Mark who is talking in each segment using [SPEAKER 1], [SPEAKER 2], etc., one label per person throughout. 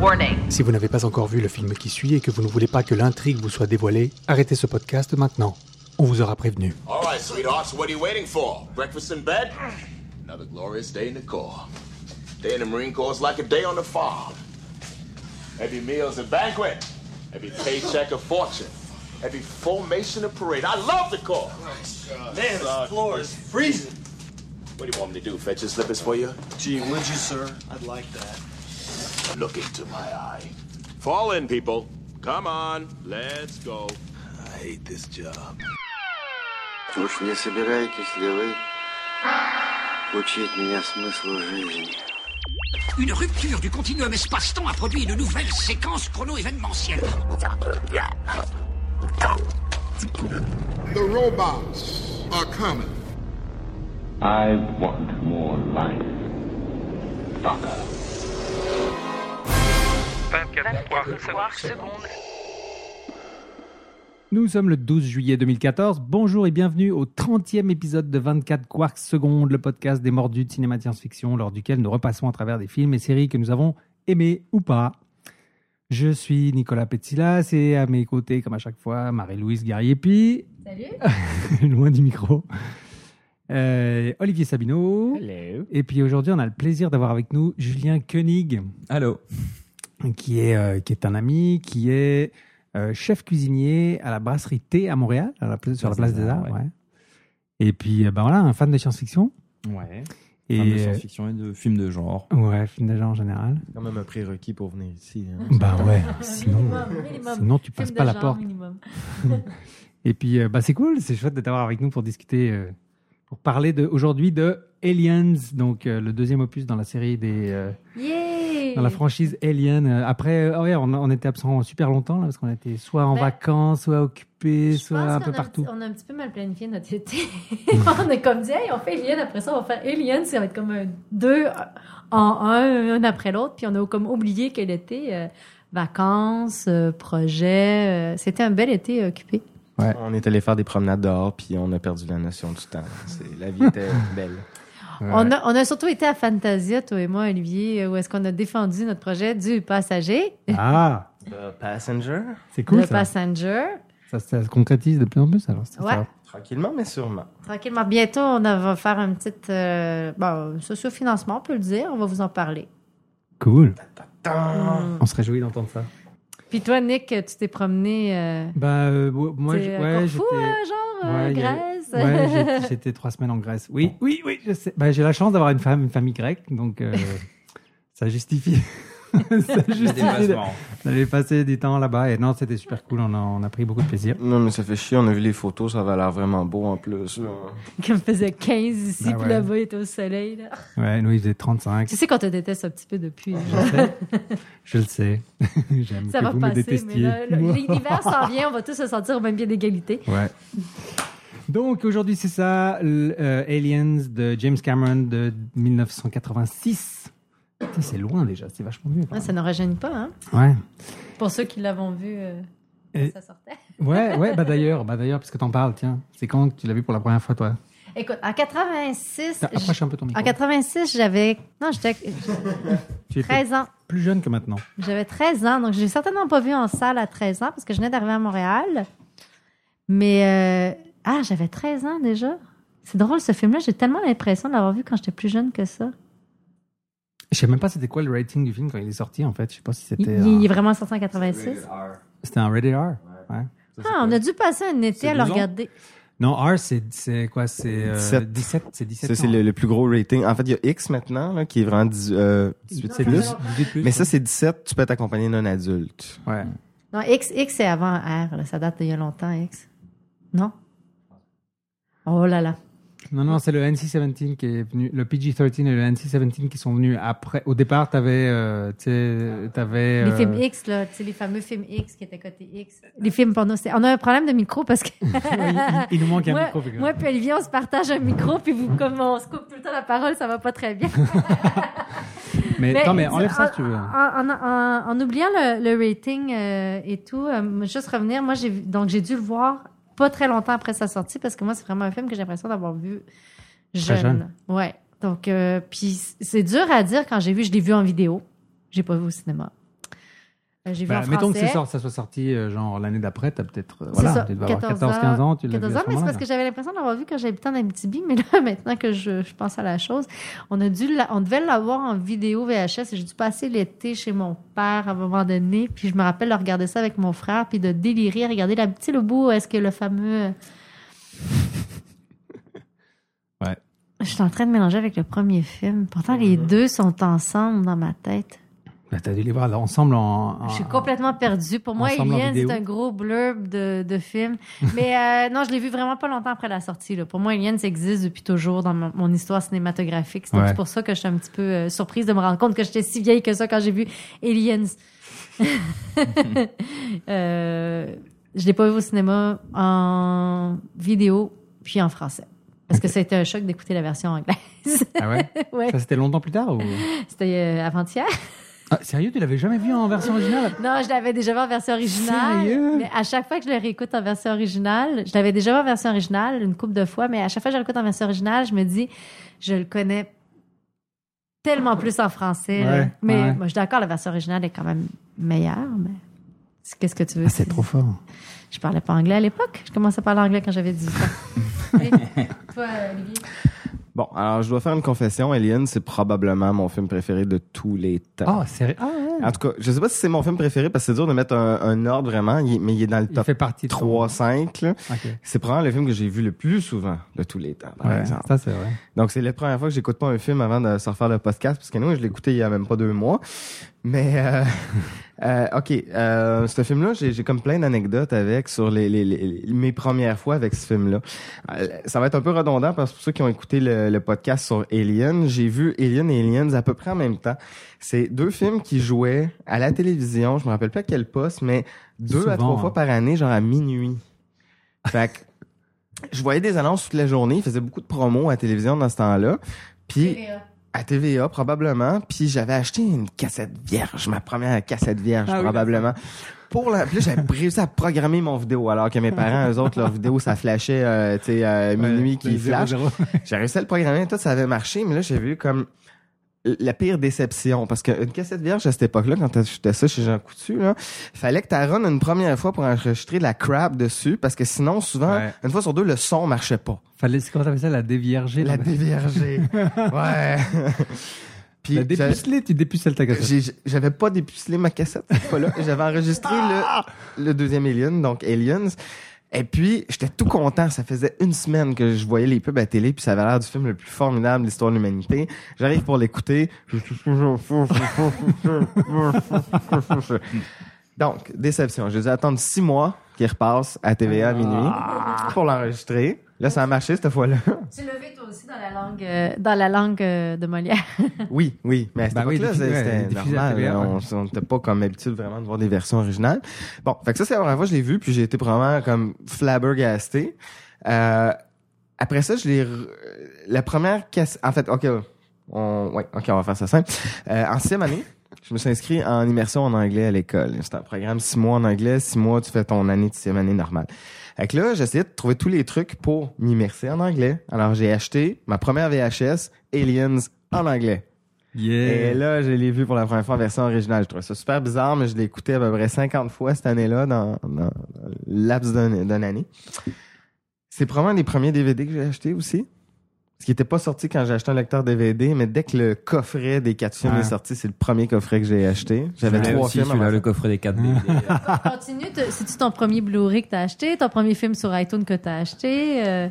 [SPEAKER 1] Warning.
[SPEAKER 2] Si vous n'avez pas encore vu le film qui suit et que vous ne voulez pas que l'intrigue vous soit dévoilée, arrêtez ce podcast maintenant. On vous aura prévenu.
[SPEAKER 3] All right, sweethearts, what are you waiting for? Breakfast in bed? Another glorious day in the Corps. Day in the Marine Corps is like a day on the farm. Every meal's a banquet. Every paycheck a fortune. Every formation a parade. I love the Corps.
[SPEAKER 4] Man, this floor is freezing.
[SPEAKER 3] What do you want me to do? Fetch your slippers for you?
[SPEAKER 4] Gee, would you, sir? I'd like that.
[SPEAKER 3] Look into my eye. Fall in, people. Come on, let's go. I hate this job.
[SPEAKER 5] Уж не собираетесь ли вы учить меня смыслу жизни?
[SPEAKER 6] Une rupture du continuum espace-temps a produit une nouvelle séquence chrono-événementielle.
[SPEAKER 7] The robots are coming.
[SPEAKER 8] I want more life. Fucker.
[SPEAKER 1] 24 soirs, secondes.
[SPEAKER 9] Nous sommes le 12 juillet 2014. Bonjour et bienvenue au 30e épisode de 24 Quarks Secondes, le podcast des mordus de cinéma de science-fiction, lors duquel nous repassons à travers des films et séries que nous avons aimés ou pas. Je suis Nicolas Petzilas et à mes côtés, comme à chaque fois, Marie-Louise Gariepi. Ah, Salut Loin du micro. Euh, Olivier Sabino. Et puis aujourd'hui, on a le plaisir d'avoir avec nous Julien Koenig
[SPEAKER 10] Allô.
[SPEAKER 9] qui est, euh, qui est un ami, qui est euh, chef cuisinier à la brasserie T à Montréal, à la pla- sur la place des Arts. ouais. Et puis, euh, ben voilà, un fan de science-fiction.
[SPEAKER 10] Ouais.
[SPEAKER 9] Et
[SPEAKER 10] de science-fiction et de films de genre.
[SPEAKER 9] euh, ouais, film de genre en général.
[SPEAKER 11] quand même un prérequis pour venir ici. hein.
[SPEAKER 9] Bah ouais, sinon, euh,
[SPEAKER 12] Minimum, minimum.
[SPEAKER 9] sinon tu passes
[SPEAKER 12] Film
[SPEAKER 9] pas
[SPEAKER 12] de
[SPEAKER 9] la
[SPEAKER 12] genre,
[SPEAKER 9] porte.
[SPEAKER 12] minimum.
[SPEAKER 9] Et puis, euh, bah c'est cool, c'est chouette de t'avoir avec nous pour discuter, euh, pour parler de- aujourd'hui de Aliens, donc euh, le deuxième opus dans la série des. euh,
[SPEAKER 12] Yeah
[SPEAKER 9] Dans la franchise Alien. Euh, Après, euh, ouais, on, on était absent super longtemps là, parce qu'on était soit en
[SPEAKER 12] Ben,
[SPEAKER 9] vacances, soit occupés,
[SPEAKER 12] Je
[SPEAKER 9] soit
[SPEAKER 12] pense
[SPEAKER 9] euh, un
[SPEAKER 12] qu'on
[SPEAKER 9] peu
[SPEAKER 12] a
[SPEAKER 9] partout.
[SPEAKER 12] petit- on a un petit peu mal planifié notre été. on est comme dit, hey, on fait Alien, après ça, on va faire Alien, ça va être comme un deux en un, un après l'autre. Puis on a comme oublié que l'été, euh, vacances, euh, projets, euh, c'était un bel été occupé.
[SPEAKER 11] On est allé faire des promenades dehors, puis on a perdu la notion du temps. C'est- La vie était belle.
[SPEAKER 12] On, a, on a surtout été à Fantasia, toi et moi, Olivier, euh, où est-ce qu'on a défendu notre projet du passager,
[SPEAKER 9] Ah,
[SPEAKER 11] The Euh, Passenger,
[SPEAKER 9] c'est cool
[SPEAKER 12] le
[SPEAKER 9] ça.
[SPEAKER 12] passenger.
[SPEAKER 9] ça. ça se concrétise de plus en plus alors. ça,
[SPEAKER 12] Ouais.
[SPEAKER 9] ça.
[SPEAKER 11] tranquillement mais sûrement.
[SPEAKER 12] Tranquillement, bientôt, on va faire un petit euh, bon, socio-financement, on peut le dire. On va vous en parler.
[SPEAKER 9] Cool.
[SPEAKER 11] Tant.
[SPEAKER 9] On se réjouit d'entendre ça.
[SPEAKER 12] Puis toi, Nick, tu t'es promené. Euh,
[SPEAKER 9] Bah, euh, ouais, moi,
[SPEAKER 12] t'es,
[SPEAKER 9] je-
[SPEAKER 12] euh,
[SPEAKER 9] ouais,
[SPEAKER 12] Corfou, euh,
[SPEAKER 9] j'étais.
[SPEAKER 12] genre, euh,
[SPEAKER 9] Ouais, il y avait-
[SPEAKER 12] Grèce.
[SPEAKER 9] Ouais, j'ai- j'étais trois semaines en Grèce. Oui, oui, oui, je sais. Bah, j'ai la chance d'avoir une femme, une famille grecque, donc euh, ça justifie. ça
[SPEAKER 10] Des
[SPEAKER 9] justifie
[SPEAKER 10] déplacements.
[SPEAKER 9] d'aller passer du temps là-bas. Et non, c'était super cool. On a, on a pris beaucoup de plaisir.
[SPEAKER 11] Non, mais ça fait chier. On a vu les photos, ça avait l'air vraiment beau en plus. hein.
[SPEAKER 12] Comme faisait 15 ici,
[SPEAKER 9] Ben
[SPEAKER 12] puis
[SPEAKER 9] ouais.
[SPEAKER 12] là-bas, il était au soleil. là.
[SPEAKER 9] Ouais, nous, il faisait 35.
[SPEAKER 12] Tu sais qu'on te déteste un petit peu depuis. là.
[SPEAKER 9] Je sais. Je le sais. J'aime
[SPEAKER 12] Ça
[SPEAKER 9] que
[SPEAKER 12] va
[SPEAKER 9] vous me
[SPEAKER 12] passer, mais
[SPEAKER 9] détestiez.
[SPEAKER 12] là, là, l'hiver s'en vient, on va tous se sentir au même pied d'égalité.
[SPEAKER 9] Ouais. Donc aujourd'hui, c'est ça, l- euh, Aliens de James Cameron de 1986. Putain, c'est loin déjà, c'est vachement mieux. quand
[SPEAKER 12] Ah, Ça ne rajeunit pas, hein?
[SPEAKER 9] même. Ouais.
[SPEAKER 12] Pour ceux qui l'avons vu, euh,
[SPEAKER 9] Et-
[SPEAKER 12] ça sortait.
[SPEAKER 9] Ouais, ouais, bah d'ailleurs, bah d'ailleurs, puisque t'en parles, tiens, c'est quand que tu l'as vu pour la première fois, toi
[SPEAKER 12] Écoute, en 86...
[SPEAKER 9] Attends, Approche un peu ton micro.
[SPEAKER 12] En 86, j'avais... Non, j'étais
[SPEAKER 9] Tu étais
[SPEAKER 12] 13 ans.
[SPEAKER 9] plus jeune que maintenant.
[SPEAKER 12] J'avais 13 ans, donc j'ai certainement pas vu en salle à 13 ans parce que je venais d'arriver à Montréal. Mais euh, ah, j'avais 13 ans déjà. C'est drôle ce film-là, j'ai tellement l'impression de l'avoir vu quand j'étais plus jeune que ça.
[SPEAKER 9] Je sais même pas c'était quoi le rating du film quand il est sorti, en fait. Je sais pas si
[SPEAKER 12] Il,
[SPEAKER 9] c'était.
[SPEAKER 12] il est
[SPEAKER 9] un-
[SPEAKER 12] vraiment sorti en 86.
[SPEAKER 9] C'était un rated R. Ouais.
[SPEAKER 12] Ah, on a dû passer un été
[SPEAKER 10] C'est
[SPEAKER 12] à le
[SPEAKER 10] 12 ans?
[SPEAKER 12] regarder.
[SPEAKER 9] Non, R, c'est c'est quoi C'est euh,
[SPEAKER 11] 17.
[SPEAKER 9] 17. C'est hein. 17.
[SPEAKER 11] Ça, c'est le, le plus gros rating. En fait, il y a X maintenant, là, qui est vraiment dix- euh, 18 plus. Mais ça, c'est 17, tu peux t'accompagner non adulte.
[SPEAKER 9] Ouais.
[SPEAKER 12] Non, X, X c'est avant R, là. ça date d'il y a longtemps, X. Non? Oh là là.
[SPEAKER 9] Non, non, c'est le NC-17 qui est venu, le PG-13 et le NC-17 qui sont venus après. Au départ, t'avais, euh, tu sais, t'avais.
[SPEAKER 12] Les
[SPEAKER 9] euh,
[SPEAKER 12] films X, là, tu sais, les fameux films X qui étaient côté X. Les films porno, c'est- on a un problème de micro parce que
[SPEAKER 9] il, il nous manque un
[SPEAKER 12] Moi,
[SPEAKER 9] micro. fait que-
[SPEAKER 12] moi puis Olivier, on se partage un micro, puis vous, comme on se coupe tout le temps la parole, ça va pas très bien.
[SPEAKER 9] mais,
[SPEAKER 12] Mais-
[SPEAKER 9] attends, mais enlève ça
[SPEAKER 12] en-
[SPEAKER 9] si tu veux.
[SPEAKER 12] En, en- en- en oubliant le, le rating euh, et tout, euh, juste revenir, moi, j'ai vu- donc j'ai dû le voir pas très longtemps après sa sortie, parce que moi, c'est vraiment un film que j'ai l'impression d'avoir vu jeune.
[SPEAKER 9] Très jeune.
[SPEAKER 12] Ouais. Donc, euh, puis c'est dur à dire quand j'ai vu, je l'ai vu en vidéo. J'ai pas vu au cinéma. J'ai vu
[SPEAKER 9] Bah,
[SPEAKER 12] en français.
[SPEAKER 9] mettons que c'est sort- ça soit sorti euh, genre l'année d'après, t'as peut-être euh,
[SPEAKER 12] C'est
[SPEAKER 9] voilà,
[SPEAKER 12] ça,
[SPEAKER 9] tu dois avoir
[SPEAKER 12] 14,
[SPEAKER 9] 14 15 ans, tu l'as
[SPEAKER 12] 14
[SPEAKER 9] vu à
[SPEAKER 12] ans, mais
[SPEAKER 9] ce
[SPEAKER 12] c'est
[SPEAKER 9] moment-là.
[SPEAKER 12] parce que j'avais l'impression de l'avoir vu quand j'habitais en Abitibi, mais là, maintenant que je, je pense à la chose, on a dû la- on devait l'avoir en vidéo VHS et j'ai dû passer l'été chez mon père à un moment donné, puis je me rappelle de regarder ça avec mon frère, puis de délirer, regarder la petite le bout, où est-ce que le fameux... euh,
[SPEAKER 9] Ouais.
[SPEAKER 12] Je suis en train de mélanger avec le premier film. Pourtant, les deux sont ensemble dans ma tête.
[SPEAKER 9] Bah, t'as dû les voir là, ensemble en, en-
[SPEAKER 12] Je suis complètement perdue. Pour moi,
[SPEAKER 9] Ah. Ensemble en
[SPEAKER 12] Alien,
[SPEAKER 9] vidéo.
[SPEAKER 12] c'est un gros blurb de, de film. Mais euh, non, je l'ai vu vraiment pas longtemps après la sortie. Là. Pour moi, Alien, ça existe depuis toujours dans mon, mon histoire cinématographique. C'est
[SPEAKER 9] Ouais.
[SPEAKER 12] pour ça que je suis un petit peu euh, surprise de me rendre compte que j'étais si vieille que ça quand j'ai vu Aliens. euh, je l'ai pas vu au cinéma en vidéo puis en français. Parce que c'était un choc d'écouter la version anglaise.
[SPEAKER 9] Ah ouais?
[SPEAKER 12] Ouais.
[SPEAKER 9] Ça c'était longtemps plus tard ou
[SPEAKER 12] C'était euh, avant-hier.
[SPEAKER 9] Ah, sérieux, tu l'avais jamais vu en version originale
[SPEAKER 11] Ah,
[SPEAKER 12] Non, je l'avais déjà vu en version originale.
[SPEAKER 9] Sérieux?
[SPEAKER 12] Mais à chaque fois que je le réécoute en version originale, je l'avais déjà vu en version originale une couple de fois, mais à chaque fois que je le réécoute en version originale, je me dis, je le connais tellement plus en français. là.
[SPEAKER 9] Ouais,
[SPEAKER 12] mais
[SPEAKER 9] ouais.
[SPEAKER 12] moi, je suis d'accord, la version originale est quand même meilleure, mais c'est- qu'est-ce que tu veux?
[SPEAKER 9] Ah, C'est trop fort.
[SPEAKER 12] Je parlais pas anglais à l'époque. Je commençais à parler anglais quand j'avais 18 ans. Oui. Toi, Olivier?
[SPEAKER 11] Bon, alors je dois faire une confession. Alien, c'est probablement mon film préféré de tous les temps.
[SPEAKER 9] Ah, sérieux? Ah, ouais.
[SPEAKER 11] En tout cas, je sais pas si c'est mon film préféré parce que c'est dur de mettre un, un ordre vraiment, il est- mais il est dans le top
[SPEAKER 9] fait partie
[SPEAKER 11] 3-5. là.
[SPEAKER 9] OK.
[SPEAKER 11] C'est probablement le film que j'ai vu le plus souvent de tous les temps, par
[SPEAKER 9] Ouais,
[SPEAKER 11] exemple.
[SPEAKER 9] ça c'est vrai.
[SPEAKER 11] Donc, c'est la première fois que j'écoute pas un film avant de se refaire le podcast, parce que nous, je l'ai écouté il y a même pas deux mois. Mais, euh, euh, OK, euh, ce film-là, j'ai j'ai comme plein d'anecdotes avec sur les, les- les- mes premières fois avec ce film-là. Euh, Ça va être un peu redondant, parce que pour ceux qui ont écouté le, le podcast sur Alien, j'ai vu Alien et Aliens à peu près en même temps. C'est deux films qui jouaient à la télévision, je me rappelle pas à quel poste, mais deux à
[SPEAKER 9] Souvent,
[SPEAKER 11] trois
[SPEAKER 9] hein.
[SPEAKER 11] fois par année, genre à minuit. Fait que je voyais des annonces toute la journée. Ils faisaient beaucoup de promos à la télévision dans ce temps-là. Puis
[SPEAKER 12] euh,
[SPEAKER 11] à TVA probablement. Puis j'avais acheté une cassette vierge, ma première cassette vierge
[SPEAKER 9] Ah oui,
[SPEAKER 11] probablement. Pour la, puis là, j'avais réussi à programmer mon vidéo, alors que mes parents, eux autres, leur vidéo, ça flashait, euh, tu sais, euh, minuit qui
[SPEAKER 9] les zéro,
[SPEAKER 11] flash.
[SPEAKER 9] zéro.
[SPEAKER 11] J'ai réussi à le programmer, tout ça avait marché, mais là, j'ai vu comme la pire déception. Parce qu'une cassette vierge à cette époque-là, quand t'achetais ça chez Jean Coutu, là, fallait que t'as run une première fois pour enregistrer de la crap dessus, parce que sinon, souvent,
[SPEAKER 9] Ouais.
[SPEAKER 11] une fois sur deux, le son marchait pas.
[SPEAKER 9] Fallait c'est comment t'appelles ça la dévierger
[SPEAKER 11] La dévierger. ouais. Puis,
[SPEAKER 9] La
[SPEAKER 11] j'avais-
[SPEAKER 9] dépucelée, tu dépucelles ta cassette.
[SPEAKER 11] j'ai- J'avais pas dépucelé ma cassette cette fois-là. J'avais enregistré le, le deuxième Alien, donc Aliens. Et puis, j'étais tout content. Ça faisait une semaine que je voyais les pubs à télé, puis ça avait l'air du film le plus formidable de l'histoire de l'humanité. J'arrive pour l'écouter. Donc, déception. J'ai dû attendre six mois qu'il repasse à TVA à minuit pour l'enregistrer. Là, ça a marché cette fois-là.
[SPEAKER 12] Tu l'as vu toi aussi dans la langue, euh, dans la langue euh, de Molière.
[SPEAKER 11] Oui, oui, mais à cette
[SPEAKER 9] Bah Hein? oui,
[SPEAKER 11] époque-là,
[SPEAKER 9] diffusé, ouais,
[SPEAKER 11] c'était
[SPEAKER 9] diffusé à
[SPEAKER 11] normal.
[SPEAKER 9] TVA,
[SPEAKER 11] là. On n'était pas comme habitude vraiment de voir des versions originales. Bon, fait que ça, c'est la première fois que je l'ai vu, puis j'ai été vraiment comme flabbergasté. Euh, après ça, je l'ai... re- La première cassette... En fait, OK, on... Ouais, OK, on va faire ça simple. Euh, en sixième année, je me suis inscrit en immersion en anglais à l'école. C'était un programme six mois en anglais, six mois, tu fais ton année de sixième année normale. Fait que là, j'essayais de trouver tous les trucs pour m'immerser en anglais. Alors, j'ai acheté ma première VHS, Aliens, en anglais.
[SPEAKER 9] Yeah.
[SPEAKER 11] Et là, je l'ai vu pour la première fois en version originale. Je trouvais ça super bizarre, mais je l'ai écouté à peu près 50 fois cette année-là dans, dans- dans le laps d'un- d'une année. C'est probablement les premiers DVD que j'ai acheté aussi. Ce qui n'était pas sorti quand j'ai acheté un lecteur DVD, mais dès que le coffret des quatre films
[SPEAKER 10] Ouais.
[SPEAKER 11] est sorti, c'est le premier coffret que j'ai acheté. J'avais
[SPEAKER 10] Je l'ai
[SPEAKER 11] trois
[SPEAKER 10] Ah. aussi,
[SPEAKER 11] films.
[SPEAKER 10] celui-là,
[SPEAKER 11] avant
[SPEAKER 10] le
[SPEAKER 11] ça.
[SPEAKER 10] coffret des 4 DVD.
[SPEAKER 12] Continue, te- c'est-tu ton premier Blu-ray que t'as acheté, ton premier film sur iTunes que t'as acheté? euh,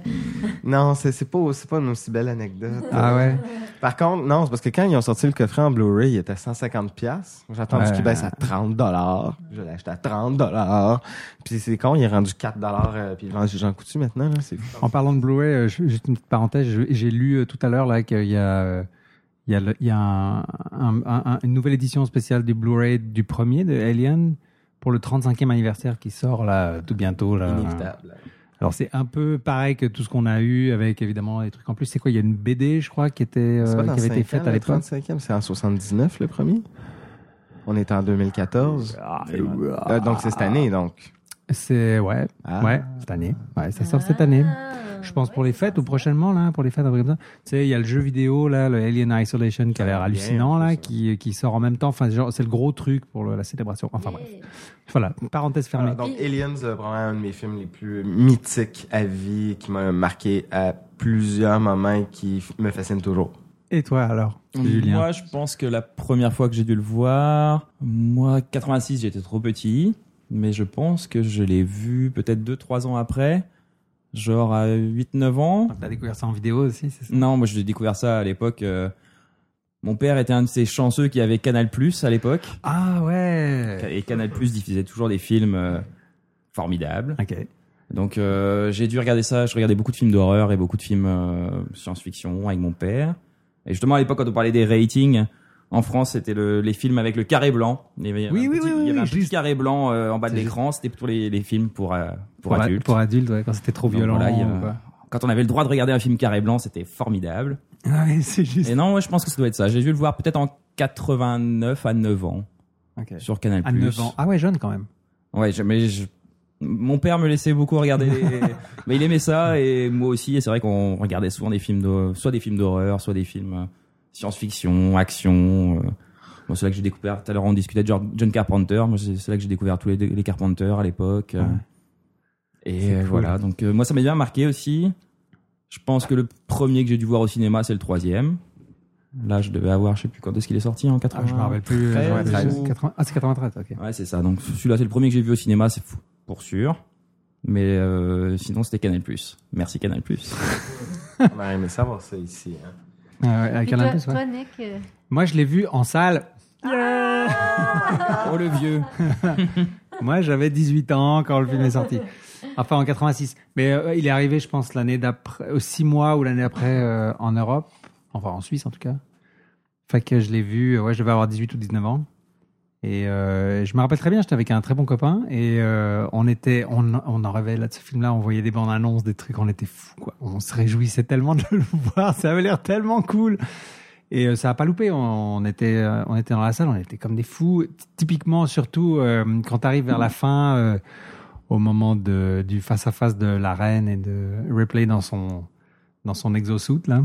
[SPEAKER 11] Non, c'est c'est pas, c'est pas une aussi belle anecdote.
[SPEAKER 9] Ah ouais.
[SPEAKER 11] Par contre, non, c'est parce que quand ils ont sorti le coffret en Blu-ray, il était à 150 pièces. J'ai attendu
[SPEAKER 9] Ouais.
[SPEAKER 11] qu'il baisse à 30 dollars. Je l'ai acheté à 30 dollars. Puis c'est con, il est rendu 4 dollars euh, puis il vend chez Jean Coutu maintenant là, c'est fou.
[SPEAKER 9] En parlant de Blu-ray, euh, ju- juste une petite parenthèse, je- j'ai lu euh, tout à l'heure là qu'il y a euh, il y a, le- il y a un- un- un- une nouvelle édition spéciale du Blu-ray du premier de Alien pour le 35e anniversaire qui sort là euh, tout bientôt là.
[SPEAKER 11] Inévitable.
[SPEAKER 9] Alors c'est un peu pareil que tout ce qu'on a eu avec évidemment les trucs en plus. C'est quoi Il y a une BD, je crois, qui était euh,
[SPEAKER 11] C'est pas
[SPEAKER 9] qui
[SPEAKER 11] dans
[SPEAKER 9] avait été
[SPEAKER 11] 5
[SPEAKER 9] faite
[SPEAKER 11] ans,
[SPEAKER 9] à
[SPEAKER 11] le
[SPEAKER 9] l'époque.
[SPEAKER 11] 35e, c'est en 79
[SPEAKER 9] Ah,
[SPEAKER 11] euh, le premier. On est en 2014. Euh, donc c'est cette année donc.
[SPEAKER 9] C'est ouais,
[SPEAKER 11] Ah.
[SPEAKER 9] ouais, cette année. Ouais, ça
[SPEAKER 12] Ah.
[SPEAKER 9] sort cette année.
[SPEAKER 12] Mmh.
[SPEAKER 9] Je pense pour les fêtes ou prochainement là, pour les fêtes un truc comme ça. Tu sais, il y a le jeu vidéo là, le Alien Isolation qui a
[SPEAKER 12] Ah,
[SPEAKER 9] l'air hallucinant là, qui, qui sort en même temps. Enfin, genre, c'est le gros truc pour le- la célébration. Enfin bref. Voilà, parenthèse fermée.
[SPEAKER 11] Voilà, Ah, donc Aliens, euh, probablement un de mes films les plus mythiques à vie, qui m'a marqué à plusieurs moments et qui f- me fascine toujours.
[SPEAKER 9] Et toi alors, Julien
[SPEAKER 10] Moi, je pense que la première fois que j'ai dû le voir, moi, 86, j'étais trop petit, mais je pense que je l'ai vu peut-être 2-3 ans après, genre à 8-9 ans.
[SPEAKER 9] T'as découvert ça en vidéo aussi, c'est ça
[SPEAKER 10] Non, moi, j'ai découvert ça à l'époque. euh, mon père était un de ces chanceux qui avait Canal Plus à l'époque.
[SPEAKER 9] Ah ouais.
[SPEAKER 10] Et Canal Plus diffusait toujours des films euh, formidables. Donc euh, j'ai dû regarder ça. Je regardais beaucoup de films d'horreur et beaucoup de films euh, science-fiction avec mon père. Et justement à l'époque quand on parlait des ratings. En France, c'était le- les films avec le carré blanc. Il y avait
[SPEAKER 9] Oui,
[SPEAKER 10] un
[SPEAKER 9] oui,
[SPEAKER 10] petit-
[SPEAKER 9] oui,
[SPEAKER 10] Il
[SPEAKER 9] oui,
[SPEAKER 10] y avait un
[SPEAKER 9] oui,
[SPEAKER 10] petit carré blanc euh, en bas de
[SPEAKER 9] C'est
[SPEAKER 10] l'écran. C'était pour les, les films pour, euh, pour,
[SPEAKER 9] ad-
[SPEAKER 10] adultes.
[SPEAKER 9] Pour adultes, ouais, quand c'était trop
[SPEAKER 10] Donc,
[SPEAKER 9] violent. Euh,
[SPEAKER 10] voilà, il y a-
[SPEAKER 9] ou quoi.
[SPEAKER 10] quand on avait le droit de regarder un film carré blanc, c'était formidable.
[SPEAKER 9] Ouais, c'est juste.
[SPEAKER 10] Et non, ouais, je pense que ça doit être ça. J'ai dû le voir peut-être en 89 à 9 ans sur Canal+.
[SPEAKER 9] À 9 ans. Ah ouais, jeune quand même.
[SPEAKER 10] Ouais, je- mais je- mon père me laissait beaucoup regarder. les- mais il aimait ça et moi aussi. Et c'est vrai qu'on regardait souvent des films, de, soit des films d'horreur, soit des films euh, science-fiction, action. euh. Moi, c'est là que j'ai découvert. Tout à l'heure, on discutait de John- John Carpenter. Moi, c'est c'est là que j'ai découvert tous les, les Carpenter à l'époque. euh.
[SPEAKER 9] Ouais.
[SPEAKER 10] Et
[SPEAKER 9] C'est
[SPEAKER 10] euh,
[SPEAKER 9] cool.
[SPEAKER 10] voilà. Donc euh, moi, ça m'a bien marqué aussi. Je pense que le premier que j'ai dû voir au cinéma, c'est le troisième. Là, je devais avoir, je sais plus quand est-ce qu'il est sorti, en 80.
[SPEAKER 9] Ah, je me rappelle plus.
[SPEAKER 10] Ouais, ouais,
[SPEAKER 9] euh, je- 80 Ah, c'est 93, ok.
[SPEAKER 10] Ouais, c'est ça. Donc celui-là, c'est le premier que j'ai vu au cinéma, c'est fou- pour sûr. Mais euh, sinon, c'était Canal+. Merci Canal+.
[SPEAKER 11] On aurait aimé savoir ça ici. hein.
[SPEAKER 9] Ah ouais, avec
[SPEAKER 12] Puis
[SPEAKER 9] Alain
[SPEAKER 12] toi,
[SPEAKER 9] Plus, ouais.
[SPEAKER 12] toi, Nick, euh,
[SPEAKER 9] Moi, je l'ai vu en salle.
[SPEAKER 10] oh, le vieux.
[SPEAKER 9] Moi, j'avais 18 ans quand le film est sorti. Enfin, en 86. Mais euh, il est arrivé, je pense, l'année d'après, euh, six mois ou l'année après euh, en Europe. Enfin, en Suisse, en tout cas. Fait que je l'ai vu, euh, ouais, je devais avoir 18 ou 19 ans. Et euh, je me rappelle très bien, j'étais avec un très bon copain et euh, on était, on, on en rêvait là de ce film-là, on voyait des bandes annonces, des trucs, on était fous quoi. On se réjouissait tellement de le voir, ça avait l'air tellement cool. Et euh, ça a pas loupé. On, on était, euh, on était dans la salle, on était comme des fous. Ty- Typiquement, surtout euh, quand tu arrives vers la fin, euh, au moment de, du face à face de la reine et de Ripley dans son dans son exosuit là.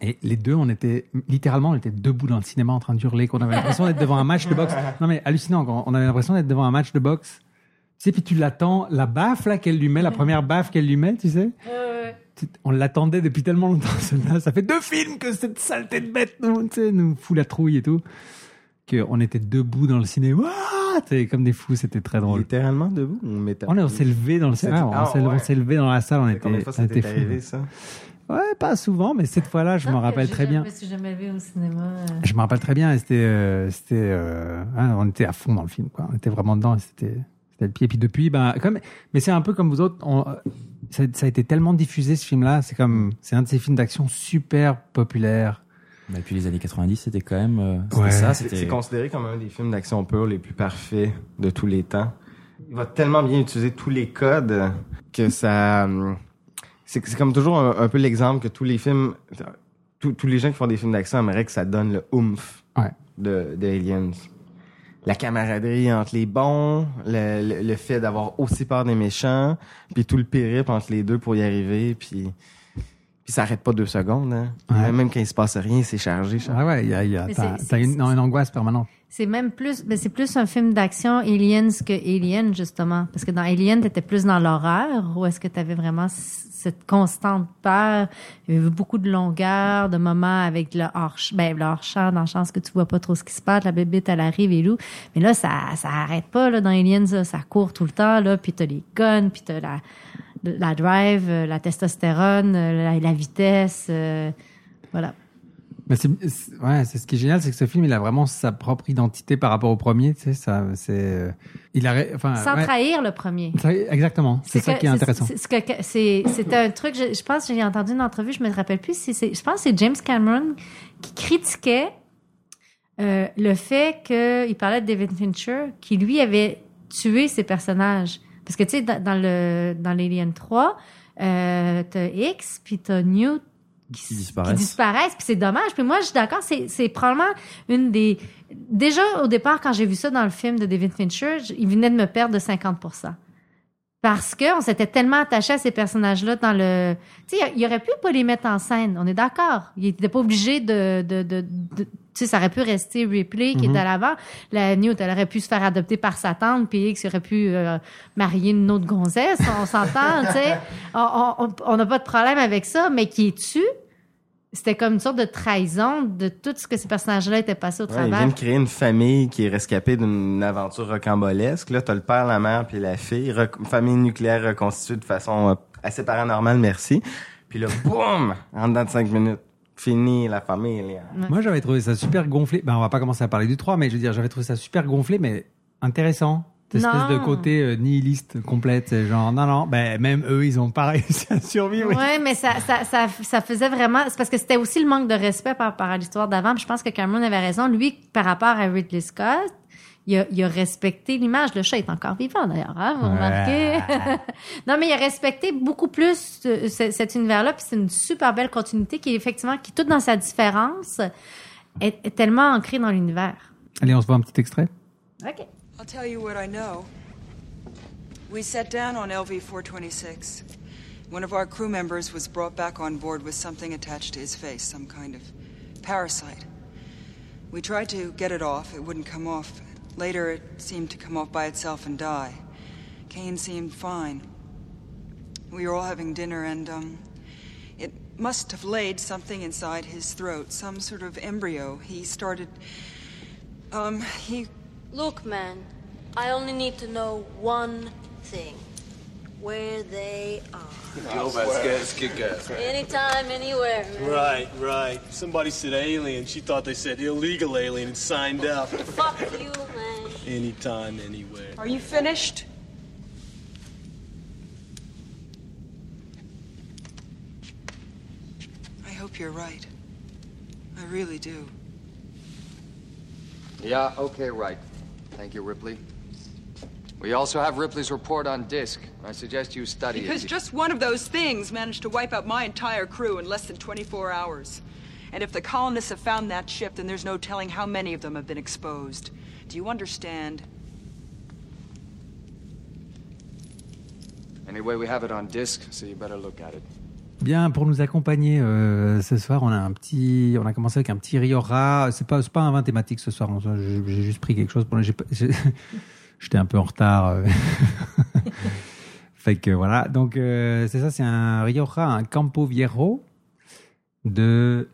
[SPEAKER 9] Et les deux, on était littéralement, on était debout dans le cinéma en train de hurler qu'on avait l'impression d'être devant un match de boxe. Non mais hallucinant, quand on avait l'impression d'être devant un match de boxe. Tu sais, puis tu l'attends, la baffe là qu'elle lui met, la première baffe qu'elle lui met, tu sais. Tu- On l'attendait depuis tellement longtemps, celle-là. Ça fait deux films que cette saleté de bête nous, tu sais, nous fout la trouille et tout. Qu'on était debout dans le cinéma. Ah, t'es comme des fous, c'était très drôle.
[SPEAKER 11] Littéralement debout. On, mettait-
[SPEAKER 9] On, est- on s'est levé dans le
[SPEAKER 11] C'est-
[SPEAKER 9] cinéma.
[SPEAKER 11] Ah,
[SPEAKER 9] on s'est on
[SPEAKER 11] ouais.
[SPEAKER 9] s'est levé dans la salle, on
[SPEAKER 11] C'est
[SPEAKER 9] était.
[SPEAKER 11] combien de fois
[SPEAKER 9] on
[SPEAKER 11] ça
[SPEAKER 9] était
[SPEAKER 11] t'est
[SPEAKER 9] fous.
[SPEAKER 11] arrivé, ça?
[SPEAKER 9] Ouais, pas souvent, mais cette fois-là, je me rappelle
[SPEAKER 12] j'ai
[SPEAKER 9] très
[SPEAKER 12] jamais-
[SPEAKER 9] bien.
[SPEAKER 12] Je me suis jamais vue au cinéma. euh.
[SPEAKER 9] Je me rappelle très bien, et c'était, euh, c'était, euh, hein, on était à fond dans le film, quoi. On était vraiment dedans, et c'était, c'était le pied. Et puis depuis, ben, comme, mais c'est un peu comme vous autres, on- euh, ça, ça a été tellement diffusé ce film-là, c'est comme, c'est un de ces films d'action super populaires.
[SPEAKER 10] Mais puis les années 90, c'était quand même... euh, c'était
[SPEAKER 9] Ouais.
[SPEAKER 10] ça,
[SPEAKER 11] C'est
[SPEAKER 10] c'était...
[SPEAKER 11] c'est considéré comme un des films d'action pure les plus parfaits de tous les temps. Il va tellement bien utiliser tous les codes que ça. hum, C'est c'est comme toujours un, un peu l'exemple que tous les films. tous- tous les gens qui font des films d'action aimeraient que ça donne le oomph de, de Aliens. La camaraderie entre les bons, le, le- le fait d'avoir aussi peur des méchants, puis tout le périple entre les deux pour y arriver, puis. Puis ça arrête pas deux secondes. hein. Même quand il se passe rien, c'est chargé. chargé.
[SPEAKER 9] Ah ouais, il y a, il y a-
[SPEAKER 12] Mais
[SPEAKER 9] t'as,
[SPEAKER 12] c'est-
[SPEAKER 9] t'as une, non, une angoisse permanente.
[SPEAKER 12] C'est même plus, ben c'est plus un film d'action Aliens que Alien, justement. Parce que dans Alien, t'étais plus dans l'horreur, ou est-ce que t'avais vraiment c- cette constante peur? Il y avait beaucoup de longueur, de moments avec le hors, ben, le hors-champ, dans le sens que tu vois pas trop ce qui se passe, la bébête, elle arrive et loup. Mais là, ça, ça arrête pas, là, dans Aliens, là, ça court tout le temps, là, puis t'as les guns, puis t'as la, la drive, euh, la testostérone, euh, la, la vitesse, euh, voilà.
[SPEAKER 9] Mais c'est, c'est- ouais, c'est ce qui est génial, c'est que ce film, il a vraiment sa propre identité par rapport au premier, tu sais, ça, c'est, euh, il a, ré- enfin,
[SPEAKER 12] Sans
[SPEAKER 9] ouais.
[SPEAKER 12] trahir le premier.
[SPEAKER 9] Ça- exactement, c'est, ça
[SPEAKER 12] que-
[SPEAKER 9] qui est intéressant.
[SPEAKER 12] c'est- c'est que- c'est- C'était un truc, je, je pense, que j'ai entendu une entrevue, je me rappelle plus, si c'est- je pense que c'est James Cameron qui critiquait euh, le fait qu'il parlait de David Fincher, qui lui avait tué ses personnages. Parce que, tu sais, dans, dans le dans l'Alien 3, euh, t'as X, puis t'as Newt,
[SPEAKER 10] Qui
[SPEAKER 12] qui
[SPEAKER 10] disparaissent.
[SPEAKER 12] disparaissent, puis c'est dommage. Puis moi, je suis d'accord, c'est, c'est probablement une des... Déjà, au départ, quand j'ai vu ça dans le film de David Fincher, j- il venait de me perdre de 50 Parce qu'on s'était tellement attaché à ces personnages-là dans le. Tu sais, il aurait pu pas les mettre en scène, on est d'accord. Il n'était pas obligé de. de, de, de- tu sais, ça aurait pu rester Ripley qui
[SPEAKER 13] Mhm.
[SPEAKER 12] était à l'avant. La Newt, elle aurait pu se faire adopter par sa tante, puis X aurait pu euh, marier une autre gonzesse, on s'entend, tu sais. On- on- On n'a pas de problème avec ça, mais qui est-tu? C'était comme une sorte de trahison de tout ce que ces personnages-là étaient passés au
[SPEAKER 11] Ouais, il
[SPEAKER 12] travers.
[SPEAKER 11] vient de créer une famille qui est rescapée d'une aventure rocambolesque. Là, t'as le père, la mère, puis la fille. Rec- famille nucléaire reconstituée de façon euh, assez paranormale, merci. Puis là, boum! En dedans de cinq minutes, fini la famille.
[SPEAKER 9] Moi, j'avais trouvé ça super gonflé. Ben, on va pas commencer à parler du 3, mais je veux dire, j'avais trouvé ça super gonflé, mais intéressant. Cette
[SPEAKER 12] Non.
[SPEAKER 9] espèce de côté euh, nihiliste complète. c'est Genre, non, non, ben, même eux, ils ont pas réussi à survivre.
[SPEAKER 12] Ouais, mais ça, ça, ça, ça faisait vraiment. C'est parce que c'était aussi le manque de respect par rapport à l'histoire d'avant. Puis Je pense que Cameron avait raison. Lui, par rapport à Ridley Scott, il a, il a respecté l'image. Le chat est encore vivant, d'ailleurs. Hein, vous
[SPEAKER 13] Ouais.
[SPEAKER 12] remarquez? non, mais il a respecté beaucoup plus euh, ce- cet univers-là. Puis c'est une super belle continuité qui, effectivement, qui, toute dans sa différence, est, est tellement ancrée dans l'univers.
[SPEAKER 9] Allez, on se voit un petit extrait.
[SPEAKER 12] OK.
[SPEAKER 14] I'll tell you what I know. We sat down on LV 426. One of our crew members was brought back on board with something attached to his face, some kind of parasite. We tried to get it off, it wouldn't come off. Later, it seemed to come off by itself and die. Kane seemed fine. We were all having dinner, and, um, it must have laid something inside his throat, some sort of embryo. He started. Um, he
[SPEAKER 15] Look, man, I only need to know one thing where they are.
[SPEAKER 3] Yo, Vasquez, kick ass.
[SPEAKER 15] Anytime, anywhere. man.
[SPEAKER 4] Right, right. Somebody said alien. She thought they said illegal alien and signed up.
[SPEAKER 15] Fuck you, man.
[SPEAKER 4] Anytime, anywhere.
[SPEAKER 14] Are you finished? I hope you're right. I really do.
[SPEAKER 16] Yeah, okay, right. Thank you, Ripley. We also have Ripley's report on disc. I suggest you study
[SPEAKER 14] Because
[SPEAKER 16] it.
[SPEAKER 14] just one of those things managed to wipe out my entire crew in less than 24 hours. And if the colonists have found that ship, then there's no telling how many of them have been exposed. Do you understand?
[SPEAKER 16] Anyway, we have it on disc, so you better look at it.
[SPEAKER 9] Bien, pour nous accompagner euh, ce soir, on a un petit, on a commencé avec un petit Riora. C'est pas, c'est pas un vin thématique ce soir. on- J'ai j'ai juste pris quelque chose pour. j'ai pas- j'ai- J'étais un peu en retard. euh. fait que voilà. Donc euh, c'est ça, c'est un Riora, un Campo Viejo de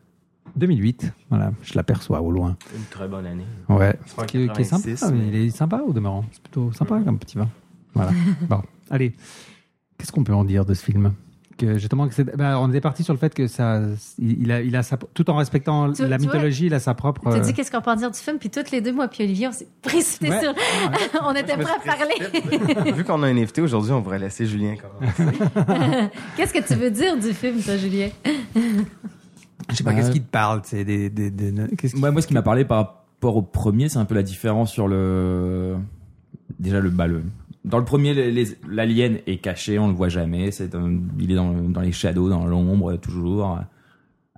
[SPEAKER 9] 2008. Voilà, je l'aperçois au loin.
[SPEAKER 11] Une très bonne année.
[SPEAKER 9] Ouais.
[SPEAKER 11] Je crois
[SPEAKER 9] Qui, qui est sympa.
[SPEAKER 11] 86,
[SPEAKER 9] mais Il est sympa au demeurant. C'est plutôt sympa comme petit vin. Voilà. bon, allez. Qu'est-ce qu'on peut en dire de ce film que justement, que c'est- ben, on était parti sur le fait que ça, il il a, il a sa, tout en respectant
[SPEAKER 12] Tu-
[SPEAKER 9] la
[SPEAKER 12] tu vois,
[SPEAKER 9] mythologie, il a sa propre.
[SPEAKER 12] Tu
[SPEAKER 9] euh,
[SPEAKER 12] dit qu'est-ce qu'on peut en dire du film, puis toutes les deux, moi puis Olivier, on s'est précipités
[SPEAKER 11] Ouais.
[SPEAKER 12] sur... on était
[SPEAKER 11] Je me
[SPEAKER 12] prêts à parler.
[SPEAKER 11] Vu qu'on a un invité aujourd'hui, on pourrait laisser Julien commencer.
[SPEAKER 12] Qu'est-ce que tu veux dire du film, toi, Julien?
[SPEAKER 9] Je sais pas, qu'est-ce qui te parle c'est des, des,
[SPEAKER 10] Ouais, Moi, ce qui m'a parlé par rapport au premier, c'est un peu la différence sur le. Déjà, le, bah, le- Dans le premier, les- les- l'alien est caché, on le voit jamais. C'est un- il est dans, dans les shadows, dans l'ombre, toujours.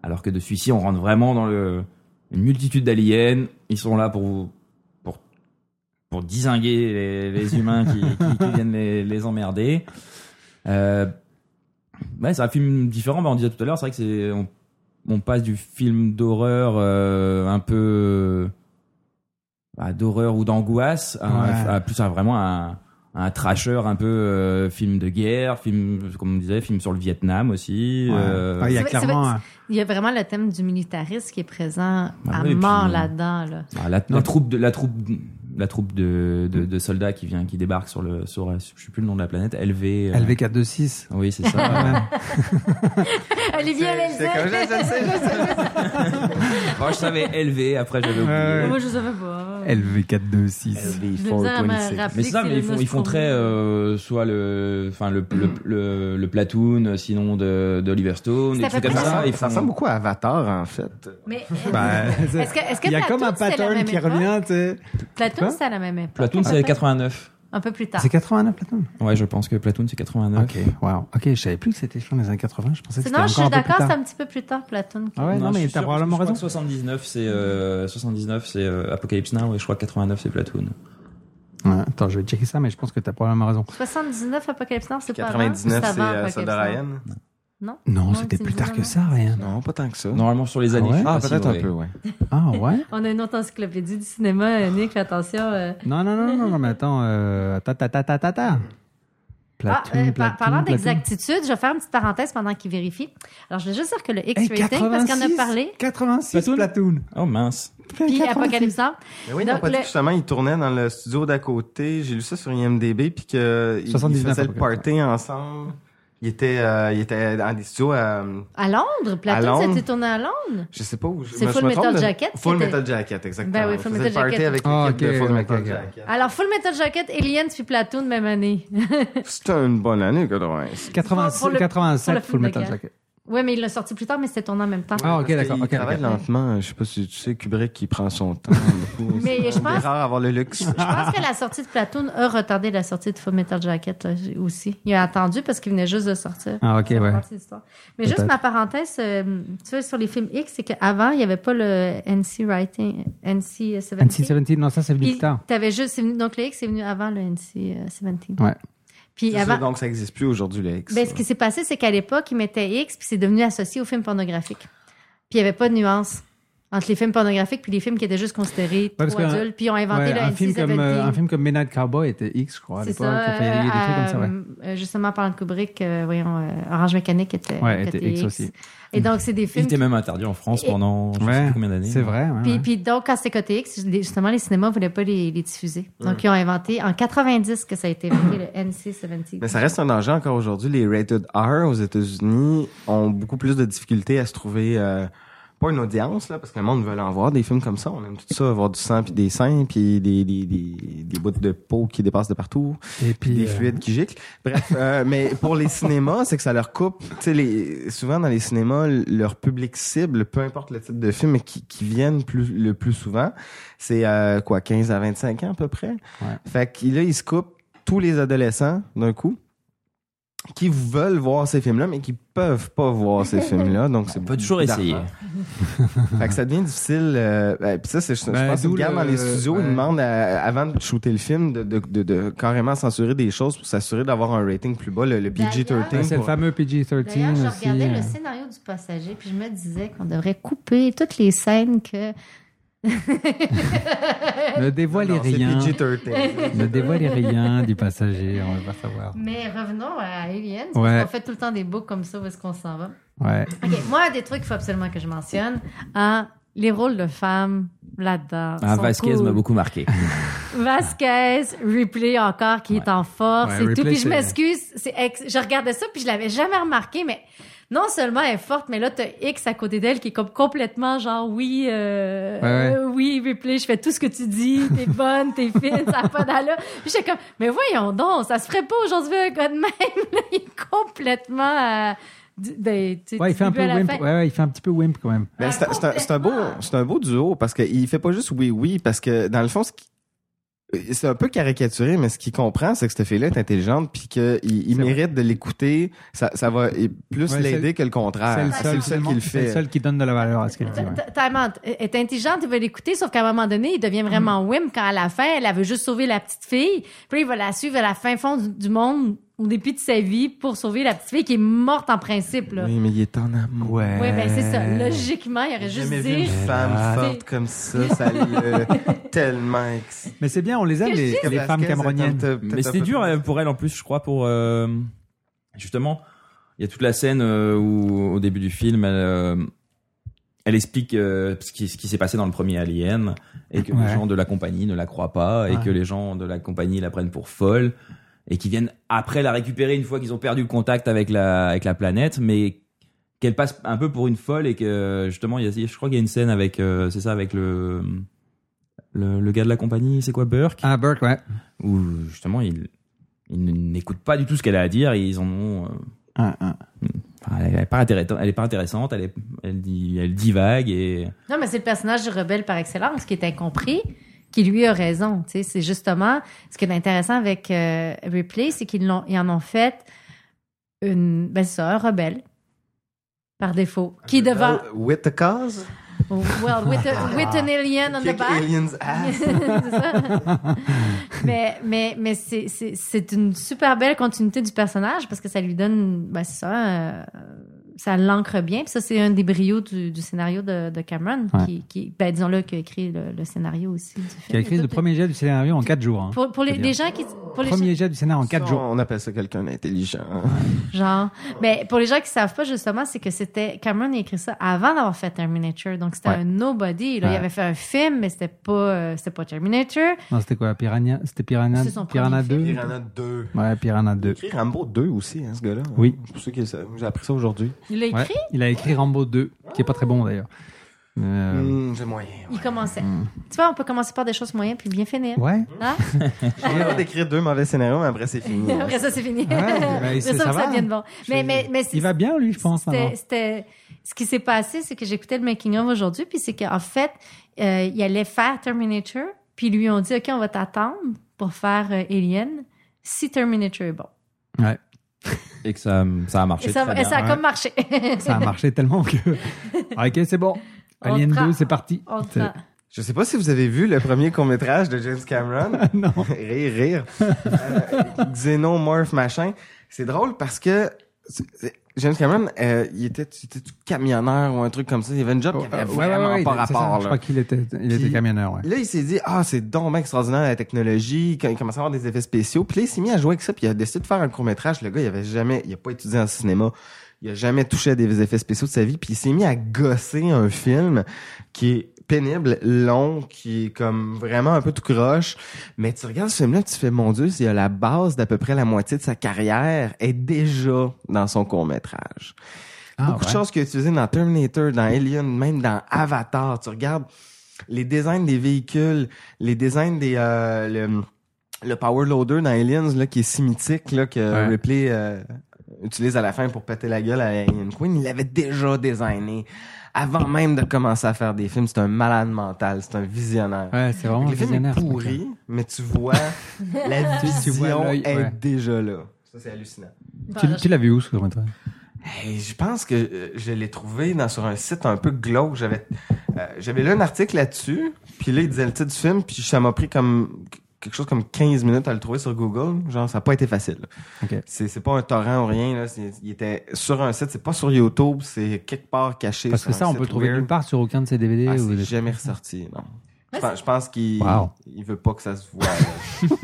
[SPEAKER 10] Alors que de celui-ci, on rentre vraiment dans le, une multitude d'aliens. Ils sont là pour vous- pour, pour disinguer les, les humains qui, qui- qui viennent les, les emmerder. Euh, ouais, c'est un film différent. Bah, on disait tout à l'heure, c'est vrai que c'est on, on passe du film d'horreur euh, un peu euh, bah, d'horreur ou d'angoisse à,
[SPEAKER 9] Ouais.
[SPEAKER 10] à plus un- vraiment un un trasher un peu euh, film de guerre, film comme on disait, film sur le Vietnam aussi.
[SPEAKER 9] Ouais.
[SPEAKER 10] euh,
[SPEAKER 9] Ah, il y a
[SPEAKER 12] C'est vrai- c'est vrai- Il y a vraiment le thème du militarisme qui est présent
[SPEAKER 10] Ah
[SPEAKER 12] à
[SPEAKER 10] oui, et puis,
[SPEAKER 12] mort
[SPEAKER 10] euh,
[SPEAKER 12] là-dedans. Là.
[SPEAKER 10] Ah, la, la troupe de la troupe la troupe de, de, de soldats qui vient qui débarque sur le sur euh, je sais plus le nom de la planète LV euh,
[SPEAKER 9] LV426.
[SPEAKER 10] oui c'est ça
[SPEAKER 12] Olivier, elle
[SPEAKER 11] c'est comme je le sais, je le sais,
[SPEAKER 10] moi Oh, je savais LV après j'avais oublié
[SPEAKER 12] Moi, je savais pas.
[SPEAKER 9] LV426
[SPEAKER 12] LV426. me rappeler
[SPEAKER 10] mais c'est ça
[SPEAKER 12] que c'est
[SPEAKER 10] mais ils
[SPEAKER 12] le
[SPEAKER 10] font ils font
[SPEAKER 12] Nostromo.
[SPEAKER 10] très euh, soit le enfin le le, le, le platoon sinon de d'Oliver Stone
[SPEAKER 12] Ça
[SPEAKER 10] des
[SPEAKER 12] fait
[SPEAKER 10] trucs comme
[SPEAKER 12] plus-
[SPEAKER 10] ça
[SPEAKER 12] Ça
[SPEAKER 10] ils
[SPEAKER 11] Ça
[SPEAKER 10] font-
[SPEAKER 11] ressemble beaucoup à Avatar, en fait.
[SPEAKER 12] Mais
[SPEAKER 10] Bah,
[SPEAKER 12] est-ce que, est-ce que
[SPEAKER 10] il y a
[SPEAKER 12] Platoon,
[SPEAKER 10] comme un
[SPEAKER 12] c'est la
[SPEAKER 10] pattern
[SPEAKER 12] même
[SPEAKER 10] qui
[SPEAKER 12] époque?
[SPEAKER 10] revient.
[SPEAKER 12] Platoon,
[SPEAKER 10] Quoi
[SPEAKER 12] c'est à la même époque.
[SPEAKER 10] Platoon c'est 89
[SPEAKER 12] Un peu plus tard.
[SPEAKER 9] 89 Platoon
[SPEAKER 10] ouais je pense que Platoon c'est 89
[SPEAKER 9] ok wow ok je savais plus que c'était film des années 80 je pensais que
[SPEAKER 12] C'est-
[SPEAKER 9] c'était
[SPEAKER 12] Non, je
[SPEAKER 9] encore
[SPEAKER 12] suis
[SPEAKER 9] un peu plus
[SPEAKER 12] d'accord, c'est
[SPEAKER 9] tard.
[SPEAKER 12] un petit peu plus tard, Platoon.
[SPEAKER 9] Ah ouais, non,
[SPEAKER 10] je
[SPEAKER 9] mais
[SPEAKER 10] suis sûr,
[SPEAKER 9] t'as
[SPEAKER 10] parce que
[SPEAKER 9] probablement
[SPEAKER 10] je crois
[SPEAKER 9] raison.
[SPEAKER 10] que 79 c'est euh, 79 c'est euh, Apocalypse Now et je crois que 89 c'est Platoon.
[SPEAKER 9] Ouais, attends, je vais checker ça, mais je pense que t'as probablement raison.
[SPEAKER 12] 79 Apocalypse Now, c'est pas avant,
[SPEAKER 11] 99,
[SPEAKER 12] juste
[SPEAKER 11] c'est
[SPEAKER 12] avant
[SPEAKER 11] euh,
[SPEAKER 12] Apocalypse
[SPEAKER 11] Soda
[SPEAKER 12] Now.
[SPEAKER 11] Ryan.
[SPEAKER 12] Non?
[SPEAKER 9] Non, c'était plus tard que ça, rien.
[SPEAKER 11] Non, pas tant que ça.
[SPEAKER 10] Normalement, sur les années, je suis
[SPEAKER 11] Ah,
[SPEAKER 10] pas si
[SPEAKER 11] peut-être un
[SPEAKER 10] mauvais.
[SPEAKER 11] peu, ouais.
[SPEAKER 9] Ah ouais?
[SPEAKER 12] On a une autre encyclopédie du cinéma, euh, Nick, fais attention. euh.
[SPEAKER 9] Non, non, non, non, non, mais attends. Euh, ta, ta, ta, ta, ta, ta.
[SPEAKER 12] Ah,
[SPEAKER 9] Platoon,
[SPEAKER 12] euh, par-
[SPEAKER 9] Platoon,
[SPEAKER 12] parlant
[SPEAKER 9] Platoon.
[SPEAKER 12] d'exactitude, je vais faire une petite parenthèse pendant qu'il vérifie. Alors, je vais juste dire que le
[SPEAKER 9] Hey,
[SPEAKER 12] X-rating, parce qu'on en a
[SPEAKER 9] 86,
[SPEAKER 12] parlé,
[SPEAKER 9] 86 Platoon.
[SPEAKER 10] Oh mince.
[SPEAKER 12] puis Apocalypse Now.
[SPEAKER 11] Mais oui,
[SPEAKER 12] Donc,
[SPEAKER 11] n'a pas dit
[SPEAKER 12] le-
[SPEAKER 11] que justement, il tournait dans le studio d'à côté. J'ai lu ça sur IMDB, puis que ils- ils
[SPEAKER 9] 79
[SPEAKER 11] faisaient le party ensemble. Ils étaient, euh, ils étaient dans des studios à...
[SPEAKER 12] À Londres, Platoon,
[SPEAKER 11] À
[SPEAKER 12] ça a
[SPEAKER 11] Londres.
[SPEAKER 12] été tourné à Londres.
[SPEAKER 11] Je sais pas où.
[SPEAKER 12] C'est
[SPEAKER 11] mais je
[SPEAKER 12] Full
[SPEAKER 11] me
[SPEAKER 12] Metal
[SPEAKER 11] trompe de-
[SPEAKER 12] Jacket,
[SPEAKER 11] Full
[SPEAKER 12] c'était-
[SPEAKER 11] Metal Jacket, exactement.
[SPEAKER 12] Ben oui,
[SPEAKER 11] Ils
[SPEAKER 12] Full
[SPEAKER 11] faisaient
[SPEAKER 12] Metal
[SPEAKER 11] le party
[SPEAKER 12] Jacket. Ah.
[SPEAKER 11] avec l'équipe
[SPEAKER 9] Ah,
[SPEAKER 11] de
[SPEAKER 9] ok,
[SPEAKER 11] Full
[SPEAKER 9] ok,
[SPEAKER 11] Metal
[SPEAKER 9] ok.
[SPEAKER 11] Jacket.
[SPEAKER 12] Alors, Full Metal Jacket, Aliens, puis Platoon, même année.
[SPEAKER 11] C'était une bonne année, 86.
[SPEAKER 9] 86,
[SPEAKER 12] Pour le-
[SPEAKER 9] 87,
[SPEAKER 12] pour le
[SPEAKER 9] Full
[SPEAKER 12] film de
[SPEAKER 9] Metal
[SPEAKER 12] guerre.
[SPEAKER 9] Jacket.
[SPEAKER 12] ouais, mais il l'a sorti plus tard, mais c'était tourné en même temps.
[SPEAKER 9] Ah, ok, d'accord.
[SPEAKER 11] Il
[SPEAKER 9] ok,
[SPEAKER 11] travaille
[SPEAKER 9] ok.
[SPEAKER 11] lentement. Je sais pas si tu sais, Kubrick, qui prend son temps. beaucoup.
[SPEAKER 12] Mais je
[SPEAKER 11] C'est
[SPEAKER 12] pense-
[SPEAKER 11] rare avoir le luxe.
[SPEAKER 12] Je pense que la sortie de Platoon a retardé la sortie de Full Metal Jacket là, aussi. Il a attendu parce qu'il venait juste de sortir.
[SPEAKER 9] Ah, ok,
[SPEAKER 12] Ça fait
[SPEAKER 9] ouais.
[SPEAKER 12] partie de l'histoire. Mais juste
[SPEAKER 9] Peut-être.
[SPEAKER 12] ma parenthèse, euh, tu vois, sur les films X, c'est qu'avant, il n'y avait pas le NC Writing, NC 17.
[SPEAKER 9] NC-17, non, ça, c'est venu plus
[SPEAKER 12] Il-
[SPEAKER 9] tard.
[SPEAKER 12] t'avais juste, c'est venu- donc le X est venu avant le NC 17.
[SPEAKER 9] Ouais.
[SPEAKER 12] Puis
[SPEAKER 11] C'est ça,
[SPEAKER 12] avant,
[SPEAKER 11] donc, ça n'existe plus aujourd'hui, le X.
[SPEAKER 12] ben, ce qui s'est passé, c'est qu'à l'époque, ils mettaient X, puis c'est devenu associé aux films pornographiques. Puis il n'y avait pas de nuance entre les films pornographiques puis les films qui étaient juste considérés
[SPEAKER 9] Ouais,
[SPEAKER 12] trop adultes, puis ils ont inventé
[SPEAKER 9] ouais,
[SPEAKER 12] le
[SPEAKER 9] un
[SPEAKER 12] NC-17.
[SPEAKER 9] film comme euh, Un film comme Midnight Cowboy était X, je crois, à
[SPEAKER 12] C'est
[SPEAKER 9] l'époque.
[SPEAKER 12] ça.
[SPEAKER 9] Enfin, Il y a il y a des trucs comme ça, ouais.
[SPEAKER 12] euh, euh, justement, parlant de Kubrick, euh, voyons, euh, Orange Mécanique était,
[SPEAKER 10] Ouais, était X aussi.
[SPEAKER 12] Et donc, c'est des
[SPEAKER 10] Il
[SPEAKER 12] films.
[SPEAKER 10] était même interdit en France
[SPEAKER 12] Et-
[SPEAKER 10] pendant je sais plus combien d'années.
[SPEAKER 9] C'est vrai.
[SPEAKER 12] qui- Puis, puis donc, quand c'était côté X, les- justement, les cinémas ne voulaient pas les, les diffuser. Donc,
[SPEAKER 11] Mm.
[SPEAKER 12] ils ont inventé en 90 que ça a été inventé, le NC-17.
[SPEAKER 11] Mais ça reste un danger encore aujourd'hui. Les rated R aux États-Unis ont beaucoup plus de difficultés à se trouver euh, pas une audience là, parce que le monde veut en voir des films comme ça. On aime tout ça, avoir du sang puis des seins puis des des, des, des bouts de peau qui dépassent de partout,
[SPEAKER 9] et puis
[SPEAKER 11] des
[SPEAKER 9] euh,
[SPEAKER 11] fluides qui giclent. Bref, euh, mais pour les cinémas, c'est que ça leur coupe. Tu sais, les, souvent dans les cinémas, leur public cible, peu importe le type de film, mais qui, qui viennent plus le plus souvent, c'est euh, quoi 15 à 25 ans à peu près.
[SPEAKER 9] Ouais.
[SPEAKER 11] Fait que là, ils se coupent tous les adolescents d'un coup qui veulent voir ces films-là, mais qui peuvent pas voir ces films-là. Donc, c'est
[SPEAKER 10] Pas toujours
[SPEAKER 11] beaucoup
[SPEAKER 10] essayer.
[SPEAKER 11] d'argent. fait que ça devient difficile. euh, ben, Puis ça, c'est, je
[SPEAKER 10] Ben,
[SPEAKER 11] pense,
[SPEAKER 10] d'où
[SPEAKER 11] une gamme
[SPEAKER 10] le-
[SPEAKER 11] dans les studios.
[SPEAKER 10] ouais.
[SPEAKER 11] Ils demandent, à- euh, avant de shooter le film, de, de- de- de carrément censurer des choses pour s'assurer d'avoir un rating plus bas, le, le PG-13.
[SPEAKER 9] Ouais, c'est le
[SPEAKER 11] pour-
[SPEAKER 9] fameux
[SPEAKER 12] D'ailleurs,
[SPEAKER 9] PG-13
[SPEAKER 12] je
[SPEAKER 9] aussi.
[SPEAKER 12] regardais
[SPEAKER 9] euh.
[SPEAKER 12] le scénario du passager, puis je me disais qu'on devrait couper toutes les scènes que.
[SPEAKER 9] Ne dévoilez
[SPEAKER 11] Euh, Non, c'est
[SPEAKER 9] rien.
[SPEAKER 11] PG-13.
[SPEAKER 9] ne dévoilez rien du passager, on va pas savoir.
[SPEAKER 12] Mais revenons à Aliens.
[SPEAKER 9] Ouais.
[SPEAKER 12] Parce qu'on fait tout le temps des books comme ça où est-ce qu'on s'en va.
[SPEAKER 9] Ouais.
[SPEAKER 12] OK,
[SPEAKER 10] Hmm.
[SPEAKER 12] moi, un des trucs qu'il faut absolument que je mentionne, hein, les rôles de femmes là-dedans.
[SPEAKER 10] Ah,
[SPEAKER 12] sont
[SPEAKER 10] Vasquez
[SPEAKER 12] cool.
[SPEAKER 10] m'a beaucoup marqué.
[SPEAKER 12] Vasquez, Ripley encore, qui est en force
[SPEAKER 10] Ouais,
[SPEAKER 12] et tout.
[SPEAKER 10] Ripley,
[SPEAKER 12] Puis je
[SPEAKER 10] c'est-
[SPEAKER 12] m'excuse, c'est ex- je regardais ça, puis je l'avais jamais remarqué, mais non seulement elle est forte, mais là, t'as X à côté d'elle qui est comme complètement genre, oui, euh,
[SPEAKER 9] Ouais, ouais.
[SPEAKER 12] euh, oui, Ripley, je fais tout ce que tu dis, t'es bonne, t'es fine, ça a pas d'allure. Puis j'étais comme, mais voyons donc, ça se ferait pas aujourd'hui un gars de même, là, il est complètement... euh, du- ben, tu-
[SPEAKER 9] Ouais, il
[SPEAKER 12] du
[SPEAKER 9] fait un peu
[SPEAKER 12] début à la
[SPEAKER 9] wimp.
[SPEAKER 12] fin.
[SPEAKER 9] Ouais, ouais, il fait un petit peu wimp quand même.
[SPEAKER 11] Ben, c'est un- c'est un, c'est un beau, c'est un beau duo parce qu'il fait pas juste oui oui parce que dans le fond, ce qui- euh, c'est un peu caricaturé, mais ce qu'il comprend, c'est que cette fille-là est intelligente puis qu'il il mérite de l'écouter. Ça, ça va et plus
[SPEAKER 9] Ouais,
[SPEAKER 11] l'aider
[SPEAKER 9] c'est-
[SPEAKER 11] que le contraire.
[SPEAKER 9] C'est le
[SPEAKER 11] Ah, C'est
[SPEAKER 9] seul,
[SPEAKER 11] qui le fait.
[SPEAKER 9] C'est le seul qui donne de la valeur à ce qu'elle dit. ouais.
[SPEAKER 12] Ta- ta amante est intelligente, il veut l'écouter, sauf qu'à un moment donné, il devient vraiment
[SPEAKER 11] Mm.
[SPEAKER 12] whim quand à la fin, elle, elle veut juste sauver la petite fille. Puis il va la suivre à la fin fond du, du monde, au début de sa vie, pour sauver la petite fille qui est morte en principe. Là.
[SPEAKER 11] Oui, mais il est en amour. Ouais.
[SPEAKER 12] Oui, ben c'est ça. Logiquement, il aurait juste
[SPEAKER 11] Jamais vu
[SPEAKER 12] dit...
[SPEAKER 11] une femme
[SPEAKER 9] Ah.
[SPEAKER 11] forte comme ça, ça l'a tellement excité.
[SPEAKER 9] Mais c'est bien, on les aime,
[SPEAKER 11] Que
[SPEAKER 9] les,
[SPEAKER 11] je dise-
[SPEAKER 9] les femmes
[SPEAKER 11] Vasquez,
[SPEAKER 9] camerouniennes.
[SPEAKER 11] t'as- t'as-
[SPEAKER 10] Mais c'était dur euh, pour elle en plus, je crois, pour euh, justement, il y a toute la scène euh, où au début du film, elle, euh, elle explique euh, ce qui, ce qui s'est passé dans le premier Alien et que
[SPEAKER 9] Ouais.
[SPEAKER 10] les gens de la compagnie ne la croient pas et
[SPEAKER 9] Ouais.
[SPEAKER 10] que les gens de la compagnie la prennent pour folle et qui viennent après la récupérer une fois qu'ils ont perdu le contact avec la avec la planète, mais qu'elle passe un peu pour une folle et que justement, il y a, je crois qu'il y a une scène avec, euh, c'est ça, avec le le, le gars de la compagnie, c'est quoi Burke
[SPEAKER 9] Ah, Burke, ouais.
[SPEAKER 10] Où justement, il, il n'écoute pas du tout ce qu'elle a à dire et ils en ont. euh,
[SPEAKER 9] Ah, ah.
[SPEAKER 10] enfin, elle n'est pas, intéressante- elle est pas intéressante, elle, est, elle, dit, elle divague et.
[SPEAKER 12] Non, mais c'est le personnage du rebelle par excellence qui est incompris, qui lui a raison. Tu sais, c'est justement ce qui est intéressant avec euh, Ripley, c'est qu'ils l'ont, ils en ont fait
[SPEAKER 11] Ah,
[SPEAKER 12] une, ben c'est ça, un rebelle par défaut, qui devant
[SPEAKER 11] With the cause?
[SPEAKER 12] Well, with, a- with an alien on the
[SPEAKER 11] Kick
[SPEAKER 12] back.
[SPEAKER 11] alien's ass.
[SPEAKER 12] C'est ça. mais mais, mais c'est- c'est c'est une super belle continuité du personnage parce que ça lui donne. Ben, c'est ça. euh, ça l'ancre bien. Puis ça, c'est un des brios du, du scénario de, de Cameron,
[SPEAKER 9] Ouais.
[SPEAKER 12] qui, qui ben, disons-le, qui a écrit le, le scénario aussi. du film.
[SPEAKER 9] Qui a écrit le premier jet du scénario en 4 jours. hein.
[SPEAKER 12] Pour, pour les, les gens qui. Pour les
[SPEAKER 9] Premier jet du scénario en 4
[SPEAKER 11] Ça,
[SPEAKER 9] jours.
[SPEAKER 11] On appelle ça quelqu'un d'intelligent.
[SPEAKER 12] Genre, mais pour les gens qui savent pas justement, c'est que c'était Cameron a écrit ça avant d'avoir fait Terminator, donc c'était
[SPEAKER 9] Ouais.
[SPEAKER 12] un nobody. Là, il
[SPEAKER 9] Ouais.
[SPEAKER 12] avait fait un film, mais c'était pas, euh, c'était pas Terminator.
[SPEAKER 9] Non, c'était quoi Piranha C'était Piranha,
[SPEAKER 12] C'est son
[SPEAKER 9] Piranha
[SPEAKER 12] premier
[SPEAKER 9] 2
[SPEAKER 12] film.
[SPEAKER 11] Piranha 2.
[SPEAKER 9] Ouais, Piranha 2.
[SPEAKER 11] écrit Rambo 2 aussi, hein, ce gars-là.
[SPEAKER 9] Oui.
[SPEAKER 11] Je sais que ça- j'ai appris ça aujourd'hui.
[SPEAKER 12] Il l'a
[SPEAKER 9] Ouais,
[SPEAKER 12] écrit?
[SPEAKER 9] Il a écrit Rambo 2, qui est pas très bon d'ailleurs. Euh,
[SPEAKER 11] Hmm, j'ai moyen.
[SPEAKER 12] Il commençait. Tu vois, on peut commencer par des choses moyennes puis bien finir.
[SPEAKER 9] Hmm. Ouais.
[SPEAKER 12] Hein?
[SPEAKER 11] J'ai le droit d'écrire deux mauvais scénarios, mais après, c'est fini.
[SPEAKER 12] Après ça, c'est fini.
[SPEAKER 9] Ouais, ben,
[SPEAKER 12] Après
[SPEAKER 9] c'est-
[SPEAKER 12] ça, ça
[SPEAKER 9] ça va.
[SPEAKER 12] devient de bon. Mais, mais, mais c'est-
[SPEAKER 9] Il va bien, lui, je pense. alors.
[SPEAKER 12] C'était, c'était- ce qui s'est passé, c'est que j'écoutais le making of aujourd'hui, puis c'est qu'en fait, euh, il allait faire Terminator, puis ils lui ont dit ok, on va t'attendre pour faire euh, Alien si Terminator est bon.
[SPEAKER 9] Ouais.
[SPEAKER 10] Et que ça, ça a marché.
[SPEAKER 12] Et ça,
[SPEAKER 10] très
[SPEAKER 12] et
[SPEAKER 10] bien.
[SPEAKER 12] ça a
[SPEAKER 10] Ouais.
[SPEAKER 12] comme marché.
[SPEAKER 9] Ça a marché tellement que. Ah, ok, c'est bon.
[SPEAKER 12] On
[SPEAKER 9] Alien
[SPEAKER 12] te prend.
[SPEAKER 9] 2, c'est parti. Euh,
[SPEAKER 12] On te
[SPEAKER 9] C'est-
[SPEAKER 12] prend.
[SPEAKER 11] Je sais pas si vous avez vu le premier court-métrage de James Cameron.
[SPEAKER 9] non.
[SPEAKER 11] rire, rire. Euh, Xenomorph, machin. C'est drôle parce que c'est- c'est- James Cameron, euh, il était, était camionneur ou un truc comme ça. Il avait une job qui
[SPEAKER 9] Euh,
[SPEAKER 11] avait
[SPEAKER 9] ouais, ouais,
[SPEAKER 11] vraiment
[SPEAKER 9] ouais,
[SPEAKER 11] pas
[SPEAKER 9] c'est ça,
[SPEAKER 11] rapport. là.
[SPEAKER 9] Je crois qu'il était, il était
[SPEAKER 11] Puis-
[SPEAKER 9] camionneur, ouais.
[SPEAKER 11] Là, il s'est dit, ah, c'est donc bien extraordinaire la technologie. Quand il commence à avoir des effets spéciaux. Puis là, il s'est mis à jouer avec ça. Puis il a décidé de faire un court-métrage. Le gars, il avait jamais, il a pas étudié en cinéma. Il a jamais touché à des effets spéciaux de sa vie. Puis il s'est mis à gosser un film qui est pénible, long, qui est comme vraiment un peu tout croche. Mais tu regardes ce film-là, tu fais, mon Dieu, il a la base d'à peu près la moitié de sa carrière est déjà dans son court-métrage.
[SPEAKER 9] Ah,
[SPEAKER 11] Beaucoup de
[SPEAKER 9] ouais.
[SPEAKER 11] choses qu'il a utilisées dans Terminator, dans Alien, même dans Avatar. Tu regardes les designs des véhicules, les designs des... euh, le, le power loader dans Aliens là, qui est si mythique là, que
[SPEAKER 9] Ouais.
[SPEAKER 11] Ripley euh, utilise à la fin pour péter la gueule à Alien Queen, il l'avait déjà designé avant même de commencer à faire des films. C'est un malade mental, c'est un Oh, visionnaire.
[SPEAKER 9] Ouais, c'est vraiment
[SPEAKER 11] Le film est
[SPEAKER 9] visionnaire, ce
[SPEAKER 11] pourri, mais tu vois, la
[SPEAKER 9] Tu- tu vois
[SPEAKER 11] vision
[SPEAKER 9] l'œil,
[SPEAKER 11] est
[SPEAKER 9] ouais.
[SPEAKER 11] déjà là. Ça, c'est hallucinant.
[SPEAKER 9] Tu, tu l'as vu où, ce court-métrage
[SPEAKER 11] Hey, je pense que euh, je l'ai trouvé dans, sur un site un peu glauque. J'avais euh, j'avais lu un article là-dessus, puis là, il disait le titre du film, puis ça m'a pris comme quelque chose comme 15 minutes à le trouver sur Google. Genre, ça n'a pas été facile. là.
[SPEAKER 9] Ok.
[SPEAKER 11] C'est c'est pas un torrent ou rien. Là. C'est- Il était sur un site, c'est pas sur YouTube, c'est quelque part caché.
[SPEAKER 9] Parce que
[SPEAKER 11] sur un
[SPEAKER 9] ça, on
[SPEAKER 11] site
[SPEAKER 9] peut le trouver
[SPEAKER 11] weird.
[SPEAKER 9] nulle part sur aucun de ses DVD.
[SPEAKER 11] Ah,
[SPEAKER 9] ou
[SPEAKER 11] c'est
[SPEAKER 9] des-
[SPEAKER 11] jamais ressorti, non. Je pense, je pense qu'il
[SPEAKER 9] Wow.
[SPEAKER 11] il veut pas que ça se voit. là.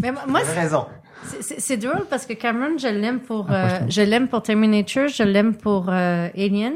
[SPEAKER 12] Mais moi,
[SPEAKER 11] T'as
[SPEAKER 12] c'est-
[SPEAKER 11] raison.
[SPEAKER 12] c'est- C'est c'est drôle parce que Cameron, je l'aime pour,
[SPEAKER 9] Ah,
[SPEAKER 12] euh,
[SPEAKER 9] franchement.
[SPEAKER 12] je l'aime pour Terminator, je l'aime pour euh, Aliens.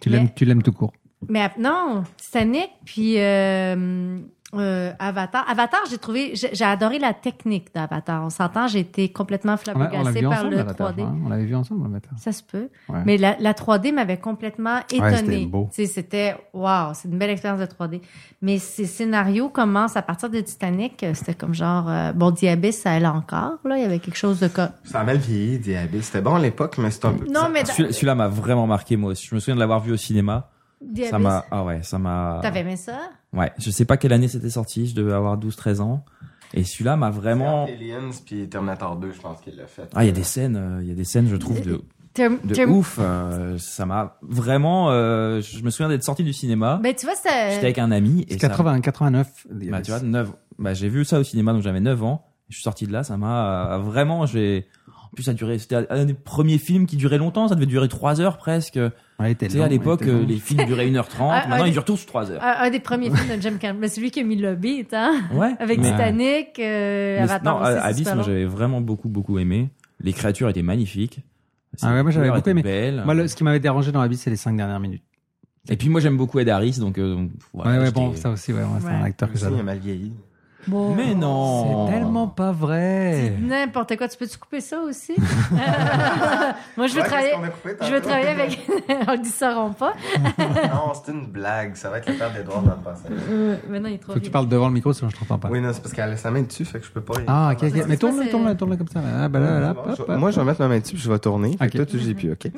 [SPEAKER 9] Tu l'aimes, tu l'aimes tout court.
[SPEAKER 12] Mais ap- non, Titanic, puis euh, euh, Avatar. Avatar, j'ai trouvé, j'ai j'ai adoré la technique d'Avatar. On s'entend, j'ai été complètement
[SPEAKER 9] On l'a- on l'a
[SPEAKER 12] flabbergassée
[SPEAKER 9] vu
[SPEAKER 12] par
[SPEAKER 9] ensemble,
[SPEAKER 12] le
[SPEAKER 9] l'Avatar,
[SPEAKER 12] 3D.
[SPEAKER 9] hein. On l'avait vu ensemble, l'Avatar.
[SPEAKER 12] Ça se peut.
[SPEAKER 9] Ouais.
[SPEAKER 12] Mais la, la 3D m'avait complètement
[SPEAKER 9] c'était
[SPEAKER 12] étonnée.
[SPEAKER 9] beau.
[SPEAKER 12] Tu sais, c'était waouh, c'est une belle expérience de 3D. Mais ces scénarios commencent à partir de Titanic. euh, C'était comme genre euh, bon, Diabès, ça allait encore. Là, il y avait quelque chose de co-
[SPEAKER 11] Ça a mal vieilli, Diabé. C'était bon à l'époque, mais c'est un peu...
[SPEAKER 12] Non, mais
[SPEAKER 10] Celui- Celui-là m'a vraiment marqué, moi aussi. Je me souviens de l'avoir vu au cinéma. Ça
[SPEAKER 12] Diabès,
[SPEAKER 10] m'a. Ah ouais, ça m'a.
[SPEAKER 12] t'avais aimé ça
[SPEAKER 10] Ouais, je sais pas quelle année c'était sorti, je devais avoir 12-13 ans. Et celui-là m'a vraiment.
[SPEAKER 11] Aliens puis Terminator 2, je pense qu'il l'a fait.
[SPEAKER 10] Ah, il y a des scènes, euh, il y a des scènes, je trouve, de,
[SPEAKER 12] Term-
[SPEAKER 10] de
[SPEAKER 12] Term-
[SPEAKER 10] ouf. euh, ça m'a vraiment. euh, je me souviens d'être sorti du cinéma.
[SPEAKER 12] Ben tu vois, ça.
[SPEAKER 10] J'étais avec un ami. et
[SPEAKER 9] C'est
[SPEAKER 10] ça-
[SPEAKER 9] 80, 89.
[SPEAKER 10] Bah, tu vois, 9. Bah, j'ai vu ça au cinéma, donc j'avais 9 ans. Je suis sorti de là, ça m'a euh, vraiment. J'ai. En plus, ça durait. C'était un des premiers films qui durait longtemps. Ça devait durer 3 heures presque.
[SPEAKER 9] Ouais, il était
[SPEAKER 10] Tu sais, à
[SPEAKER 9] long, il
[SPEAKER 10] l'époque,
[SPEAKER 9] était long.
[SPEAKER 10] euh, les films duraient 1h30.
[SPEAKER 12] Ah,
[SPEAKER 10] Maintenant,
[SPEAKER 12] ah,
[SPEAKER 10] ils durent tous 3 heures.
[SPEAKER 12] Un, un des premiers films de Jim Cameron. Mais celui qui a mis le beat, hein?
[SPEAKER 10] Ouais,
[SPEAKER 12] Avec
[SPEAKER 10] mais-
[SPEAKER 12] Titanic, euh,
[SPEAKER 10] Mais-
[SPEAKER 12] Avatar
[SPEAKER 10] non,
[SPEAKER 12] aussi,
[SPEAKER 10] euh,
[SPEAKER 12] c'est
[SPEAKER 10] Abyss,
[SPEAKER 12] super
[SPEAKER 10] moi
[SPEAKER 12] long.
[SPEAKER 10] j'avais vraiment beaucoup beaucoup aimé. Les créatures étaient magnifiques.
[SPEAKER 9] Ah ouais, moi, j'avais
[SPEAKER 10] Les couleurs
[SPEAKER 9] beaucoup aimé.
[SPEAKER 10] étaient belles.
[SPEAKER 9] Moi, le- ce qui m'avait dérangé dans la vie, c'est les 5 dernières minutes.
[SPEAKER 10] Et puis moi j'aime beaucoup Ed Harris, donc. euh, donc, voilà,
[SPEAKER 9] Ouais, ouais,
[SPEAKER 10] j'étais-
[SPEAKER 9] bon, ça aussi, ouais, ouais, c'est un
[SPEAKER 12] Ouais.
[SPEAKER 9] acteur que
[SPEAKER 11] Aussi, il a
[SPEAKER 9] j'adore.
[SPEAKER 11] mal vieilli.
[SPEAKER 12] Bon.
[SPEAKER 10] Mais non.
[SPEAKER 9] C'est tellement pas vrai.
[SPEAKER 12] N'importe quoi. Tu peux-tu couper ça aussi? Moi, je veux
[SPEAKER 11] Ouais,
[SPEAKER 12] travailler.
[SPEAKER 11] qu'est-ce qu'on a coupé tantôt?
[SPEAKER 12] Je veux travailler avec. On le dit ça rompt pas.
[SPEAKER 11] non, c'est une blague. Ça va être le père d'Edouard dans le passé.
[SPEAKER 12] Euh, Maintenant, il est trop
[SPEAKER 9] Faut que tu
[SPEAKER 12] vieux.
[SPEAKER 9] parles devant le micro, sinon je t'entends pas.
[SPEAKER 11] Oui, non, c'est parce qu'elle a sa main dessus, fait que je peux pas. y-
[SPEAKER 9] Ah, ok, ok.
[SPEAKER 12] C'est-
[SPEAKER 9] Mais
[SPEAKER 12] c'est-
[SPEAKER 9] tourne-le,
[SPEAKER 12] c'est-
[SPEAKER 9] tourne-le, tourne-le comme ça. Ah, bah là, là,
[SPEAKER 11] Bon,
[SPEAKER 9] hop,
[SPEAKER 11] je-
[SPEAKER 9] hop.
[SPEAKER 11] Moi, je vais mettre ma main dessus puis je vais tourner. Fait que
[SPEAKER 9] Ok.
[SPEAKER 11] Toi, tu dis plus, ok.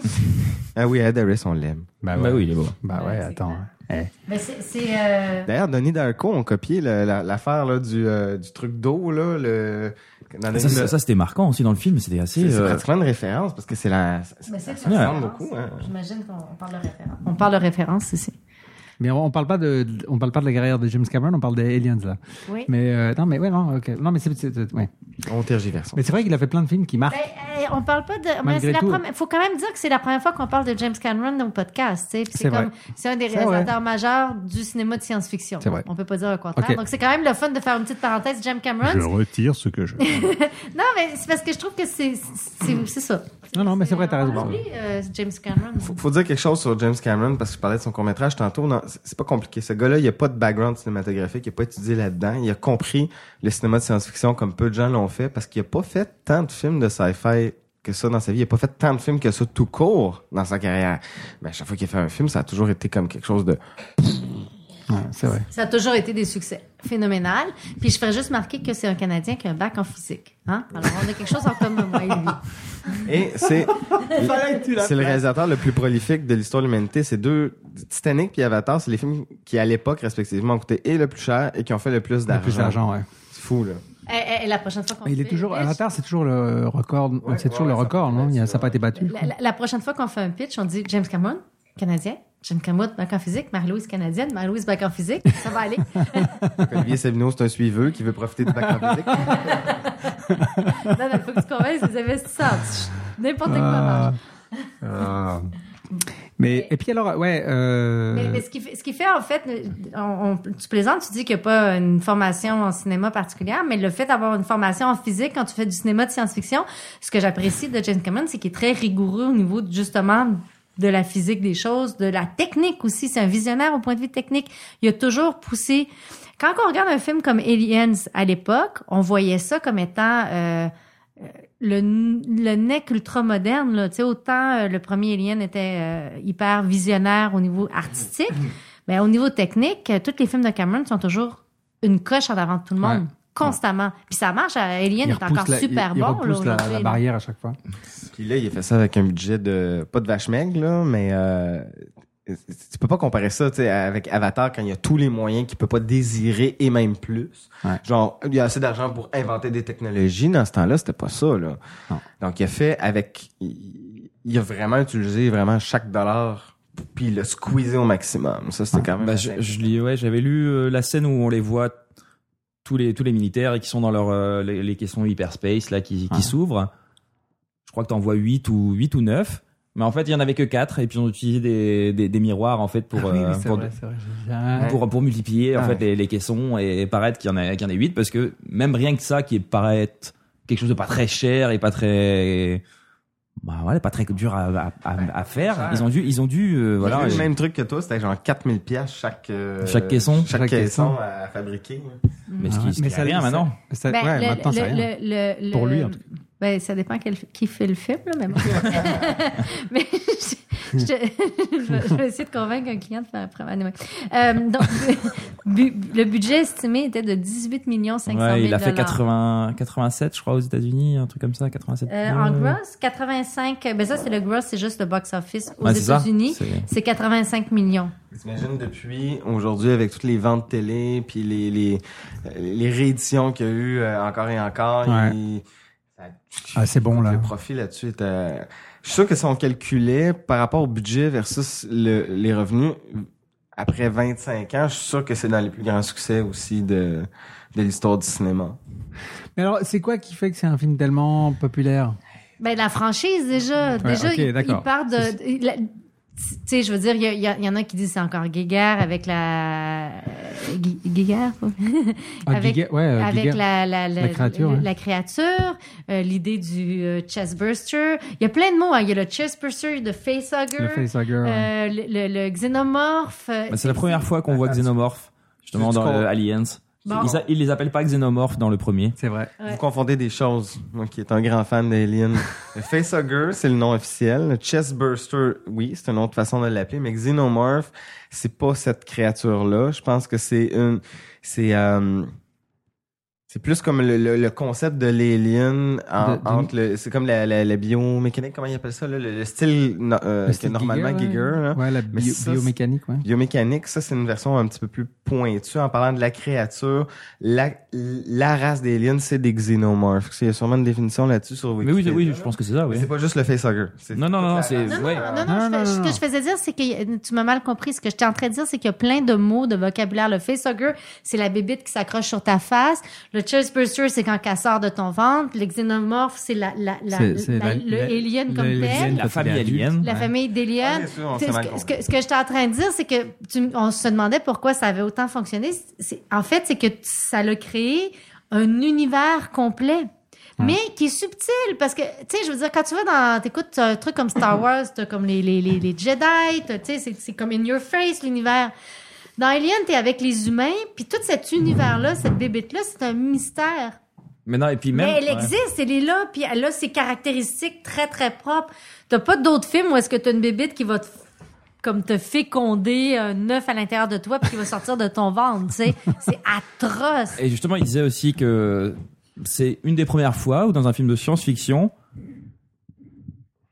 [SPEAKER 11] ah oui, Ed Harris, on l'aime.
[SPEAKER 9] Bah
[SPEAKER 10] Bah
[SPEAKER 9] ouais.
[SPEAKER 10] oui, il est beau.
[SPEAKER 9] Bah ouais, attends. hein. Eh.
[SPEAKER 12] Ben, c'est. c'est, euh,
[SPEAKER 11] D'ailleurs, Donnie Darko ont copié le- la- l'affaire là, du, euh, du truc d'eau. là. Le... dans
[SPEAKER 9] Bah,
[SPEAKER 11] le-
[SPEAKER 10] Ça, ça, ça, c'était marquant aussi dans le film, c'était assez.
[SPEAKER 11] c'est c'est
[SPEAKER 10] euh,
[SPEAKER 11] pratiquement une référence parce que c'est la. c'est-
[SPEAKER 12] ben, c'est
[SPEAKER 11] Ça
[SPEAKER 12] une
[SPEAKER 11] ressemble
[SPEAKER 12] référence.
[SPEAKER 11] beaucoup. hein.
[SPEAKER 12] J'imagine qu'on on parle de référence. On parle de référence ici.
[SPEAKER 9] Mais on, on parle pas de, on parle pas de la carrière de James Cameron, on parle des Aliens là.
[SPEAKER 12] Oui.
[SPEAKER 9] Mais euh, non, mais ouais, non, ok, non, mais c'est, c'est- c'est- ouais.
[SPEAKER 11] On tergiverse.
[SPEAKER 9] Mais c'est vrai qu'il a fait plein de films qui marquent.
[SPEAKER 12] Ben, euh, on parle pas de. mais
[SPEAKER 9] Malgré
[SPEAKER 12] c'est la
[SPEAKER 9] tout.
[SPEAKER 12] première- faut quand même dire que c'est la première fois qu'on parle de James Cameron dans le podcast. tu sais, puis
[SPEAKER 9] C'est
[SPEAKER 12] C'est
[SPEAKER 9] vrai.
[SPEAKER 12] comme c'est un des
[SPEAKER 9] C'est vrai.
[SPEAKER 12] réalisateurs majeurs du cinéma de science-fiction.
[SPEAKER 13] C'est vrai.
[SPEAKER 12] On peut pas dire le contraire.
[SPEAKER 13] Ok.
[SPEAKER 12] Donc c'est quand même le fun de faire une petite parenthèse James Cameron.
[SPEAKER 13] Je retire ce que je.
[SPEAKER 12] non, mais c'est parce que je trouve que c'est c'est- c'est ça.
[SPEAKER 9] Non, non, mais Ah, c'est vrai, t'as raison.
[SPEAKER 12] Oui, euh, James Cameron.
[SPEAKER 11] Faut, faut dire quelque chose sur James Cameron parce que je parlais de son court-métrage tantôt. Non, c'est c'est pas compliqué. Ce gars-là, il a pas de background cinématographique, il a pas étudié là-dedans. Il a compris le cinéma de science-fiction comme peu de gens l'ont fait parce qu'il a pas fait tant de films de sci-fi que ça dans sa vie. Il a pas fait tant de films que ça tout court dans sa carrière. Mais à chaque fois qu'il a fait un film, ça a toujours été comme quelque chose de...
[SPEAKER 9] c'est vrai.
[SPEAKER 12] Ça a toujours été des succès phénoménal. Puis je ferais juste marquer que c'est un Canadien qui a un bac en physique. Hein? Alors on a quelque chose en commun, moi et lui.
[SPEAKER 11] Et c'est
[SPEAKER 12] Fallait que tu la
[SPEAKER 11] c'est le
[SPEAKER 12] fasses.
[SPEAKER 11] réalisateur le plus prolifique de l'histoire de l'humanité. C'est deux Titanic puis Avatar, c'est les films qui à l'époque respectivement ont coûté et le plus cher et qui ont fait le plus d'argent.
[SPEAKER 9] plus d'argent, ouais.
[SPEAKER 11] C'est fou là.
[SPEAKER 12] Eh, eh, la prochaine fois qu'on
[SPEAKER 9] Mais il est
[SPEAKER 12] fait-
[SPEAKER 9] toujours Avatar, c'est toujours le record, c'est toujours le record, non Il y a- Ça n'a pas été battu.
[SPEAKER 12] La, la- la prochaine fois qu'on fait un pitch, on dit James Cameron, Canadien. James Cameron, bac en physique. Marie-Louise, Canadienne. Marie-Louise, bac en physique. Ça va aller.
[SPEAKER 11] Olivier Savino, c'est un suiveux qui veut profiter du bac en physique.
[SPEAKER 12] non, mais il faut que tu convainques les investisseurs. N'importe quoi marche.
[SPEAKER 9] Ah. Mais et puis alors ouais. euh,
[SPEAKER 12] Mais, mais ce, qui fait, ce qui fait, en fait, on- on- tu plaisantes, tu dis qu'il n'y a pas une formation en cinéma particulière, mais le fait d'avoir une formation en physique quand tu fais du cinéma de science-fiction, ce que j'apprécie de James Cameron, c'est qu'il est très rigoureux au niveau, de- justement, de la physique des choses, de la technique aussi. C'est un visionnaire au point de vue technique. Il a toujours poussé. Quand on regarde un film comme Aliens à l'époque, on voyait ça comme étant... euh, le, le neck ultra moderne, là, tu sais, autant euh, le premier Alien était euh, hyper visionnaire au niveau artistique, mais au niveau technique, euh, tous les films de Cameron sont toujours une coche en avant de tout le monde,
[SPEAKER 9] Ouais.
[SPEAKER 12] constamment. Puis ça marche, euh, Alien
[SPEAKER 9] il
[SPEAKER 12] est encore
[SPEAKER 9] repousse la-
[SPEAKER 12] super
[SPEAKER 9] il- il
[SPEAKER 12] bon. là,
[SPEAKER 9] repousse la-
[SPEAKER 12] aujourd'hui,
[SPEAKER 9] la
[SPEAKER 12] là.
[SPEAKER 9] barrière à chaque fois.
[SPEAKER 11] Puis là, il a fait ça avec un budget de pas de vache maigre là, mais euh, tu peux pas comparer ça tu sais, avec Avatar quand il y a tous les moyens qu'il peut pas désirer et même plus. Genre il y a assez d'argent pour inventer des technologies dans ce temps-là, c'était pas ça là. Donc il a fait avec il, il a vraiment utilisé vraiment chaque dollar puis il l'a squeezé au maximum. Ça c'était quand même
[SPEAKER 10] Bah, je, je lis- ouais, j'avais lu euh, la scène où on les voit tous les tous les militaires et qui sont dans leur euh, les, les caissons hyperspace là qui, qui s'ouvrent. Je crois que t'en vois 8 ou 8 ou 9 mais en fait, il y en avait que 4 et puis ils ont utilisé des, des, des miroirs en fait pour
[SPEAKER 9] Ah oui, oui,
[SPEAKER 10] euh,
[SPEAKER 9] c'est
[SPEAKER 10] pour,
[SPEAKER 9] vrai, c'est vrai, j'ai- j'ai-
[SPEAKER 10] pour pour multiplier en
[SPEAKER 9] Ah
[SPEAKER 10] fait
[SPEAKER 9] ouais.
[SPEAKER 10] les, les caissons et, et paraître qu'il y en a qu'il y en ait 8 parce que même rien que ça qui est paraître quelque chose de pas très cher et pas très bah voilà, pas très dur à, à, à- à faire, ils ont dû ils ont dû euh,
[SPEAKER 11] J'ai
[SPEAKER 10] voilà,
[SPEAKER 11] vu
[SPEAKER 10] euh,
[SPEAKER 11] le même truc que toi, c'était genre 4000 pièces chaque euh,
[SPEAKER 10] Chaque caisson.
[SPEAKER 11] chaque,
[SPEAKER 10] Chaque
[SPEAKER 11] caisson,
[SPEAKER 10] caisson.
[SPEAKER 11] à fabriquer.
[SPEAKER 10] Mais ce qui- ce qui est rien maintenant.
[SPEAKER 9] Ah ça-
[SPEAKER 12] Ben,
[SPEAKER 9] ouais,
[SPEAKER 12] le-
[SPEAKER 9] maintenant,
[SPEAKER 12] le-
[SPEAKER 9] c'est rien.
[SPEAKER 12] le- le- le-
[SPEAKER 9] Pour lui, en tout cas.
[SPEAKER 12] Ben, ça dépend quel- qui fait le film, là, mais bon. mais je, je- je vais, je vais essayer de convaincre un client de faire après. Anyway. Euh, donc, bu- le budget estimé était de 18 millions 500 000
[SPEAKER 10] Ouais, il a fait 80, 87, je crois, aux États-Unis, un truc comme ça, 87.
[SPEAKER 12] Euh, en gross, 85... Ben ça, c'est le gross, c'est juste le box-office aux
[SPEAKER 10] Ouais, c'est ça.
[SPEAKER 12] États-Unis.
[SPEAKER 11] C'est-
[SPEAKER 12] C'est 85 millions.
[SPEAKER 11] T'imagines depuis aujourd'hui avec toutes les ventes télé puis les les, les rééditions qu'il y a eu euh, encore et encore,
[SPEAKER 9] Ouais.
[SPEAKER 11] il-
[SPEAKER 9] Ah, c'est bon là.
[SPEAKER 11] le profit là-dessus est à- Je suis sûr que si on calculait par rapport au budget versus le- les revenus après 25 ans, je suis sûr que c'est dans les plus grands succès aussi de de l'histoire du cinéma.
[SPEAKER 9] Mais alors, c'est quoi qui fait que c'est un film tellement populaire
[SPEAKER 12] Ben, la franchise, déjà. déjà,
[SPEAKER 9] ok,
[SPEAKER 12] il- il,
[SPEAKER 9] d'accord.
[SPEAKER 12] part de. il- la- Tu sais, je veux dire, il y, a- il y a- il y en a qui disent c'est encore Guéguerre avec la. euh, Gui- Guéguerre?
[SPEAKER 9] Ah, Guéguerre, ouais, euh,
[SPEAKER 12] avec
[SPEAKER 9] Guéguerre.
[SPEAKER 12] la, la,
[SPEAKER 9] La créature,
[SPEAKER 12] le-
[SPEAKER 9] hein.
[SPEAKER 12] la créature, euh, l'idée du euh, chestburster. Il y a plein de mots. hein. Il y a le chestburster, le facehugger,
[SPEAKER 10] Le facehugger, ouais.
[SPEAKER 12] euh, le, le- le xénomorphe. euh,
[SPEAKER 10] Bah, c'est la première fois qu'on voit Xenomorph, justement,
[SPEAKER 11] Tu- tu
[SPEAKER 10] dans le
[SPEAKER 11] comprends-
[SPEAKER 10] Aliens.
[SPEAKER 12] Bon.
[SPEAKER 10] Ils, a- ils les appellent pas Xenomorph dans le premier.
[SPEAKER 9] C'est vrai.
[SPEAKER 11] Vous confondez des choses. Moi qui est un grand fan d'Alien. le Facehugger, c'est le nom officiel. Le Chestburster, oui, c'est une autre façon de l'appeler. Mais Xenomorph, c'est pas cette créature-là. Je pense que c'est une... C'est... euh, C'est plus comme le, le- le concept de l'alien en-
[SPEAKER 9] De- de-
[SPEAKER 11] entre le- c'est comme la, la- la biomécanique comment il appelle ça là, le, le style no- euh,
[SPEAKER 9] Le
[SPEAKER 11] que
[SPEAKER 9] style
[SPEAKER 11] normalement Giger,
[SPEAKER 9] Giger, ouais.
[SPEAKER 11] là.
[SPEAKER 9] Ouais, la
[SPEAKER 11] Mais
[SPEAKER 9] bio-
[SPEAKER 11] ça,
[SPEAKER 9] biomécanique, ouais.
[SPEAKER 11] Biomécanique, ça, c'est une version un petit peu plus pointue en parlant de la créature. La, la race d'aliens, c'est des xénomorphes. Il y a sûrement une définition là-dessus sur
[SPEAKER 10] Mais oui,
[SPEAKER 11] Wikipédia.
[SPEAKER 10] oui, je pense que c'est ça, oui.
[SPEAKER 11] C'est pas juste le facehugger. C'est-
[SPEAKER 10] Non, non, non, c'est.
[SPEAKER 11] Non, non,
[SPEAKER 10] ouais.
[SPEAKER 12] Non, non, je fais- ce que je faisais dire, c'est que y- tu m'as mal compris. Ce que j'étais en train de dire, c'est qu'il y a plein de mots, de vocabulaire. Le facehugger, c'est la bébite qui s'accroche sur ta face. Le chestburster, c'est quand elle sort de ton ventre. Le xénomorphe, c'est la, la, la,
[SPEAKER 9] C'est- c'est
[SPEAKER 12] la-
[SPEAKER 9] la-
[SPEAKER 12] le
[SPEAKER 9] la-
[SPEAKER 12] alien comme
[SPEAKER 9] le-
[SPEAKER 12] tel.
[SPEAKER 9] l'alien quand il est adulte.
[SPEAKER 12] La
[SPEAKER 9] Ouais.
[SPEAKER 12] famille
[SPEAKER 11] Ah,
[SPEAKER 12] d'Eliane.
[SPEAKER 11] bien sûr, on
[SPEAKER 12] Tu
[SPEAKER 11] s'est
[SPEAKER 12] sais,
[SPEAKER 11] mal
[SPEAKER 12] ce, que,
[SPEAKER 11] compris.
[SPEAKER 12] ce, que, ce que j'étais en train de dire, c'est que tu- on se demandait pourquoi ça avait autant fonctionné. C'est- en fait, c'est que t- ça l'a créé un univers complet. Mais qui est subtil, parce que, tu sais, je veux dire, quand tu vas dans, t'écoutes un truc comme Star Wars, t'as comme les, les, les, les Jedi, t'as- tu sais, c'est- c'est comme in your face, l'univers. Dans Alien, t'es avec les humains, puis tout cet univers-là, cette bébête-là, c'est un mystère.
[SPEAKER 10] Mais non, et puis même.
[SPEAKER 12] Mais elle
[SPEAKER 10] ouais.
[SPEAKER 12] existe, elle est là, puis elle a ses caractéristiques très, très propres. T'as pas d'autres films où est-ce que t'as une bébite qui va te, comme te féconder un œuf à l'intérieur de toi puis qui va sortir de ton ventre, tu sais. C'est atroce.
[SPEAKER 10] Et justement, il disait aussi que c'est une des premières fois où dans un film de science-fiction,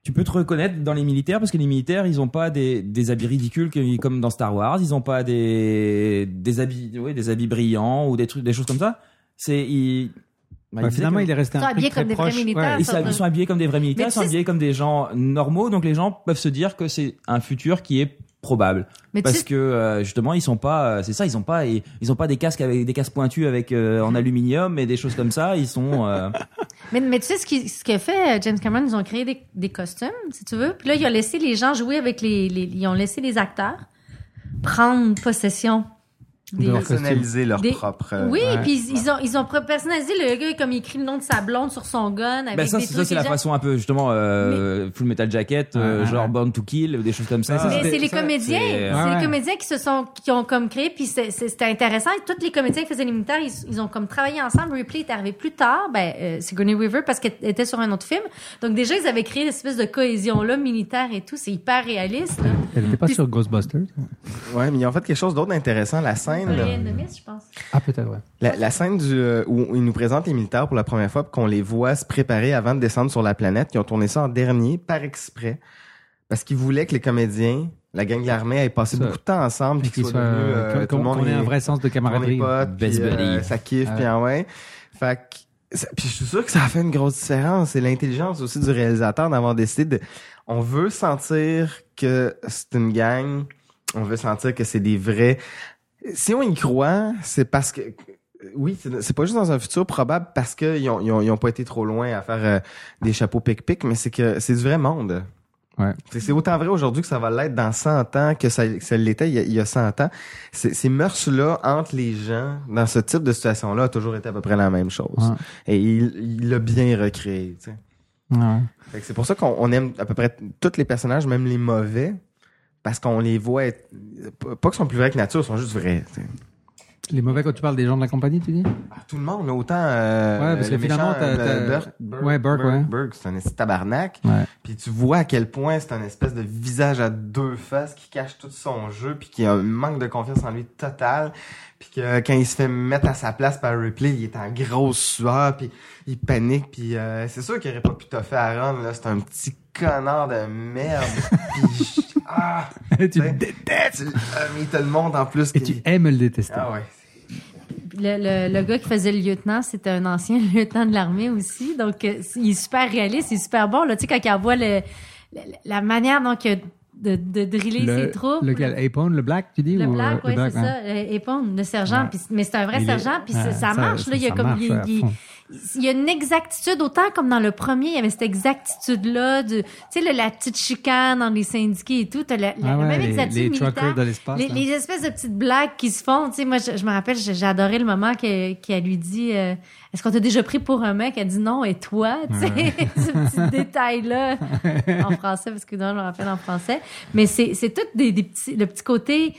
[SPEAKER 10] tu peux te reconnaître dans les militaires parce que les militaires, ils ont pas des, des habits ridicules que- comme dans Star Wars, ils ont pas des des habits ouais, des habits brillants ou des trucs des choses comme ça. C'est ils- bah,
[SPEAKER 9] Ouais,
[SPEAKER 10] disait
[SPEAKER 9] finalement,
[SPEAKER 10] que-
[SPEAKER 9] il est resté
[SPEAKER 12] Ils
[SPEAKER 9] un
[SPEAKER 12] sont
[SPEAKER 9] truc
[SPEAKER 12] habillés
[SPEAKER 9] très
[SPEAKER 12] comme des vrais
[SPEAKER 9] proche.
[SPEAKER 12] militaires,
[SPEAKER 10] ils
[SPEAKER 12] ça,
[SPEAKER 10] sont-
[SPEAKER 12] ça.
[SPEAKER 10] ils sont habillés comme des vrais
[SPEAKER 12] Mais
[SPEAKER 10] militaires,
[SPEAKER 12] tu
[SPEAKER 10] ils sont
[SPEAKER 12] sais-
[SPEAKER 10] habillés comme des gens normaux, donc les gens peuvent se dire que c'est un futur qui est probable.
[SPEAKER 12] Mais tu
[SPEAKER 10] parce
[SPEAKER 12] sais-
[SPEAKER 10] que euh, justement, ils sont pas, euh, c'est ça, ils ont pas, ils, ils ont pas des casques avec des casques pointus avec euh, en aluminium et des choses comme ça. Ils sont, euh,
[SPEAKER 12] Mais, mais tu sais ce qui ce qu'a fait euh, James Cameron, ils ont créé des, des costumes, si tu veux. Puis là, ils ont laissé les gens jouer avec les, les ils ont laissé les acteurs prendre possession des,
[SPEAKER 11] Ils ont personnalisé leur
[SPEAKER 12] des-
[SPEAKER 11] propre.
[SPEAKER 10] euh,
[SPEAKER 12] Oui, puis ils, ils ont ils ont personnalisé le gars comme il écrit le nom de sa blonde sur son gun avec
[SPEAKER 10] ben ça,
[SPEAKER 12] des
[SPEAKER 10] c'est- ça,
[SPEAKER 12] trucs
[SPEAKER 10] c'est la
[SPEAKER 12] déjà-
[SPEAKER 10] façon un peu justement euh, Full Metal Jacket, euh,
[SPEAKER 9] Ouais, ouais,
[SPEAKER 10] genre
[SPEAKER 9] ouais.
[SPEAKER 10] Born to Kill, ou des choses comme ça.
[SPEAKER 12] Mais c'est les comédiens,
[SPEAKER 10] C'est-
[SPEAKER 12] c'est
[SPEAKER 10] Ouais, ouais.
[SPEAKER 12] les comédiens qui se sont, qui ont comme créé, puis c'est- c'est- c'était intéressant. Et tous les comédiens qui faisaient les militaires, ils, ils ont comme travaillé ensemble. Ripley est arrivé plus tard, ben euh, Sigourney Weaver parce qu'elle était sur un autre film. Donc déjà ils avaient créé l'espèce de cohésion là militaire et tout, c'est hyper réaliste. Là.
[SPEAKER 9] Elle n'était pas sur Ghostbusters. hein.
[SPEAKER 11] euh, Ouais, mais ils ont fait quelque chose d'autre intéressant. La scène. là.
[SPEAKER 12] Brian de Miss, je pense.
[SPEAKER 9] Ah, peut-être, ouais.
[SPEAKER 11] La, la scène du, euh, où ils nous présentent les militaires pour la première fois, puis qu'on les voit se préparer avant de descendre sur la planète, ils ont tourné ça en dernier par exprès, parce qu'ils voulaient que les comédiens, la gang de l'armée, aient passé
[SPEAKER 9] Ça.
[SPEAKER 11] beaucoup de temps ensemble, puis qu'ils
[SPEAKER 9] Qu'ils
[SPEAKER 11] soient
[SPEAKER 9] soient-
[SPEAKER 11] devenus, euh,
[SPEAKER 9] qu'on-
[SPEAKER 11] tout le
[SPEAKER 9] qu'on-
[SPEAKER 11] monde
[SPEAKER 9] qu'on ait
[SPEAKER 11] est-
[SPEAKER 9] un vrai sens de camaraderie.
[SPEAKER 11] qu'on est potes,
[SPEAKER 10] Best
[SPEAKER 11] puis, euh,
[SPEAKER 10] buddy.
[SPEAKER 11] ça kiffe,
[SPEAKER 9] Ouais.
[SPEAKER 11] puis ah ouais. Fait que, ça- puis je suis sûr que ça a fait une grosse différence. C'est l'intelligence aussi du réalisateur d'avoir décidé de. On veut sentir que c'est une gang. On veut sentir que c'est des vrais. Si on y croit, c'est parce que. Oui, c'est- c'est pas juste dans un futur probable parce qu'ils ont, ils ont, ils ont pas été trop loin à faire euh, des chapeaux pic-pic, mais c'est que c'est du vrai monde.
[SPEAKER 9] Ouais.
[SPEAKER 11] C'est- C'est autant vrai aujourd'hui que ça va l'être dans 100 ans que ça, que ça l'était il, y a- il y a 100 ans. Ces ces mœurs-là entre les gens dans ce type de situation-là a toujours été à peu près la même chose.
[SPEAKER 9] Ouais.
[SPEAKER 11] Et il il l'a bien recréé. tu sais.
[SPEAKER 9] Ouais.
[SPEAKER 11] Fait que C'est pour ça qu'on on aime à peu près tous les personnages, même les mauvais, parce qu'on les voit être... Pas qu'ils sont plus vrais que nature, ils sont juste vrais. tu sais.
[SPEAKER 9] Les mauvais, quand tu parles des gens de la compagnie, tu dis
[SPEAKER 11] Ah, Tout le monde, là, autant euh,
[SPEAKER 9] Ouais, parce
[SPEAKER 11] le
[SPEAKER 9] que finalement,
[SPEAKER 11] méchant,
[SPEAKER 9] t'as-
[SPEAKER 11] euh,
[SPEAKER 9] t'as-
[SPEAKER 11] Burke- Burke-
[SPEAKER 9] Ouais, Burke,
[SPEAKER 11] Burke-
[SPEAKER 9] ouais.
[SPEAKER 11] Burke, c'est un esti de tabarnak.
[SPEAKER 9] Ouais.
[SPEAKER 11] Puis tu vois à quel point c'est un espèce de visage à deux faces qui cache tout son jeu, puis qui a un manque de confiance en lui total. Puis que euh, quand il se fait mettre à sa place par Ripley, il est en grosse sueur, puis il panique. Puis euh, c'est sûr qu'il aurait pas pu toffer Aaron, là. C'est un petit connard de merde. puis je- ah,
[SPEAKER 9] Tu
[SPEAKER 11] sais,
[SPEAKER 9] le détestes
[SPEAKER 11] tu le- ah, mais il te le montre en plus.
[SPEAKER 9] Et
[SPEAKER 11] qu'il-
[SPEAKER 9] tu aimes le détester.
[SPEAKER 11] Ah ouais.
[SPEAKER 12] Puis Le, le, le gars qui faisait le lieutenant, c'était un ancien lieutenant de l'armée aussi. Donc, euh, il est super réaliste, il est super bon. Là, tu sais, quand il voit le, le- la manière dont il a de, de driller ses troupes.
[SPEAKER 9] lequel Apon, le black, tu dis
[SPEAKER 12] Le
[SPEAKER 9] ou, euh,
[SPEAKER 12] black, oui, c'est
[SPEAKER 9] hein.
[SPEAKER 12] ça. Euh, Éponge, le sergent.
[SPEAKER 9] Ouais.
[SPEAKER 12] Puis- mais c'est un vrai
[SPEAKER 9] Il est-
[SPEAKER 12] sergent, puis
[SPEAKER 9] ouais,
[SPEAKER 12] c'est- ça,
[SPEAKER 9] ça-
[SPEAKER 12] marche. là, il y a
[SPEAKER 9] ça
[SPEAKER 12] comme
[SPEAKER 9] marche,
[SPEAKER 12] il-
[SPEAKER 9] ouais, à
[SPEAKER 12] il-
[SPEAKER 9] fond.
[SPEAKER 12] il y a une exactitude, autant comme dans le premier, il y avait cette exactitude-là, de- tu sais, le- la petite chicane dans les syndiqués et tout, t'as la, la-
[SPEAKER 9] Ah
[SPEAKER 12] la
[SPEAKER 9] ouais,
[SPEAKER 12] même
[SPEAKER 9] les-
[SPEAKER 12] exactitude
[SPEAKER 9] les
[SPEAKER 12] militaire.
[SPEAKER 9] truckers de l'espace,
[SPEAKER 12] Les,
[SPEAKER 9] là.
[SPEAKER 12] les espèces de petites blagues qui se font, tu sais, moi, je, je me rappelle, j'ai j'ai adoré le moment que- qu'elle lui dit, euh, est-ce qu'on t'a déjà pris pour un mec? Elle dit non, et toi, tu sais,
[SPEAKER 9] Ouais.
[SPEAKER 12] ce petit détail-là, en français, parce que non, je me rappelle en français. Mais c'est c'est tout des, des petits, le petit côté,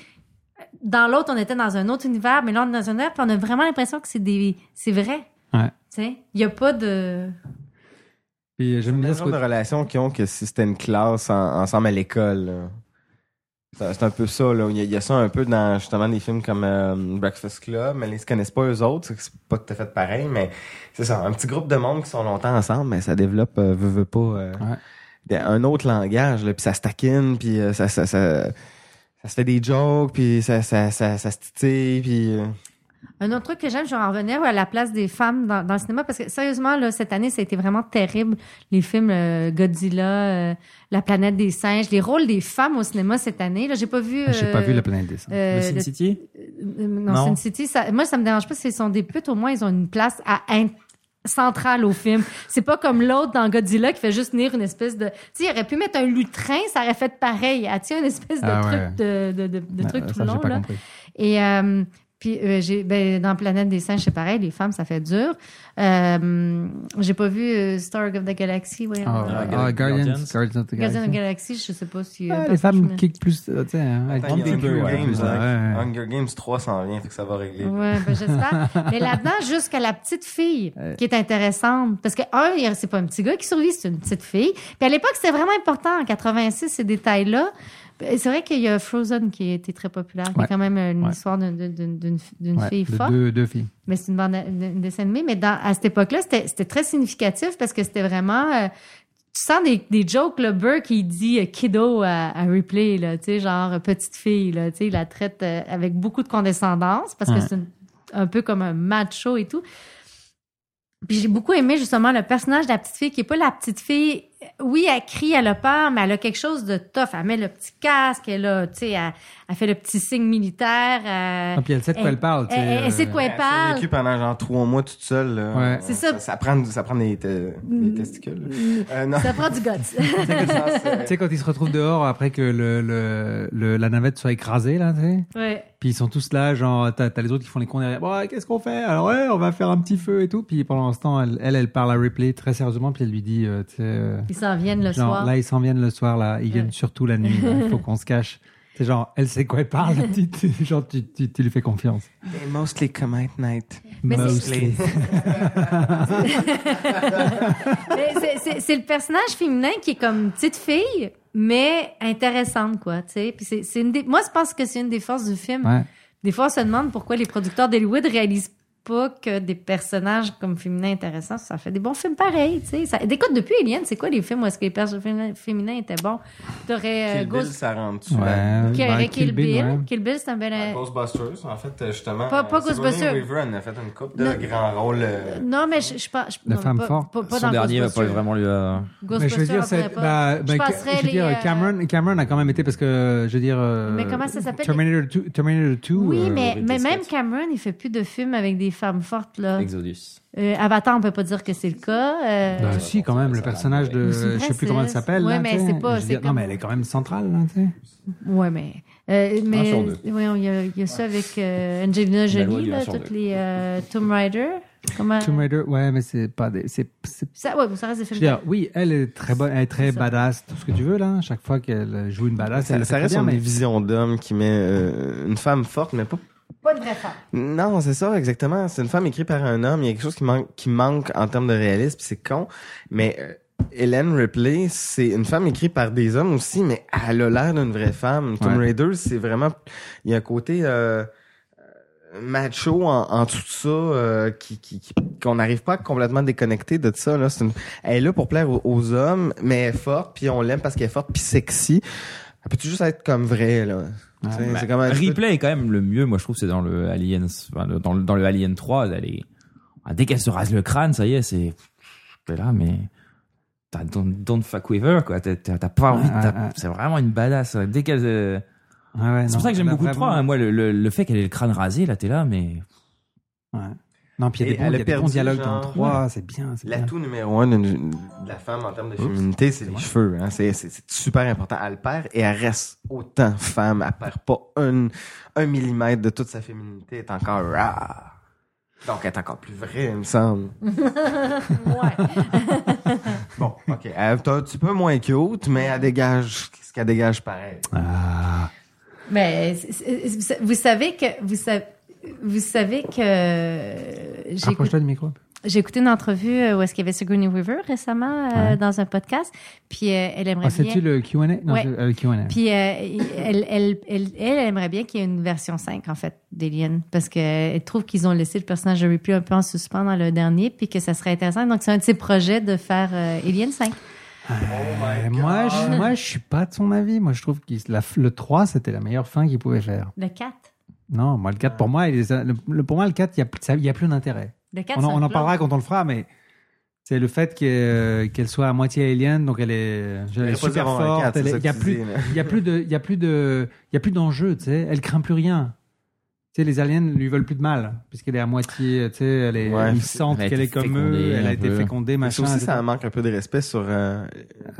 [SPEAKER 12] dans l'autre, on était dans un autre univers, mais là, on est dans un univers, puis on a vraiment l'impression que c'est des, c'est vrai.
[SPEAKER 9] Ouais.
[SPEAKER 12] Tu sais, il n'y a pas de.
[SPEAKER 9] Puis euh, j'aime bien
[SPEAKER 11] Le
[SPEAKER 9] ce
[SPEAKER 11] genre de
[SPEAKER 9] côté.
[SPEAKER 11] relation qu'ils ont que si c'était une classe en- ensemble à l'école. là. C'est c'est un peu ça, là. Il y, a, il y a ça un peu dans justement des films comme euh, Breakfast Club, mais ils se connaissent pas eux autres, c'est que c'est pas tout à fait pareil, mais c'est ça. Un petit groupe de monde qui sont longtemps ensemble, mais ça développe, euh, veut, veut pas, euh, des- un autre langage, là, puis ça se taquine, puis euh, ça, ça, ça, ça se fait des jokes, puis ça, ça, ça, ça se titille, puis... euh,
[SPEAKER 12] Un autre truc que j'aime, je vais en revenir à la place des femmes dans, dans le cinéma, parce que sérieusement, là, cette année, ça a été vraiment terrible. Les films euh, Godzilla, euh, La planète des singes, les rôles des femmes au cinéma cette année. Là, j'ai pas vu.
[SPEAKER 9] Ah, J'ai pas
[SPEAKER 12] euh,
[SPEAKER 9] vu La Planète des Singes.
[SPEAKER 12] euh,
[SPEAKER 9] Le Sin
[SPEAKER 12] le-
[SPEAKER 9] City?
[SPEAKER 12] Euh, non,
[SPEAKER 9] Non.
[SPEAKER 12] Sin City, ça, moi, ça me dérange pas. S'ils sont des putes, au moins, ils ont une place à in- centrale au film. C'est pas comme l'autre dans Godzilla qui fait juste tenir une espèce de... Tu sais, il aurait pu mettre un lutrin, ça aurait fait pareil. Ah, tiens, une espèce de
[SPEAKER 9] Ah
[SPEAKER 12] truc,
[SPEAKER 9] ouais.
[SPEAKER 12] de, de, de, de
[SPEAKER 9] Ah,
[SPEAKER 12] truc
[SPEAKER 9] ça,
[SPEAKER 12] tout
[SPEAKER 9] j'ai
[SPEAKER 12] le long,
[SPEAKER 9] pas
[SPEAKER 12] là.
[SPEAKER 9] compris.
[SPEAKER 12] Et euh, puis, euh, j'ai, ben, dans Planète des singes, c'est pareil, les femmes, ça fait dur. Euh, j'ai pas vu euh, Star of the Galaxy. Ouais,
[SPEAKER 9] Ah,
[SPEAKER 12] euh,
[SPEAKER 9] ah, Guardians. Guardians of the
[SPEAKER 12] Guardians of the
[SPEAKER 9] Galaxy.
[SPEAKER 12] Galaxy, je sais pas si. euh,
[SPEAKER 9] Ah, les
[SPEAKER 12] parce que je
[SPEAKER 9] femmes
[SPEAKER 12] me-
[SPEAKER 9] kick plus. euh, tu sais, hein, elles
[SPEAKER 11] Attends, il y a
[SPEAKER 9] kickent
[SPEAKER 11] Hunger
[SPEAKER 9] plus, ouais,
[SPEAKER 11] Games,
[SPEAKER 9] ouais,
[SPEAKER 11] hein.
[SPEAKER 9] ouais.
[SPEAKER 11] Hunger Games 3 s'en vient, fait que ça va régler.
[SPEAKER 12] Ouais, ben, j'espère. Mais là-dedans, jusqu'à la petite fille qui est intéressante. Parce que, un, il- c'est pas un petit gars qui survit, c'est une petite fille. Puis à l'époque, c'était vraiment important, en 86, ces détails-là. Et C'est vrai qu'il y a Frozen qui a été très populaire, qui
[SPEAKER 9] Ouais.
[SPEAKER 12] est quand même euh, une
[SPEAKER 9] Ouais.
[SPEAKER 12] histoire d'une- d'une- d'une d'une
[SPEAKER 9] Ouais,
[SPEAKER 12] fille
[SPEAKER 9] de
[SPEAKER 12] forte.
[SPEAKER 9] Deux, deux filles.
[SPEAKER 12] Mais c'est une bande une une dessin animé. Mais dans, à cette époque-là, c'était c'était très significatif parce que c'était vraiment. euh, tu sens des, des jokes, le Burke, il dit euh, kiddo à, à Ripley, là, tu sais, genre euh, petite fille, là, tu sais, il la traite euh, avec beaucoup de condescendance parce
[SPEAKER 13] Ouais.
[SPEAKER 12] que c'est une- un peu comme un macho et tout. Puis j'ai beaucoup aimé justement le personnage de la petite fille qui est pas la petite fille. Oui, elle crie, elle a peur, mais elle a quelque chose de tough. Elle met le petit casque, elle a, tu sais, elle, elle fait le petit signe militaire. euh,
[SPEAKER 11] Ah, puis elle sait de quoi elle parle, tu
[SPEAKER 12] Elle,
[SPEAKER 11] sais, euh.
[SPEAKER 12] elle- elle sait de quoi elle
[SPEAKER 11] J'ai
[SPEAKER 12] parle.
[SPEAKER 11] vécu pendant genre trois mois toute seule. là.
[SPEAKER 9] Ouais.
[SPEAKER 12] C'est ça.
[SPEAKER 11] Ça prend, du- ça prend des, te- des testicules. Euh, non.
[SPEAKER 12] Ça prend du guts.
[SPEAKER 9] tu sais, quand ils se retrouvent dehors après que le, le, le- la navette soit écrasée, là, tu sais.
[SPEAKER 12] Ouais.
[SPEAKER 9] Puis ils sont tous là, genre, t'as t'as les autres qui font les cons derrière. Bon, ouais, qu'est-ce qu'on fait Alors, ouais, on va faire un petit feu et tout. Puis pendant ce temps, elle, elle, elle parle à Ripley très sérieusement, puis elle lui dit, euh, tu sais. euh,
[SPEAKER 12] Ils s'en viennent le
[SPEAKER 9] genre,
[SPEAKER 12] soir.
[SPEAKER 9] Là, ils s'en viennent le soir, là. Ils viennent surtout la nuit. là. Il faut qu'on se cache. C'est genre, elle sait quoi elle parle, la petite. Genre, tu, tu, tu lui fais confiance.
[SPEAKER 11] They mostly come at night.
[SPEAKER 12] Mais c'est-
[SPEAKER 9] Mostly.
[SPEAKER 12] Mais c'est- c'est- c'est le personnage féminin qui est comme une petite fille, mais intéressante, quoi, tu sais. Puis c'est- c'est une des- moi, je pense que c'est une des forces du film.
[SPEAKER 9] Ouais.
[SPEAKER 12] Des fois, on se demande pourquoi les producteurs d'Hollywood réalisent pas que des personnages comme féminins intéressants, ça fait des bons films pareils, tu sais. Ça- Écoute, depuis Eliane, c'est quoi les films où est-ce que les personnages féminins, féminins étaient bons? T'aurais... euh,
[SPEAKER 11] Kill Bill,
[SPEAKER 12] Ghost-
[SPEAKER 11] ça Euh, rentre-tu
[SPEAKER 9] Ouais.
[SPEAKER 11] là-dedans?
[SPEAKER 12] Qui
[SPEAKER 9] ben,
[SPEAKER 12] aurait Kill Bill. Kill Bill, c'est un bel...
[SPEAKER 11] Euh, Ghostbusters, en fait, euh, justement.
[SPEAKER 12] Pas- pas
[SPEAKER 11] euh, Sigourney
[SPEAKER 12] Ghostbusters.
[SPEAKER 11] Weaver en a fait une coupe de
[SPEAKER 12] Le-
[SPEAKER 11] grands rôles. euh,
[SPEAKER 12] Non, mais je, je pense... je-
[SPEAKER 11] La
[SPEAKER 12] non,
[SPEAKER 11] femme
[SPEAKER 12] pas-
[SPEAKER 11] forte.
[SPEAKER 12] pas- pas
[SPEAKER 10] Son
[SPEAKER 12] dans
[SPEAKER 10] dernier va pas
[SPEAKER 12] Ghostbusters.
[SPEAKER 10] vraiment lui. euh,
[SPEAKER 9] Mais je veux dire,
[SPEAKER 12] Ghostbusters,
[SPEAKER 9] c'est-
[SPEAKER 12] après,
[SPEAKER 9] bah,
[SPEAKER 12] je
[SPEAKER 9] bah,
[SPEAKER 12] passerais
[SPEAKER 9] je veux
[SPEAKER 12] les,
[SPEAKER 9] dire,
[SPEAKER 12] euh,
[SPEAKER 9] Cameron, Cameron a quand même été parce que, je veux dire, euh,
[SPEAKER 12] Mais comment ça s'appelle
[SPEAKER 9] Terminator 2, Terminator 2.
[SPEAKER 12] Oui,
[SPEAKER 9] euh,
[SPEAKER 12] mais, mais même Cameron, il fait plus de films avec des femmes fortes. Là.
[SPEAKER 10] Exodus.
[SPEAKER 12] Euh, Avatar, on peut pas dire que c'est le cas. euh,
[SPEAKER 9] Bah, si, quand même, le personnage de,
[SPEAKER 12] Mais c'est vrai,
[SPEAKER 9] je sais plus comment elle
[SPEAKER 12] c'est-
[SPEAKER 9] s'appelle.
[SPEAKER 12] ouais,
[SPEAKER 9] là,
[SPEAKER 12] mais
[SPEAKER 9] tu sais.
[SPEAKER 12] c'est pas-
[SPEAKER 9] Je veux
[SPEAKER 12] c'est
[SPEAKER 9] dire, Non,
[SPEAKER 12] comme-
[SPEAKER 9] mais elle est quand même centrale, là, tu sais.
[SPEAKER 12] Ouais, mais. euh, mais
[SPEAKER 9] sur deux.
[SPEAKER 12] voyons, il y a, il y a ça avec euh, Angelina
[SPEAKER 9] La loi
[SPEAKER 12] Jolie,
[SPEAKER 9] du un
[SPEAKER 12] là,
[SPEAKER 9] sur
[SPEAKER 12] toutes
[SPEAKER 9] deux.
[SPEAKER 12] les euh, Tomb Raider. Comment...
[SPEAKER 9] Tomb Raider, ouais, mais c'est pas des, c'est, c'est-
[SPEAKER 12] Ça, ouais, ça reste des
[SPEAKER 9] je veux
[SPEAKER 12] films.
[SPEAKER 9] dire, oui, elle est très bonne, elle est très badass, tout ce que tu veux, là. Chaque fois qu'elle joue une badass, elle
[SPEAKER 11] Ça,
[SPEAKER 9] le
[SPEAKER 11] ça
[SPEAKER 9] fait
[SPEAKER 11] reste
[SPEAKER 9] très
[SPEAKER 11] une
[SPEAKER 9] bien, mais-
[SPEAKER 11] vision d'homme qui met euh, une femme forte, mais pas
[SPEAKER 12] Pas de vraie femme.
[SPEAKER 11] Non, c'est ça, exactement. C'est une femme écrite par un homme. Il y a quelque chose qui manque, qui manque en termes de réalisme, puis c'est con. Mais euh, Hélène Ripley, c'est une femme écrite par des hommes aussi, mais elle a l'air d'une vraie femme. Tomb
[SPEAKER 9] Ouais.
[SPEAKER 11] Raider, c'est vraiment... Il y a un côté euh, euh, macho en, en tout ça euh, qui, qui- qui- qu'on n'arrive pas à complètement déconnecter de ça. Là. C'est une- Elle est là pour plaire aux, aux hommes, mais elle est forte, puis on l'aime parce qu'elle est forte, puis sexy. Elle peut juste être comme vraie, là. Tu sais,
[SPEAKER 10] bah,
[SPEAKER 11] c'est comme un-
[SPEAKER 10] Ripley est quand même le mieux, moi je trouve, c'est dans le Aliens, enfin, le- dans, le, dans le Alien 3, elle est- ah, dès qu'elle se rase le crâne, ça y est, c'est t'es là, mais t'as don't, don't fuck with her, quoi. T'as t'as- t'as pas envie,
[SPEAKER 9] Ouais,
[SPEAKER 10] t'as-
[SPEAKER 9] ouais, ouais.
[SPEAKER 10] c'est vraiment une badass. hein. Dès qu'elle, euh,
[SPEAKER 9] Ah ouais,
[SPEAKER 10] c'est
[SPEAKER 9] non,
[SPEAKER 10] pour ça que j'aime
[SPEAKER 9] elle a
[SPEAKER 10] beaucoup le
[SPEAKER 9] vraiment-
[SPEAKER 10] 3. hein. Moi, le, le, le fait qu'elle ait le crâne rasé, là, t'es là, mais
[SPEAKER 9] Non, puis il y a
[SPEAKER 11] Et elle a
[SPEAKER 9] des bons, il y a des bons
[SPEAKER 11] perdu,
[SPEAKER 9] dialogues
[SPEAKER 11] genre,
[SPEAKER 9] dans le 3, c'est bien, c'est bien.
[SPEAKER 11] L'atout numéro un d'une- de la femme en termes de féminité, c'est les cheveux. hein. C'est c'est- c'est super important. Elle le perd et elle reste autant femme. Elle perd pas un, un millimètre de toute sa féminité. Elle est encore rare. Donc, elle est encore plus vraie, il me semble.
[SPEAKER 9] Mm.
[SPEAKER 12] ouais.
[SPEAKER 11] Bon, OK. Elle est un petit peu moins cute, mais elle dégage ce qu'elle dégage pareil.
[SPEAKER 9] Ah,
[SPEAKER 12] Mais c'est- c'est- c'est- vous savez que. Vous savez, vous savez que. euh, j'ai
[SPEAKER 9] Rapproche-toi du micro. un peu.
[SPEAKER 12] J'ai écouté une entrevue euh, où est-ce qu'il y avait Sigourney Weaver récemment euh,
[SPEAKER 9] Ouais.
[SPEAKER 12] dans un podcast, puis euh, elle aimerait
[SPEAKER 9] Ah,
[SPEAKER 12] bien...
[SPEAKER 9] c'est-tu le Q&A? Non,
[SPEAKER 12] Ouais.
[SPEAKER 9] c'est- euh, le Q&A.
[SPEAKER 12] Puis euh, il- elle, elle, elle, elle aimerait bien qu'il y ait une version 5, en fait, d'Alien, parce qu'elle trouve qu'ils ont laissé le personnage de Ripley un peu en suspens dans le dernier, puis que ça serait intéressant. Donc, c'est un de ses projets de faire euh, Alien 5.
[SPEAKER 9] Euh, moi, je, moi, je suis pas de son avis. Moi, je trouve que la- le 3, c'était la meilleure fin qu'il pouvait faire.
[SPEAKER 12] Le 4.
[SPEAKER 9] Non, moi, le 4,
[SPEAKER 11] Ah.
[SPEAKER 9] pour moi, il est- le, le- pour moi, le 4, il y a, plus- ça- il y a plus d'intérêt.
[SPEAKER 12] Le 4,
[SPEAKER 9] on, en-
[SPEAKER 12] c'est un
[SPEAKER 9] on en
[SPEAKER 12] plan.
[SPEAKER 9] parlera quand on le fera, mais c'est le fait que, euh, qu'elle soit à moitié alien, donc elle est, je- elle
[SPEAKER 11] Elle
[SPEAKER 9] est
[SPEAKER 11] est pas
[SPEAKER 9] super
[SPEAKER 11] zéro à
[SPEAKER 9] forte.
[SPEAKER 11] quatre,
[SPEAKER 9] elle
[SPEAKER 11] c'est
[SPEAKER 9] est-
[SPEAKER 11] ça
[SPEAKER 9] il
[SPEAKER 11] que
[SPEAKER 9] y a
[SPEAKER 11] tu
[SPEAKER 9] plus,
[SPEAKER 11] dis, là.
[SPEAKER 9] il y a plus de, il y a plus de, il y a plus d'enjeu, tu sais. Elle craint plus rien. Tu sais, les aliens lui veulent plus de mal, puisqu'elle est à moitié, tu sais, elle est,
[SPEAKER 11] Ouais,
[SPEAKER 9] ils
[SPEAKER 11] c'est-
[SPEAKER 9] sentent
[SPEAKER 11] elle a
[SPEAKER 9] qu'elle
[SPEAKER 11] été
[SPEAKER 9] est comme
[SPEAKER 11] fécondée
[SPEAKER 9] eux, elle
[SPEAKER 11] un
[SPEAKER 9] a été
[SPEAKER 11] peu.
[SPEAKER 9] fécondée,
[SPEAKER 11] Mais Ça
[SPEAKER 9] machin.
[SPEAKER 11] aussi,
[SPEAKER 9] etc.
[SPEAKER 11] ça hein. manque un peu de respect sur euh,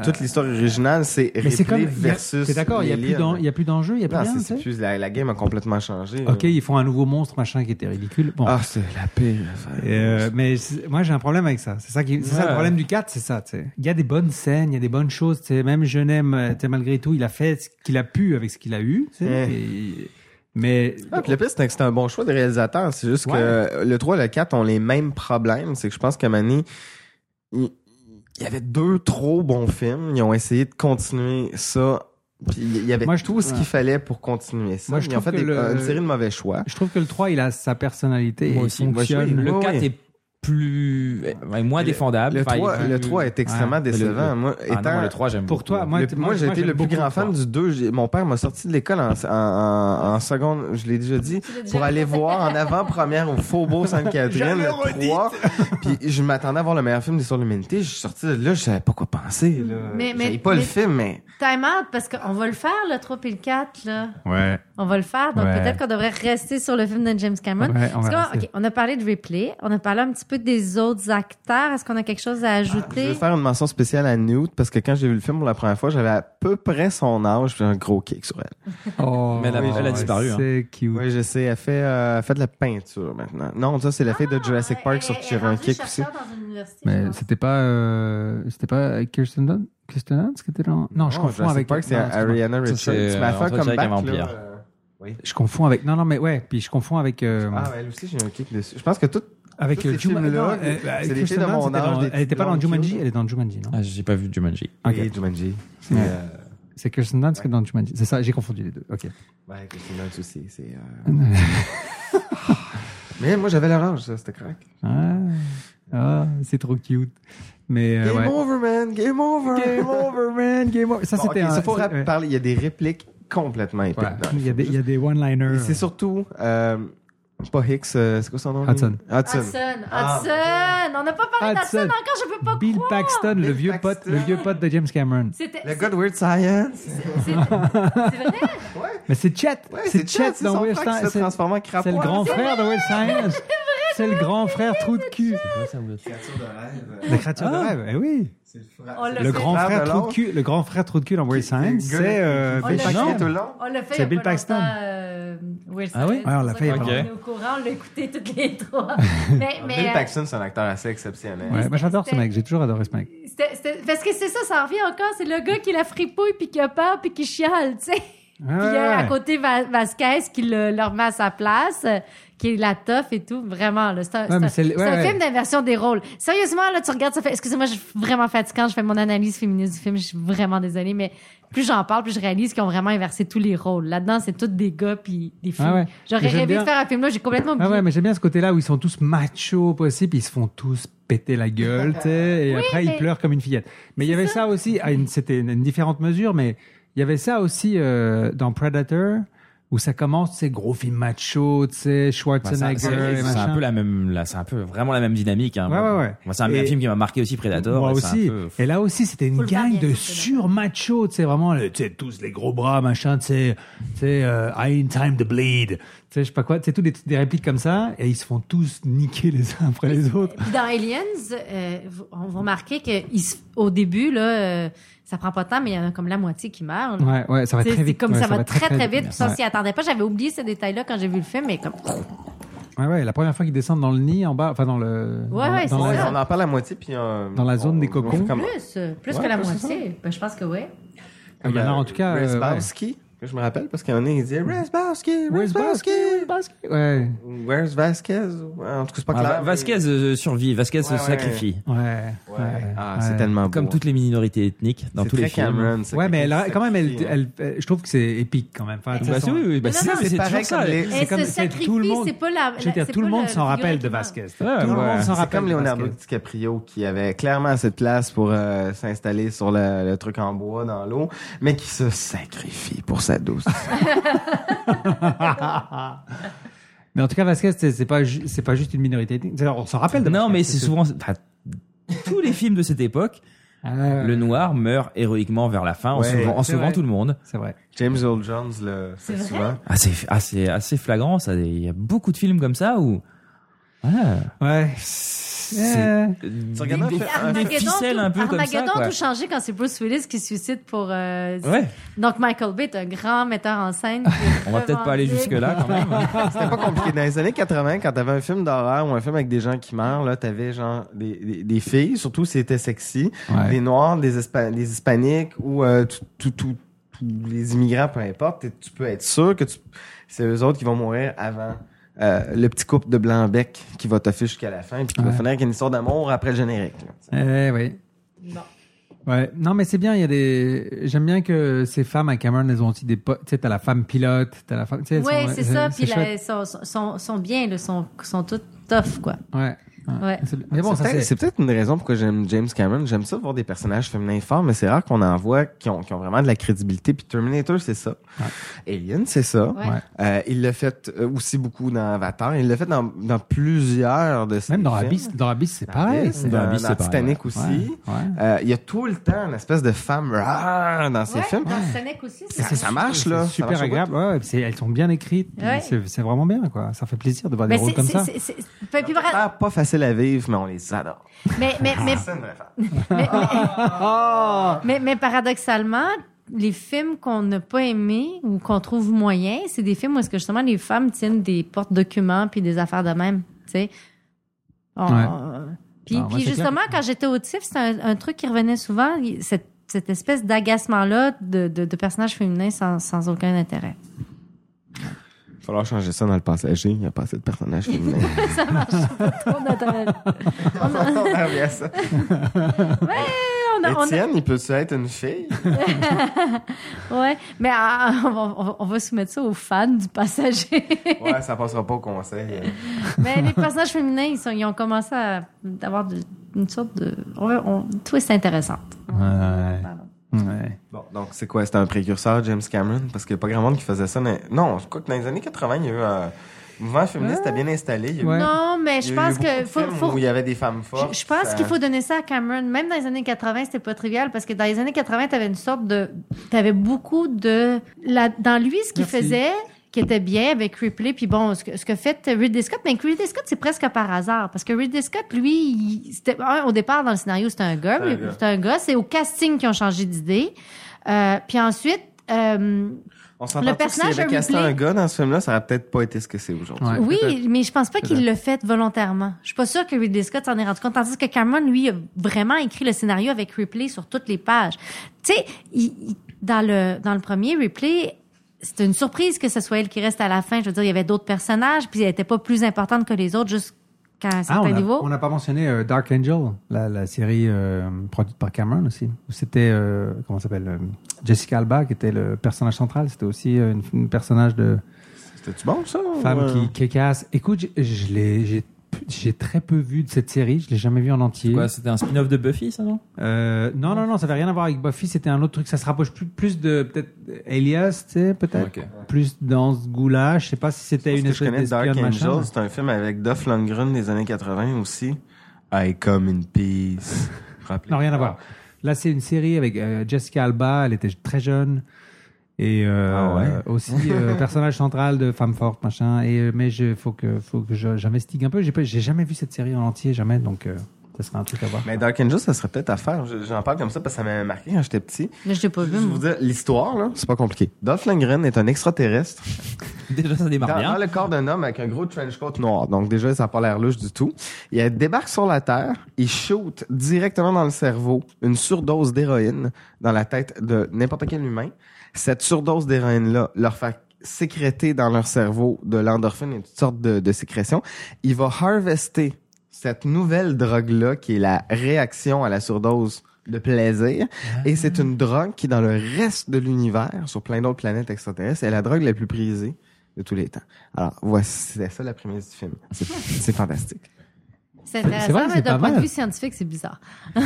[SPEAKER 11] toute l'histoire originale. C'est
[SPEAKER 9] Mais c'est comme,
[SPEAKER 11] Ripley
[SPEAKER 9] il y a-
[SPEAKER 11] versus.
[SPEAKER 9] t'es d'accord, il y a plus
[SPEAKER 11] Alien.
[SPEAKER 9] d'en- il y a plus d'enjeu, il y a plus
[SPEAKER 11] Non,
[SPEAKER 9] rien,
[SPEAKER 11] c'est-
[SPEAKER 9] tu sais.
[SPEAKER 11] c'est euh, plus- la, la game a complètement changé.
[SPEAKER 9] Ok, ils font un nouveau monstre, machin, qui était ridicule. Bon.
[SPEAKER 11] Ah, c'est la pire. affaire.
[SPEAKER 9] Euh, mais c'est- moi, j'ai un problème avec ça. C'est ça, qui, c'est ça
[SPEAKER 11] Ouais.
[SPEAKER 9] le problème du 4, c'est ça. tu sais. Il y a des bonnes scènes, il y a des bonnes choses. tu sais. Même je n'aime, euh, tu sais, malgré tout, il a fait ce qu'il a pu avec ce qu'il a eu. tu sais.
[SPEAKER 11] Ouais.
[SPEAKER 9] Et- Mais
[SPEAKER 11] Eh. Ah, puis le pire, c'est que c'était un bon choix de réalisateur. C'est juste
[SPEAKER 9] Ouais.
[SPEAKER 11] que le 3 et le 4 ont les mêmes problèmes. C'est que je pense que Manny, il, il y avait deux trop bons films. Ils ont essayé de continuer ça. Puis il y avait
[SPEAKER 9] Moi, je
[SPEAKER 11] tout
[SPEAKER 9] trouve-
[SPEAKER 11] ce qu'il fallait pour continuer ça.
[SPEAKER 9] Moi, je
[SPEAKER 11] Ils ont fait
[SPEAKER 9] trouve que
[SPEAKER 11] des-
[SPEAKER 9] le-
[SPEAKER 11] une série de mauvais choix.
[SPEAKER 9] je trouve que le 3, il a sa personnalité. et
[SPEAKER 10] Moi
[SPEAKER 9] il
[SPEAKER 10] aussi, moi, je-
[SPEAKER 9] fonctionne.
[SPEAKER 10] le
[SPEAKER 11] Oui,
[SPEAKER 10] 4
[SPEAKER 11] oui.
[SPEAKER 10] est plus ouais, moins
[SPEAKER 11] Le-
[SPEAKER 9] Ah,
[SPEAKER 10] défendable.
[SPEAKER 11] Le
[SPEAKER 9] ben,
[SPEAKER 10] Enfin,
[SPEAKER 11] 3,
[SPEAKER 10] il est plus-
[SPEAKER 11] le 3 est extrêmement
[SPEAKER 10] Ouais.
[SPEAKER 11] décevant.
[SPEAKER 10] Le- le-
[SPEAKER 11] Moi,
[SPEAKER 10] Ah non,
[SPEAKER 11] étant-
[SPEAKER 10] le 3, j'aime
[SPEAKER 9] Pour toi,
[SPEAKER 10] beaucoup.
[SPEAKER 9] moi,
[SPEAKER 11] Le-
[SPEAKER 9] t-
[SPEAKER 11] moi,
[SPEAKER 9] moi,
[SPEAKER 11] j'ai été
[SPEAKER 9] j'aime
[SPEAKER 11] le plus
[SPEAKER 9] beaucoup
[SPEAKER 11] grand
[SPEAKER 9] le
[SPEAKER 11] fan du 2. Mon père m'a sorti de l'école en, en, en- en seconde, je l'ai déjà dit, pour aller voir en avant-première au Faubourg Sainte-Catherine,
[SPEAKER 9] J'avais
[SPEAKER 11] le 3. Puis je m'attendais à voir le meilleur film sur l'humanité. Je suis sorti de là, je savais pas quoi penser. Là.
[SPEAKER 12] Mais- mais-
[SPEAKER 11] J'avais pas
[SPEAKER 12] mais-
[SPEAKER 11] le film, mais...
[SPEAKER 12] Time out, parce qu'on va le faire, le 3 et le 4, là.
[SPEAKER 11] Ouais.
[SPEAKER 12] On va le faire, donc
[SPEAKER 11] Ouais.
[SPEAKER 12] peut-être qu'on devrait rester sur le film de James Cameron.
[SPEAKER 9] Ouais, on
[SPEAKER 12] Parce
[SPEAKER 9] va
[SPEAKER 12] que,
[SPEAKER 9] rester.
[SPEAKER 12] ok, on a parlé de Ripley, on a parlé un petit peu des autres acteurs. Est-ce qu'on a quelque chose
[SPEAKER 11] Ah,
[SPEAKER 12] à
[SPEAKER 11] Je vais
[SPEAKER 12] ajouter?
[SPEAKER 11] faire une mention spéciale à Newt parce que quand j'ai vu le film pour la première fois, j'avais à peu près son âge, j'ai un gros kick sur elle.
[SPEAKER 10] Mais elle a- elle a disparu, hein.
[SPEAKER 9] Oh, C'est cute.
[SPEAKER 11] Oui, je sais, elle fait, euh, elle fait de la peinture maintenant. Non, ça, c'est la fille de
[SPEAKER 12] Ah,
[SPEAKER 11] Jurassic Park sur qui j'avais un kick aussi.
[SPEAKER 9] Mais c'était pas, euh, c'était pas Kirsten Dunst, Kirsten Dunst qui était dans. Non, je
[SPEAKER 11] Non,
[SPEAKER 9] confonds
[SPEAKER 11] Oh, Jurassic
[SPEAKER 9] avec.
[SPEAKER 11] Park, c'est
[SPEAKER 9] non, excuse-moi.
[SPEAKER 11] Ariana
[SPEAKER 9] Ça,
[SPEAKER 11] Richards.
[SPEAKER 9] c'est,
[SPEAKER 11] Tu m'as
[SPEAKER 9] euh,
[SPEAKER 11] fait un
[SPEAKER 9] Entretien avec
[SPEAKER 11] comeback,
[SPEAKER 9] un
[SPEAKER 11] là.
[SPEAKER 9] vampire.
[SPEAKER 11] Euh,
[SPEAKER 9] Je confonds avec. Non, non, mais ouais. Puis je confonds avec. euh,
[SPEAKER 11] Ah, elle aussi, j'ai un kick dessus. Je pense que tout.
[SPEAKER 9] Avec
[SPEAKER 11] tous ces
[SPEAKER 9] Juma-
[SPEAKER 11] films-là,
[SPEAKER 9] non, euh, bah,
[SPEAKER 11] c'est des
[SPEAKER 9] Kirsten
[SPEAKER 11] filles de
[SPEAKER 9] Dunst
[SPEAKER 11] mon
[SPEAKER 9] était
[SPEAKER 11] âge,
[SPEAKER 9] dans-
[SPEAKER 11] des
[SPEAKER 9] Elle était pas dans
[SPEAKER 11] petites blondes
[SPEAKER 9] Jumanji, elle est dans Jumanji, non
[SPEAKER 10] Ah, j'ai pas vu Jumanji.
[SPEAKER 9] Ok.
[SPEAKER 11] Oui, Jumanji. C'est,
[SPEAKER 9] Ouais.
[SPEAKER 11] euh,
[SPEAKER 9] C'est Kirsten Dunst qui est dans Jumanji. C'est ça, j'ai confondu les deux. Ok.
[SPEAKER 11] Ouais, Christine Dunst aussi. C'est.
[SPEAKER 9] Mm.
[SPEAKER 11] euh, Mais moi, j'avais l'orange, ça, c'était correct.
[SPEAKER 9] Ah, ah, c'est trop cute. Mais euh,
[SPEAKER 11] Game
[SPEAKER 9] ouais.
[SPEAKER 11] over, man! Game over!
[SPEAKER 9] Game over, man! Game over! Ça,
[SPEAKER 11] Bon,
[SPEAKER 9] c'était
[SPEAKER 11] ok,
[SPEAKER 9] un-
[SPEAKER 11] ça, faut
[SPEAKER 9] ça-
[SPEAKER 11] rap-
[SPEAKER 9] ouais.
[SPEAKER 11] parler. Il y a des répliques complètement épiques.
[SPEAKER 9] Ouais. Mm.
[SPEAKER 11] dans le
[SPEAKER 9] Il y a des, il y a des one-liners.
[SPEAKER 11] Et c'est surtout, euh, pas Hicks, euh, c'est quoi son nom? lui?
[SPEAKER 9] Hudson.
[SPEAKER 11] Hudson. Ah,
[SPEAKER 12] Hudson, Hudson! On n'a pas parlé
[SPEAKER 9] Hudson.
[SPEAKER 12] d'Hudson encore, je peux pas
[SPEAKER 9] Bill
[SPEAKER 12] croire!
[SPEAKER 9] Paxton, le vieux pote, le vieux pote de James Cameron.
[SPEAKER 12] C'était-
[SPEAKER 11] Le gars de Weird Science.
[SPEAKER 9] Mais c'est Chet, c'est
[SPEAKER 11] Chet,
[SPEAKER 9] Chet
[SPEAKER 11] c'est
[SPEAKER 9] dans
[SPEAKER 11] son
[SPEAKER 9] Weird
[SPEAKER 11] frère qui
[SPEAKER 9] Science.
[SPEAKER 11] se transforme en crapaud.
[SPEAKER 9] C'est le grand
[SPEAKER 11] C'est
[SPEAKER 9] frère de Weird Science. C'est le grand frère trou de cul. La créature de
[SPEAKER 11] Ah.
[SPEAKER 9] rêve, eh oui.
[SPEAKER 12] On l'a
[SPEAKER 9] Le
[SPEAKER 12] fait.
[SPEAKER 9] grand frère trou
[SPEAKER 11] Valence.
[SPEAKER 9] de cul, le grand frère trou de cul dans Weird Science,
[SPEAKER 11] le gars
[SPEAKER 9] c'est
[SPEAKER 11] qui-
[SPEAKER 9] euh,
[SPEAKER 12] On
[SPEAKER 9] Bill
[SPEAKER 12] l'a
[SPEAKER 9] Paxton.
[SPEAKER 12] fait- On l'a fait. il y
[SPEAKER 9] C'est
[SPEAKER 12] a
[SPEAKER 9] Bill
[SPEAKER 12] pas
[SPEAKER 9] Paxton.
[SPEAKER 12] longtemps, euh, Will
[SPEAKER 9] Ah oui?
[SPEAKER 12] Smith,
[SPEAKER 9] Ouais, on l'a
[SPEAKER 12] c'est pour
[SPEAKER 9] fait il y a
[SPEAKER 12] ça
[SPEAKER 9] pas
[SPEAKER 12] qu'on
[SPEAKER 9] longtemps.
[SPEAKER 12] est au courant, on l'a écouté toutes les trois. mais, mais,
[SPEAKER 11] Bill
[SPEAKER 12] euh,
[SPEAKER 11] Paxton, c'est un acteur assez exceptionnel.
[SPEAKER 9] Ouais, moi j'adore ce mec, j'ai toujours adoré ce mec.
[SPEAKER 12] c'était- c'était- parce que c'est ça, ça en revient encore. C'est le gars qui la fripouille puis qui a peur puis qui chiale, tu sais.
[SPEAKER 9] Ouais,
[SPEAKER 12] Puis
[SPEAKER 9] ouais,
[SPEAKER 12] euh, à
[SPEAKER 9] ouais.
[SPEAKER 12] côté Va- Vasquez qui le, le remet à sa place, euh, qui est la toffe et tout. Vraiment, là, c'est un, c'est un-
[SPEAKER 9] mais c'est le-
[SPEAKER 12] c'est
[SPEAKER 9] ouais,
[SPEAKER 12] un
[SPEAKER 9] ouais.
[SPEAKER 12] film d'inversion des rôles. Sérieusement, là, tu regardes ça. Fait, excusez-moi, je suis vraiment fatigante. Je fais mon analyse féministe du film. Je suis vraiment désolée, mais plus j'en parle, plus je réalise qu'ils ont vraiment inversé tous les rôles. Là-dedans, c'est tous des gars puis des filles.
[SPEAKER 9] Ah ouais.
[SPEAKER 12] J'aurais
[SPEAKER 9] Mais j'aime
[SPEAKER 12] rêvé
[SPEAKER 9] bien-
[SPEAKER 12] de faire un film là. J'ai complètement oublié.
[SPEAKER 9] Ah ouais, mais j'aime bien ce côté-là où ils sont tous machos possible, puis ils se font tous péter la gueule, tu sais, et
[SPEAKER 12] Oui,
[SPEAKER 9] après
[SPEAKER 12] mais-
[SPEAKER 9] ils pleurent comme une fillette. Mais il y avait ça, aussi, à une- c'était une, une différente mesure, mais il y avait ça aussi euh, dans Predator, où ça commence, ces gros films machos, tu sais,
[SPEAKER 10] Bah,
[SPEAKER 9] Schwarzenegger
[SPEAKER 10] c'est- c'est-
[SPEAKER 9] et
[SPEAKER 10] c'est
[SPEAKER 9] machin.
[SPEAKER 10] un peu la même, là, c'est un peu vraiment la même dynamique. hein.
[SPEAKER 9] Ouais,
[SPEAKER 10] Moi,
[SPEAKER 9] ouais, ouais.
[SPEAKER 10] moi, c'est un, un
[SPEAKER 9] Et-
[SPEAKER 10] film qui m'a marqué aussi Predator.
[SPEAKER 9] Moi
[SPEAKER 10] et c'est un
[SPEAKER 9] aussi.
[SPEAKER 10] peu-
[SPEAKER 9] Et là aussi, c'était une gang de sur-machos, tu sais, vraiment, le- tu sais, tous les gros bras, machin, tu sais, tu sais, euh, I ain't time to bleed, tu sais, je sais pas quoi, tu sais, tous des, des répliques comme ça, et ils se font tous niquer les uns après les autres.
[SPEAKER 12] Puis dans Aliens, euh, vous- on va remarquer qu'au début, là, euh, ça prend pas de temps, mais il y en a comme la moitié qui meurt. là.
[SPEAKER 9] Ouais, ouais, ça va
[SPEAKER 12] C'est-
[SPEAKER 9] très
[SPEAKER 12] c'est
[SPEAKER 9] vite.
[SPEAKER 12] Comme
[SPEAKER 9] Ouais,
[SPEAKER 12] ça, va très, très, vite. Puis ça, on
[SPEAKER 9] Ouais.
[SPEAKER 12] s'y attendait pas. J'avais oublié ce détail-là quand j'ai vu le film, mais comme.
[SPEAKER 9] Ouais, ouais, la première fois qu'ils descendent dans le nid en bas, enfin dans le.
[SPEAKER 12] Ouais,
[SPEAKER 9] dans,
[SPEAKER 12] ouais,
[SPEAKER 9] dans
[SPEAKER 12] c'est
[SPEAKER 9] la-
[SPEAKER 12] ça.
[SPEAKER 11] On en parle à moitié, puis euh,
[SPEAKER 9] Dans la zone
[SPEAKER 11] on-
[SPEAKER 9] des
[SPEAKER 11] on
[SPEAKER 9] cocons.
[SPEAKER 11] fait comme-
[SPEAKER 12] Plus, euh, plus
[SPEAKER 11] Ouais,
[SPEAKER 12] que la
[SPEAKER 11] plus que ça.
[SPEAKER 12] moitié. Ben, je pense que oui.
[SPEAKER 9] Il y Ah en a en tout cas.
[SPEAKER 11] Ray
[SPEAKER 9] euh, ouais.
[SPEAKER 11] Spavsky. Que je me rappelle parce qu'il y en a, il disait Where's Basket? Where's Basket?
[SPEAKER 9] Ouais.
[SPEAKER 11] Where's Vasquez? Ouais, En tout cas, c'est pas
[SPEAKER 10] Ah, Va-
[SPEAKER 11] clair.
[SPEAKER 10] Vasquez euh, survit, Vasquez
[SPEAKER 11] Ouais,
[SPEAKER 10] se
[SPEAKER 11] ouais.
[SPEAKER 10] sacrifie.
[SPEAKER 9] Ouais.
[SPEAKER 11] Ah, c'est tellement beau.
[SPEAKER 10] Comme toutes les minorités ethniques dans
[SPEAKER 11] C'est
[SPEAKER 10] tous les
[SPEAKER 11] très
[SPEAKER 10] films.
[SPEAKER 11] Cameron, ça,
[SPEAKER 9] Ouais, mais elle,
[SPEAKER 11] quelqu'un
[SPEAKER 9] quand même, elle,
[SPEAKER 11] sacrifie,
[SPEAKER 9] elle, elle- je trouve que c'est épique quand même. Enfin,
[SPEAKER 10] Bah,
[SPEAKER 9] de toute
[SPEAKER 10] c'est-
[SPEAKER 9] façon-
[SPEAKER 10] oui, oui, bah,
[SPEAKER 12] Non, c'est- non, non. c'est
[SPEAKER 9] toujours
[SPEAKER 12] pareil
[SPEAKER 9] ça.
[SPEAKER 12] comme les-
[SPEAKER 9] C'est
[SPEAKER 12] Elle
[SPEAKER 9] comme
[SPEAKER 12] se
[SPEAKER 9] c'est tout le
[SPEAKER 12] sacrifie,
[SPEAKER 9] monde.
[SPEAKER 12] c'est pas la-
[SPEAKER 9] Je veux dire,
[SPEAKER 12] c'est
[SPEAKER 9] tout le
[SPEAKER 12] pas
[SPEAKER 9] monde
[SPEAKER 12] la
[SPEAKER 9] s'en
[SPEAKER 12] figure
[SPEAKER 9] rappelle de
[SPEAKER 12] qui meurt.
[SPEAKER 9] Vasquez.
[SPEAKER 11] Ouais,
[SPEAKER 9] tout le
[SPEAKER 11] ouais.
[SPEAKER 9] monde s'en
[SPEAKER 11] C'est
[SPEAKER 9] rappelle.
[SPEAKER 11] comme
[SPEAKER 9] de
[SPEAKER 11] Leonardo
[SPEAKER 9] Vasquez.
[SPEAKER 11] DiCaprio qui avait clairement assez de place pour euh, s'installer sur le, le truc en bois dans l'eau, mais qui se sacrifie pour sa douce.
[SPEAKER 9] Mais en tout cas, Vasquez, c'est c'est pas, ju- c'est pas juste une minorité ethnique. C'est-à-dire, on s'en rappelle de Ah,
[SPEAKER 10] Non, mais c'est
[SPEAKER 9] c'est-
[SPEAKER 10] souvent. enfin, tous les films de cette époque, le noir meurt héroïquement vers la fin en
[SPEAKER 11] Ouais.
[SPEAKER 10] sauvant, en
[SPEAKER 11] C'est
[SPEAKER 10] sauvant
[SPEAKER 11] vrai.
[SPEAKER 10] tout le monde.
[SPEAKER 9] C'est vrai.
[SPEAKER 11] James Earl Jones le fait
[SPEAKER 10] vrai?
[SPEAKER 11] souvent.
[SPEAKER 10] Ah, c'est assez, assez flagrant, ça. Il y a beaucoup de films comme ça où. Voilà.
[SPEAKER 9] Ouais.
[SPEAKER 10] C'est-
[SPEAKER 11] Tu
[SPEAKER 10] Des,
[SPEAKER 11] regardes un
[SPEAKER 10] des-
[SPEAKER 11] fait- un
[SPEAKER 10] des
[SPEAKER 11] fait-
[SPEAKER 10] ficelles un peu comme ça.
[SPEAKER 12] Armageddon
[SPEAKER 10] quoi.
[SPEAKER 12] tout changé quand c'est Bruce Willis qui se suicide pour. euh,
[SPEAKER 10] Ouais.
[SPEAKER 12] Donc Michael Bay est un grand metteur en scène. qui est
[SPEAKER 10] On va peut-être pas aller
[SPEAKER 12] revendique.
[SPEAKER 10] jusque-là quand même.
[SPEAKER 11] C'était pas compliqué. Dans les années 80, quand t'avais un film d'horreur ou un film avec des gens qui meurent, là, t'avais genre des, des, des filles, surtout si c'était sexy,
[SPEAKER 9] Ouais.
[SPEAKER 11] des noirs, des, Hispa- des hispaniques ou euh, tout, tout, tout- tous les immigrants, peu importe. Et Tu peux être sûr que tu- c'est eux autres qui vont mourir avant. euh, le petit couple de blanc bec qui va t'afficher jusqu'à la fin, puis qui va
[SPEAKER 9] Ouais.
[SPEAKER 11] finir avec une histoire d'amour après le générique. là.
[SPEAKER 9] Eh oui. Ouais. Non, mais c'est bien. Il y a des. J'aime bien que ces femmes à Cameron, elles ont aussi des potes. Tu sais, t'as la femme pilote, t'as la femme. tu sais, elles
[SPEAKER 12] Ouais,
[SPEAKER 9] sont- euh,
[SPEAKER 12] c'est ça. Puis
[SPEAKER 9] chouette.
[SPEAKER 12] là, sont, sont, sont bien, ils sont, sont toutes tough, quoi.
[SPEAKER 9] Ouais.
[SPEAKER 12] Ouais.
[SPEAKER 9] C'est- Mais
[SPEAKER 11] c'est
[SPEAKER 9] bon, ça
[SPEAKER 11] peut-être-
[SPEAKER 9] c'est.
[SPEAKER 11] c'est peut-être une raison pourquoi j'aime James Cameron. J'aime ça voir des personnages féminins forts, mais c'est rare qu'on en voit qui ont, qui ont vraiment de la crédibilité. Puis Terminator, c'est ça. Alien, c'est ça.
[SPEAKER 12] Ouais.
[SPEAKER 11] Euh, il l'a fait euh, aussi beaucoup dans Avatar. Il l'a fait dans, dans plusieurs de ses
[SPEAKER 9] Même dans
[SPEAKER 11] films.
[SPEAKER 9] Abyss, dans Abyss, c'est pareil.
[SPEAKER 11] Abyss,
[SPEAKER 9] c'est-
[SPEAKER 11] dans,
[SPEAKER 9] Abyss,
[SPEAKER 11] dans
[SPEAKER 9] c'est pareil,
[SPEAKER 11] Titanic
[SPEAKER 9] ouais.
[SPEAKER 11] aussi.
[SPEAKER 9] Ouais, ouais.
[SPEAKER 11] Euh, il y a tout le temps une espèce de femme rare dans ses
[SPEAKER 12] Ouais, Ah,
[SPEAKER 11] films.
[SPEAKER 12] dans Sonic aussi, c'est
[SPEAKER 11] Ça, ça marche, là.
[SPEAKER 9] C'est
[SPEAKER 11] Ça marche
[SPEAKER 9] Super
[SPEAKER 11] au bout.
[SPEAKER 9] agréable. Ouais, c'est- elles sont bien écrites. puis
[SPEAKER 12] Ouais.
[SPEAKER 9] C'est c'est vraiment bien, quoi. Ça fait plaisir de voir
[SPEAKER 12] Mais
[SPEAKER 9] des rôles comme ça.
[SPEAKER 12] Ben, c'est- c'est- c'est- puis par-
[SPEAKER 11] Ah, Pas facile à vivre, mais on les adore.
[SPEAKER 12] Mais, mais, mais,
[SPEAKER 11] C'est une vraie femme.
[SPEAKER 12] mais, mais paradoxalement, les films qu'on n'a pas aimés ou qu'on trouve moyens, c'est des films où est-ce que justement les femmes tiennent des portes-documents puis des affaires de même, tu sais. On-
[SPEAKER 9] Ouais.
[SPEAKER 12] Puis,
[SPEAKER 9] Ah, moi,
[SPEAKER 12] puis
[SPEAKER 9] c'est
[SPEAKER 12] justement, quand j'étais au TIFF, c'était un, un truc qui revenait souvent, il- cette, cette espèce d'agacement-là de, de, de personnages féminins sans, sans aucun intérêt.
[SPEAKER 11] Il va falloir changer ça dans le passager. Il n'y a pas assez de personnages féminins.
[SPEAKER 12] ça marche pas trop, Nathalie.
[SPEAKER 11] on revient à ça.
[SPEAKER 12] Ouais, on a, on a-
[SPEAKER 11] Étienne, il peut-tu être une fille?
[SPEAKER 12] ouais, mais ah, on, va- on va- on va soumettre ça aux fans du passager.
[SPEAKER 11] Ouais, ça passera pas au conseil.
[SPEAKER 12] Mais les personnages féminins, ils, sont- ils ont commencé à avoir de- une sorte de. On, on, twist intéressante.
[SPEAKER 9] Ouais.
[SPEAKER 11] Bon, donc c'est quoi? C'était un précurseur, James Cameron? Parce qu'il n'y a pas grand monde qui faisait ça. dans- Non, je crois que dans les années 80, il y a eu un mouvement féministe
[SPEAKER 12] Ah.
[SPEAKER 11] était bien installé. Il y a eu-
[SPEAKER 12] Non, mais je
[SPEAKER 11] il y a eu
[SPEAKER 12] pense
[SPEAKER 11] beaucoup
[SPEAKER 12] que.
[SPEAKER 11] de
[SPEAKER 12] faut-
[SPEAKER 11] films
[SPEAKER 12] faut-
[SPEAKER 11] Où il y avait des femmes fortes.
[SPEAKER 12] je, je pense
[SPEAKER 11] ça-
[SPEAKER 12] qu'il faut donner ça à Cameron. Même dans les années 80, c'était pas trivial parce que dans les années 80, t'avais une sorte de. T'avais beaucoup de. la- dans lui, ce qu'il
[SPEAKER 9] Merci.
[SPEAKER 12] faisait qui était bien avec Ripley, puis bon, ce que, ce que fait Ridley Scott, mais Ridley Scott, c'est presque par hasard, parce que Ridley Scott, lui, il- c'était, un, au départ, dans le scénario, c'était un gars,
[SPEAKER 11] C'est un gars.
[SPEAKER 12] c'était un gars, c'est au casting qu'ils ont changé d'idée, Euh, puis ensuite, euh,
[SPEAKER 11] On s'entend
[SPEAKER 12] le personnage
[SPEAKER 11] le personnage s'il avait
[SPEAKER 12] de
[SPEAKER 11] casté
[SPEAKER 12] Ripley-
[SPEAKER 11] un gars dans ce film-là, ça aurait peut-être pas été ce que c'est aujourd'hui.
[SPEAKER 12] oui, mais je pense pas qu'il
[SPEAKER 11] Peut-être.
[SPEAKER 12] le fait volontairement. Je suis pas sûre que Ridley Scott s'en est rendu compte. Tandis que Cameron, lui, a vraiment écrit le scénario avec Ripley sur toutes les pages. Tu sais, il- il- dans le, dans le premier, Ripley, c'était une surprise que ce soit elle qui reste à la fin. Je veux dire, il y avait d'autres personnages, puis elle était pas plus importante que les autres jusqu'à un
[SPEAKER 9] Ah,
[SPEAKER 12] certain
[SPEAKER 9] on a-
[SPEAKER 12] niveau.
[SPEAKER 9] on n'a pas mentionné euh, Dark Angel, la, la série euh, produite par Cameron aussi. Où C'était, euh, comment ça s'appelle euh, Jessica Alba, qui était le personnage central. C'était aussi euh, une, une personnage de
[SPEAKER 11] C'était-tu bon, ça?
[SPEAKER 9] femme
[SPEAKER 11] ou, euh,
[SPEAKER 9] qui, qui casse. Écoute, j'ai- je l'ai- j'ai j'ai très peu vu de cette série. Je l'ai jamais vue en entier.
[SPEAKER 10] Quoi, C'était un spin-off de Buffy, ça, non
[SPEAKER 9] Euh, non, non, non, ça n'avait rien à voir avec Buffy. C'était un autre truc. Ça se rapproche plus, plus de peut-être Elias, tu sais, peut-être.
[SPEAKER 10] Ok.
[SPEAKER 9] Plus dans ce goût-là. Je sais pas si c'était
[SPEAKER 11] Parce
[SPEAKER 9] une
[SPEAKER 11] que je
[SPEAKER 9] espèce
[SPEAKER 11] connais Dark
[SPEAKER 9] d'espionne
[SPEAKER 11] Angel,
[SPEAKER 9] machin.
[SPEAKER 11] c'est un film avec Duff Lundgren des années 80 aussi. I come in peace. Rappelez-vous.
[SPEAKER 9] Non, rien à voir. Là, c'est une série avec euh, Jessica Alba. Elle était très jeune. Et euh,
[SPEAKER 11] Ah ouais?
[SPEAKER 9] euh, aussi euh, personnage central de femme forte machin et euh, mais je faut que faut que je- j'investigue un peu j'ai pas- j'ai jamais vu cette série en entier jamais donc euh, Ça serait un truc à voir.
[SPEAKER 11] Mais Dark Angel, ça serait peut-être à faire. Je- J'en parle comme ça parce que ça m'avait marqué quand j'étais petit.
[SPEAKER 12] Mais je l'ai pas vu,
[SPEAKER 11] Juste
[SPEAKER 12] moi.
[SPEAKER 11] vous dire, l'histoire, là, c'est pas compliqué. Dolph Lundgren est un extraterrestre.
[SPEAKER 10] déjà, ça démarre
[SPEAKER 11] dans,
[SPEAKER 10] bien.
[SPEAKER 11] dans le corps d'un homme avec un gros trench coat noir. Donc, déjà, ça n'a pas l'air louche du tout. Il euh, débarque sur la Terre. Il shoot directement dans le cerveau une surdose d'héroïne dans la tête de n'importe quel humain. Cette surdose d'héroïne-là leur fait sécréter dans leur cerveau de l'endorphine et toutes sortes de, de sécrétions. Il va harvester cette nouvelle drogue-là qui est la réaction à la surdose de plaisir.
[SPEAKER 10] Ah.
[SPEAKER 11] Et c'est une drogue qui, dans le reste de l'univers, sur plein d'autres planètes extraterrestres, est la drogue la plus prisée de tous les temps. Alors, voici, c'est ça la prémisse du film. C'est- C'est fantastique.
[SPEAKER 12] C'est
[SPEAKER 11] C'est- c'est
[SPEAKER 12] intéressant,
[SPEAKER 11] vrai que
[SPEAKER 12] mais
[SPEAKER 11] c'est
[SPEAKER 12] d'un
[SPEAKER 11] pas
[SPEAKER 12] point de
[SPEAKER 11] mal.
[SPEAKER 12] vue scientifique, c'est bizarre.
[SPEAKER 11] ouais,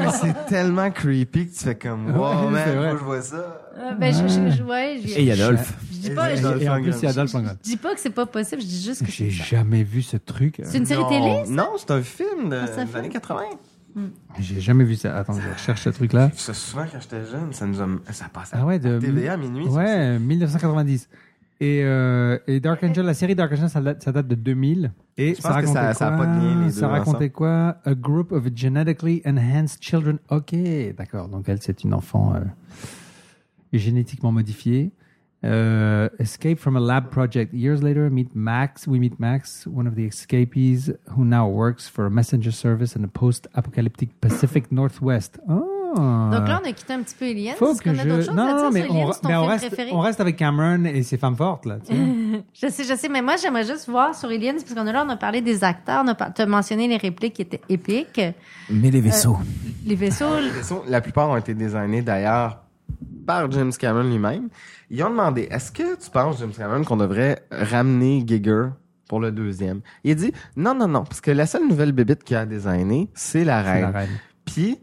[SPEAKER 11] mais c'est tellement creepy que tu fais comme, wow,
[SPEAKER 9] Ouais,
[SPEAKER 11] man,
[SPEAKER 9] c'est
[SPEAKER 11] faut
[SPEAKER 9] vrai.
[SPEAKER 11] que je vois ça.
[SPEAKER 12] Euh, ben, je, je, je- ouais, je-
[SPEAKER 9] Et il y a Dolph.
[SPEAKER 12] Je dis pas,
[SPEAKER 9] Et-
[SPEAKER 12] je,
[SPEAKER 9] et- et en plus, il y a
[SPEAKER 12] je-
[SPEAKER 9] Dolph Lundgren.
[SPEAKER 12] je dis pas que c'est pas possible, je dis juste que
[SPEAKER 9] J'ai jamais vu ce truc.
[SPEAKER 12] C'est une série télé, ça?
[SPEAKER 11] Non, c'est un film de,
[SPEAKER 12] Ah, c'est un
[SPEAKER 11] des années 80.
[SPEAKER 9] J'ai jamais vu ça. Attends, je recherche ce truc-là.
[SPEAKER 11] Ça, souvent, quand j'étais jeune, ça nous a, ça passait.
[SPEAKER 9] Ah ouais, de.
[SPEAKER 11] TVA à minuit,
[SPEAKER 9] Ouais, 1990. Et, euh, et Dark Angel, la série Dark Angel, ça date, ça date de 2000. Et
[SPEAKER 11] Je pense
[SPEAKER 9] ça
[SPEAKER 11] que
[SPEAKER 9] racontait
[SPEAKER 11] ça-
[SPEAKER 9] quoi
[SPEAKER 11] ça a pas de lien, les
[SPEAKER 9] Ça
[SPEAKER 11] deux
[SPEAKER 9] racontait
[SPEAKER 11] ensemble.
[SPEAKER 9] quoi A group of genetically enhanced children. Ok, d'accord. Donc elle, c'est une enfant euh, génétiquement modifiée. Euh, escape from a lab project. Years later, meet Max. We meet Max, one of the escapees who now works for a messenger service in the post-apocalyptic Pacific Northwest. Ah.
[SPEAKER 12] Donc là, on a quitté un petit peu Alien.
[SPEAKER 9] Faut
[SPEAKER 12] Est-ce
[SPEAKER 9] que
[SPEAKER 12] qu'on a
[SPEAKER 9] je...
[SPEAKER 12] d'autres choses à dire
[SPEAKER 9] non,
[SPEAKER 12] sur
[SPEAKER 9] mais,
[SPEAKER 12] Alien?
[SPEAKER 9] on,
[SPEAKER 12] C'est ton
[SPEAKER 9] mais on
[SPEAKER 12] film
[SPEAKER 9] reste,
[SPEAKER 12] préféré?
[SPEAKER 9] on reste avec Cameron et ses femmes fortes, là. Tu vois.
[SPEAKER 12] je sais, je sais, mais moi, j'aimerais juste voir sur Alien, parce qu'on a là, on a parlé des acteurs, on a par- t'as mentionné les répliques qui étaient épiques.
[SPEAKER 10] Mais les
[SPEAKER 12] vaisseaux. Les vaisseaux,
[SPEAKER 11] Les vaisseaux, la plupart ont été designés d'ailleurs par James Cameron lui-même. Ils ont demandé est-ce que tu penses, James Cameron, qu'on devrait ramener Giger pour le deuxième Il a dit non, non, non, parce que la seule nouvelle bébite qu'il a designée, c'est la
[SPEAKER 9] C'est la
[SPEAKER 11] reine.
[SPEAKER 9] reine.
[SPEAKER 11] Puis,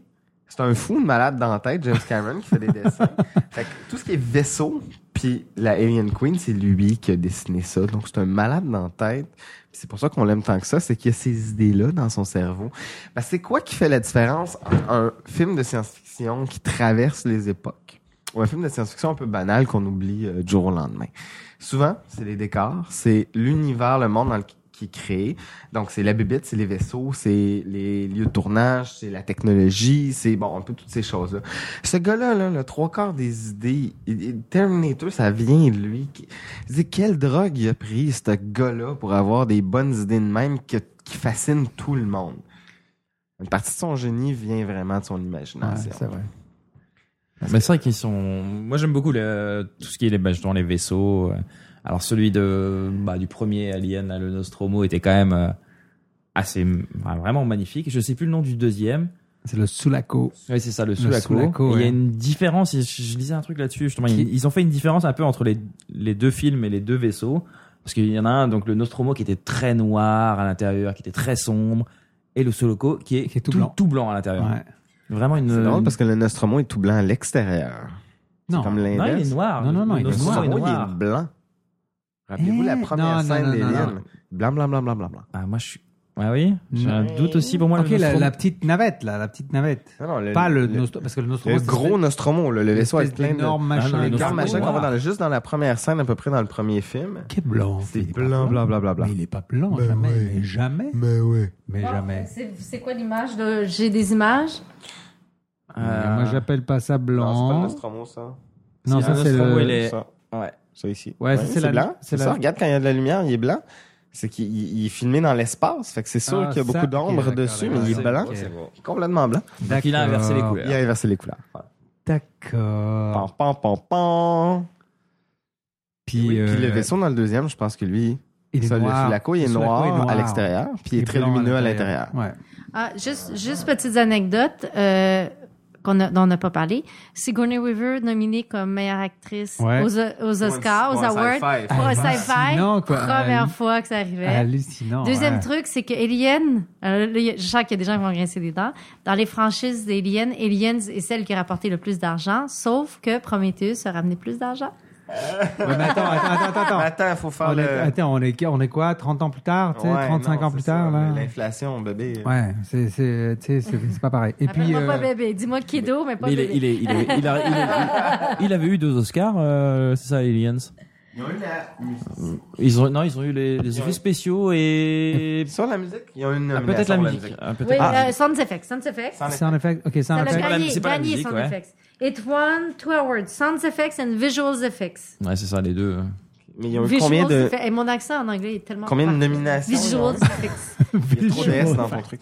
[SPEAKER 11] c'est un fou de malade dans la tête, James Cameron, qui fait des dessins. Fait que tout ce qui est vaisseau, puis la Alien Queen, c'est lui qui a dessiné ça. Donc, c'est un malade dans la tête. Puis c'est pour ça qu'on l'aime tant que ça, c'est qu'il y a ces idées-là dans son cerveau. Ben, c'est quoi qui fait la différence entre un film de science-fiction qui traverse les époques ou un film de science-fiction un peu banal qu'on oublie euh, du jour au lendemain? Souvent, c'est les décors, c'est l'univers, le monde dans lequel qui est créé. Donc, c'est la bébête, c'est les vaisseaux, c'est les lieux de tournage, c'est la technologie, c'est, bon, un peu toutes ces choses-là. Ce gars-là, là, le trois quarts des idées, il- il- Terminator, ça vient de lui. Qui- Je dis, quelle drogue il a pris, ce gars-là, pour avoir des bonnes idées de même que- qui fascinent tout le monde? Une partie de son génie vient vraiment de son
[SPEAKER 12] Ah.
[SPEAKER 11] imagination.
[SPEAKER 9] Ouais, c'est vrai.
[SPEAKER 10] Mais c'est vrai qu'ils sont. Moi, j'aime beaucoup le- tout ce qui est les, bah, justement, les vaisseaux. euh. Alors, celui de, bah, du premier Alien, là, le Nostromo, était quand même euh, assez. bah, vraiment magnifique. Je sais plus le nom du deuxième.
[SPEAKER 9] C'est le Sulaco.
[SPEAKER 10] Oui, c'est ça, le
[SPEAKER 9] Le
[SPEAKER 10] Sulaco. Et
[SPEAKER 9] Sulaco,
[SPEAKER 10] Il y
[SPEAKER 9] ouais.
[SPEAKER 10] a une différence, je, je lisais un truc là-dessus, justement. il y a-
[SPEAKER 9] Qui-
[SPEAKER 10] Ils ont fait une différence un peu entre les, les deux films et les deux vaisseaux. Parce qu'il y en a un, donc le Nostromo, qui était très noir à l'intérieur, qui était très sombre, et le Sulaco, qui est, tout, tout blanc. à l'intérieur. Vraiment une.
[SPEAKER 11] C'est
[SPEAKER 9] Euh,
[SPEAKER 11] drôle
[SPEAKER 10] une-
[SPEAKER 11] parce que le Nostromo est tout blanc à l'extérieur. C'est
[SPEAKER 10] Non.
[SPEAKER 11] comme
[SPEAKER 10] Non, il est
[SPEAKER 11] l'inverse.
[SPEAKER 10] noir.
[SPEAKER 9] Non, non, non,
[SPEAKER 11] Le
[SPEAKER 9] il est noir.
[SPEAKER 11] Nostromo,
[SPEAKER 9] Il est noir.
[SPEAKER 11] il est blanc. Rappelez-vous la
[SPEAKER 9] Eh,
[SPEAKER 11] première
[SPEAKER 9] non, non,
[SPEAKER 11] scène
[SPEAKER 9] non,
[SPEAKER 11] des
[SPEAKER 9] non,
[SPEAKER 11] liens.
[SPEAKER 9] non.
[SPEAKER 11] Blanc, blanc, blanc, blanc, blanc, blanc.
[SPEAKER 10] Ah, moi, je suis. Ah oui J'ai un
[SPEAKER 9] Ouais.
[SPEAKER 10] doute aussi pour moi.
[SPEAKER 9] Ok,
[SPEAKER 10] le
[SPEAKER 9] la,
[SPEAKER 10] Nostromo.
[SPEAKER 9] la petite navette, là, la petite navette.
[SPEAKER 11] Non, non, le-
[SPEAKER 9] Pas le,
[SPEAKER 11] le-
[SPEAKER 9] Nostro- parce que le Nostromo.
[SPEAKER 11] Le
[SPEAKER 9] c'est-
[SPEAKER 11] gros Nostromo, le, le vaisseau avec
[SPEAKER 9] L'espèce
[SPEAKER 11] plein de...
[SPEAKER 9] d'énorme
[SPEAKER 11] Ah,
[SPEAKER 9] machin
[SPEAKER 11] non, le
[SPEAKER 9] avec
[SPEAKER 11] énorme
[SPEAKER 9] des
[SPEAKER 11] machin qu'on
[SPEAKER 9] noir.
[SPEAKER 11] voit dans le- juste dans la première scène, à peu près dans le premier film.
[SPEAKER 9] Quel blanc.
[SPEAKER 11] C'est blanc, blanc, blanc, blanc, blanc.
[SPEAKER 9] Mais il est pas blanc, jamais. Mais jamais.
[SPEAKER 11] Mais oui.
[SPEAKER 9] Mais
[SPEAKER 12] Bon,
[SPEAKER 9] jamais.
[SPEAKER 12] Ah, C'est c'est quoi l'image? là? J'ai des images.
[SPEAKER 9] Euh, Moi, j'appelle pas ça blanc.
[SPEAKER 11] Ah. Non, c'est pas le Nostromo, ça.
[SPEAKER 9] Non,
[SPEAKER 11] Si,
[SPEAKER 9] ça, c'est
[SPEAKER 11] Nostromo,
[SPEAKER 9] le-
[SPEAKER 11] il est-
[SPEAKER 9] ça.
[SPEAKER 10] Ouais.
[SPEAKER 11] Ça ici.
[SPEAKER 9] Ouais, ça, c'est la-
[SPEAKER 11] blanc.
[SPEAKER 9] c'est
[SPEAKER 11] C'est
[SPEAKER 9] la-
[SPEAKER 11] ça. Regarde, quand il y a de la lumière, il est blanc. C'est qu'il il- il est filmé dans l'espace. Fait que c'est sûr
[SPEAKER 9] Ah,
[SPEAKER 11] qu'il y a
[SPEAKER 9] ça,
[SPEAKER 11] beaucoup
[SPEAKER 9] ok,
[SPEAKER 11] d'ombre
[SPEAKER 9] d'accord,
[SPEAKER 11] dessus, mais
[SPEAKER 9] d'accord,
[SPEAKER 11] il est blanc.
[SPEAKER 9] ok.
[SPEAKER 11] Complètement blanc.
[SPEAKER 9] Donc, il a inversé les couleurs.
[SPEAKER 11] Il a inversé les couleurs. Voilà.
[SPEAKER 9] D'accord.
[SPEAKER 11] Pam, pam, pam, pam.
[SPEAKER 9] Puis,
[SPEAKER 11] Oui, puis
[SPEAKER 9] euh,
[SPEAKER 11] le vaisseau dans le deuxième, je pense que lui,
[SPEAKER 9] Il est
[SPEAKER 11] ça,
[SPEAKER 9] noir.
[SPEAKER 11] le Sulaco, il est
[SPEAKER 9] Le Sulaco
[SPEAKER 11] noir,
[SPEAKER 9] est noir.
[SPEAKER 11] à l'extérieur, puis il
[SPEAKER 9] Et
[SPEAKER 11] est très
[SPEAKER 9] blanc à
[SPEAKER 11] lumineux à
[SPEAKER 9] l'intérieur.
[SPEAKER 11] l'intérieur.
[SPEAKER 12] Ah, juste, juste petites anecdotes euh, qu'on a, dont on n'a pas parlé. Sigourney Weaver nominée comme meilleure actrice
[SPEAKER 9] Ouais. Ah,
[SPEAKER 12] aux, aux Oscars,
[SPEAKER 9] Pour
[SPEAKER 12] aux
[SPEAKER 9] un
[SPEAKER 12] Awards,
[SPEAKER 9] sci-fi.
[SPEAKER 12] pour un sci-fi.
[SPEAKER 9] Hallucinant, quoi.
[SPEAKER 12] Première
[SPEAKER 9] Hallu-
[SPEAKER 12] fois que ça arrivait.
[SPEAKER 9] Hallucinant,
[SPEAKER 12] Deuxième
[SPEAKER 9] Oh, ouais.
[SPEAKER 12] truc, c'est que Alien, alors là, il y a- je sens qu'il y a des gens qui vont grincer des dents. Dans les franchises d'Alien, Aliens est celle qui a rapporté le plus d'argent, sauf que Prometheus a ramené plus d'argent.
[SPEAKER 9] Ouais, mais attends, attends, attends, attends.
[SPEAKER 11] Attends, faut faire
[SPEAKER 9] On est-
[SPEAKER 11] le-
[SPEAKER 9] Attends, on est, on est quoi 30 ans plus tard, tu sais,
[SPEAKER 11] Ouais,
[SPEAKER 9] 35
[SPEAKER 11] non,
[SPEAKER 9] ans plus
[SPEAKER 11] c'est ça,
[SPEAKER 9] tard, là.
[SPEAKER 11] L'inflation, bébé.
[SPEAKER 9] Ouais, c'est, c'est, tu sais, c'est c'est pas pareil. Et puis,
[SPEAKER 12] Appelle-moi
[SPEAKER 9] euh,
[SPEAKER 12] pas bébé, dis-moi kiddo, mais pas
[SPEAKER 10] mais il est-
[SPEAKER 12] bébé.
[SPEAKER 10] il est- il est- il a- il a- il avait eu deux Oscars, euh, c'est ça, Aliens
[SPEAKER 11] Mm.
[SPEAKER 10] Ils ont, non, ils ont eu les, les effets spéciaux et.
[SPEAKER 11] Sur la musique, il y a une.
[SPEAKER 10] Ah, peut-être
[SPEAKER 11] nomination pour
[SPEAKER 10] la
[SPEAKER 11] la
[SPEAKER 10] musique.
[SPEAKER 11] musique.
[SPEAKER 10] Ah, peut-être.
[SPEAKER 12] Oui,
[SPEAKER 10] Ah.
[SPEAKER 12] euh, Sound Effects. Sound Effects.
[SPEAKER 9] Sound effect. Ok,
[SPEAKER 12] Ça
[SPEAKER 9] sound
[SPEAKER 12] l'a
[SPEAKER 9] effect.
[SPEAKER 12] gagné,
[SPEAKER 10] c'est pas la
[SPEAKER 12] gagné
[SPEAKER 10] musique,
[SPEAKER 12] Sound
[SPEAKER 10] ouais.
[SPEAKER 12] Effects. It won two awards, Sound Effects and Visuals Effects.
[SPEAKER 10] Ouais, c'est ça, les deux.
[SPEAKER 11] Mais ils ont eu
[SPEAKER 12] Visuals
[SPEAKER 11] combien de.
[SPEAKER 12] Effects. Et mon accent en anglais est tellement.
[SPEAKER 11] Combien de
[SPEAKER 12] parfait.
[SPEAKER 11] nominations
[SPEAKER 12] Visuals
[SPEAKER 11] ils ont eu
[SPEAKER 12] Effects.
[SPEAKER 11] Il y a trop de S dans ton
[SPEAKER 12] Visuals
[SPEAKER 11] truc.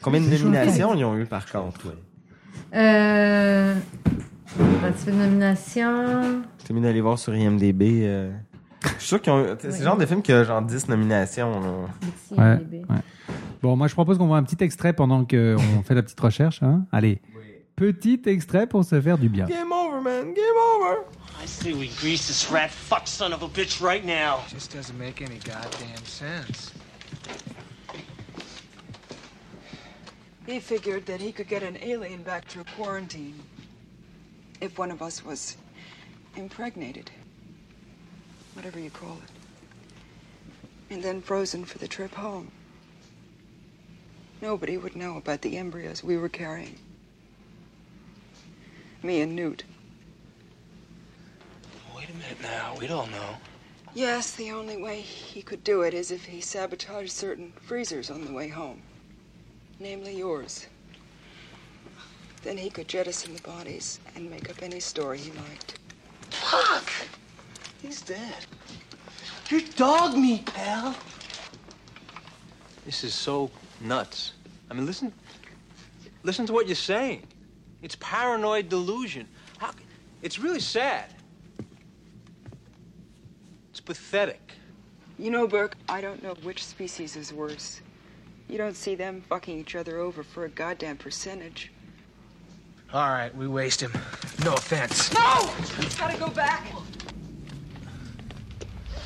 [SPEAKER 11] Combien de
[SPEAKER 12] Visuals
[SPEAKER 11] nominations ils ont eu par contre ouais.
[SPEAKER 12] Euh. ben, Un petit peu de nomination.
[SPEAKER 11] T'es mieux d'aller voir sur IMDb. euh. Je suis sûr qu'ils ont. eu- C'est le genre de film qui a genre 10 nominations. là.
[SPEAKER 9] Ouais, ouais. Bon, moi je propose qu'on voit un petit extrait pendant qu'on fait la petite recherche. hein. Allez, petit extrait pour se faire du bien.
[SPEAKER 11] Game over, man. Game over.
[SPEAKER 13] I say we grease this rat fuck son of a bitch right now. Just doesn't make any goddamn sense.
[SPEAKER 14] He figured that he could get an alien back through quarantine if one of us was impregnated, whatever you call it, and then frozen for the trip home. Nobody would know about the embryos we were carrying. Me and Newt.
[SPEAKER 13] Wait a minute now, we don't know.
[SPEAKER 14] Yes, the only way he could do it is if he sabotaged certain freezers on the way home, namely yours. Then he could jettison the bodies and make up any story he liked.
[SPEAKER 13] Fuck! He's dead. You're dog meat, pal. This is so nuts. I mean, listen, listen to what you're saying. It's paranoid delusion. How, c- it's really sad. It's pathetic.
[SPEAKER 14] You know, Burke, I don't know which species is worse. You don't see them fucking each other over for a goddamn percentage.
[SPEAKER 13] All right, we waste him. No offense.
[SPEAKER 14] No! Gotta go back!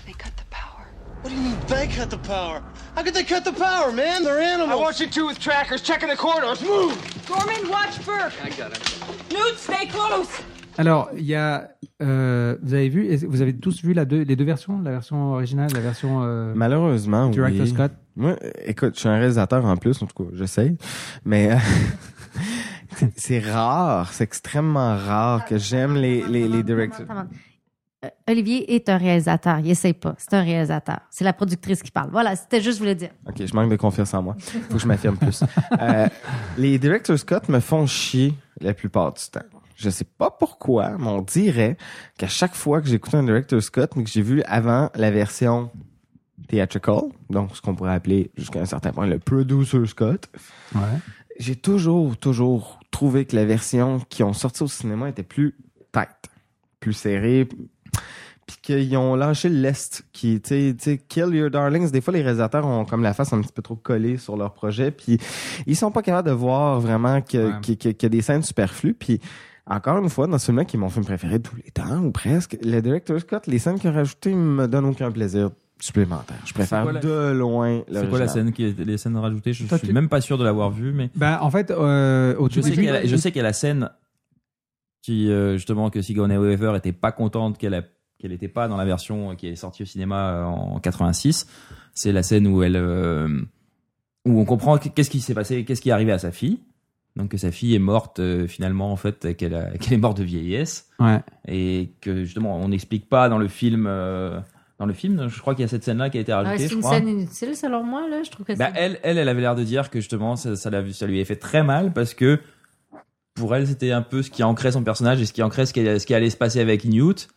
[SPEAKER 14] They cut the power.
[SPEAKER 13] What do you mean they cut the power? How could they cut the power, man? They're animals. I want you two with trackers checking the corridors. Move!
[SPEAKER 14] Gorman, watch Burke! I got it. Newt, stay close!
[SPEAKER 9] Alors, il y a. euh, vous avez vu, est-ce- vous avez tous vu la deux, les deux versions, la version originale, la version. euh,
[SPEAKER 11] Malheureusement,
[SPEAKER 9] Director
[SPEAKER 11] oui.
[SPEAKER 9] Scott.
[SPEAKER 11] Moi, euh, écoute, je suis un réalisateur en plus, en tout cas, j'essaie. Mais euh, c'est- c'est rare, c'est extrêmement rare que j'aime les, les, les directeurs.
[SPEAKER 12] Euh, Olivier est un réalisateur. Il essaye pas. C'est un réalisateur. C'est la productrice qui parle. Voilà, c'était juste, je voulais dire.
[SPEAKER 11] Ok, je manque de confiance en moi. Faut que je m'affirme plus. Euh, les directors Scott me font chier la plupart du temps. Je sais pas pourquoi, mais on dirait qu'à chaque fois que j'écoute un director Scott, mais que j'ai vu avant la version theatrical, donc ce qu'on pourrait appeler jusqu'à un certain point le producer Scott, j'ai toujours, toujours trouvé que la version qui ont sorti au cinéma était plus tight, plus serrée, puis qu'ils ont lâché le lest qui tu sais- tu sais kill your darlings des fois les réalisateurs ont comme la face un petit peu trop collée sur leur projet puis ils sont pas capables de voir vraiment que
[SPEAKER 9] Ouais.
[SPEAKER 11] que- que- qu'il y a des scènes superflues puis encore une fois, dans celui-là qui est mon film préféré de tous les temps, ou presque, le director Scott, les scènes qu'il a rajoutées me donnent aucun plaisir supplémentaire. Je préfère
[SPEAKER 10] quoi la-
[SPEAKER 11] de loin
[SPEAKER 10] C'est quoi la
[SPEAKER 11] l'original.
[SPEAKER 10] scène qui est, les scènes rajoutées Je
[SPEAKER 9] Toi,
[SPEAKER 10] suis
[SPEAKER 9] tu-
[SPEAKER 10] même pas sûr de l'avoir vue, mais
[SPEAKER 9] Bah, en fait, euh, au
[SPEAKER 10] je
[SPEAKER 9] tout
[SPEAKER 10] sais qu'il
[SPEAKER 9] début.
[SPEAKER 10] y a, la- je sais qu'il y a la scène qui euh, justement que Sigourney Weaver était pas contente qu'elle a- qu'elle était pas dans la version qui est sortie au cinéma euh, en 86. C'est la scène où elle euh, où on comprend qu- qu'est-ce qui s'est passé, qu'est-ce qui est arrivé à sa fille. Donc que sa fille est morte euh, finalement en fait et qu'elle a- qu'elle est morte de vieillesse
[SPEAKER 9] Ouais.
[SPEAKER 10] et que justement on n'explique pas dans le film euh, dans le film je crois qu'il y a cette scène là qui a été rajoutée
[SPEAKER 12] Ah, c'est
[SPEAKER 10] je
[SPEAKER 12] une
[SPEAKER 10] crois.
[SPEAKER 12] scène inutile, selon moi, là. Je trouve que
[SPEAKER 10] Bah,
[SPEAKER 12] c'est.
[SPEAKER 10] elle, elle, elle avait l'air de dire que justement, ça, ça, l'a- ça lui avait fait très mal parce que pour elle, c'était un peu ce qui ancrait son personnage et ce qui ancrait ce qui, ce qui allait se passer avec Newt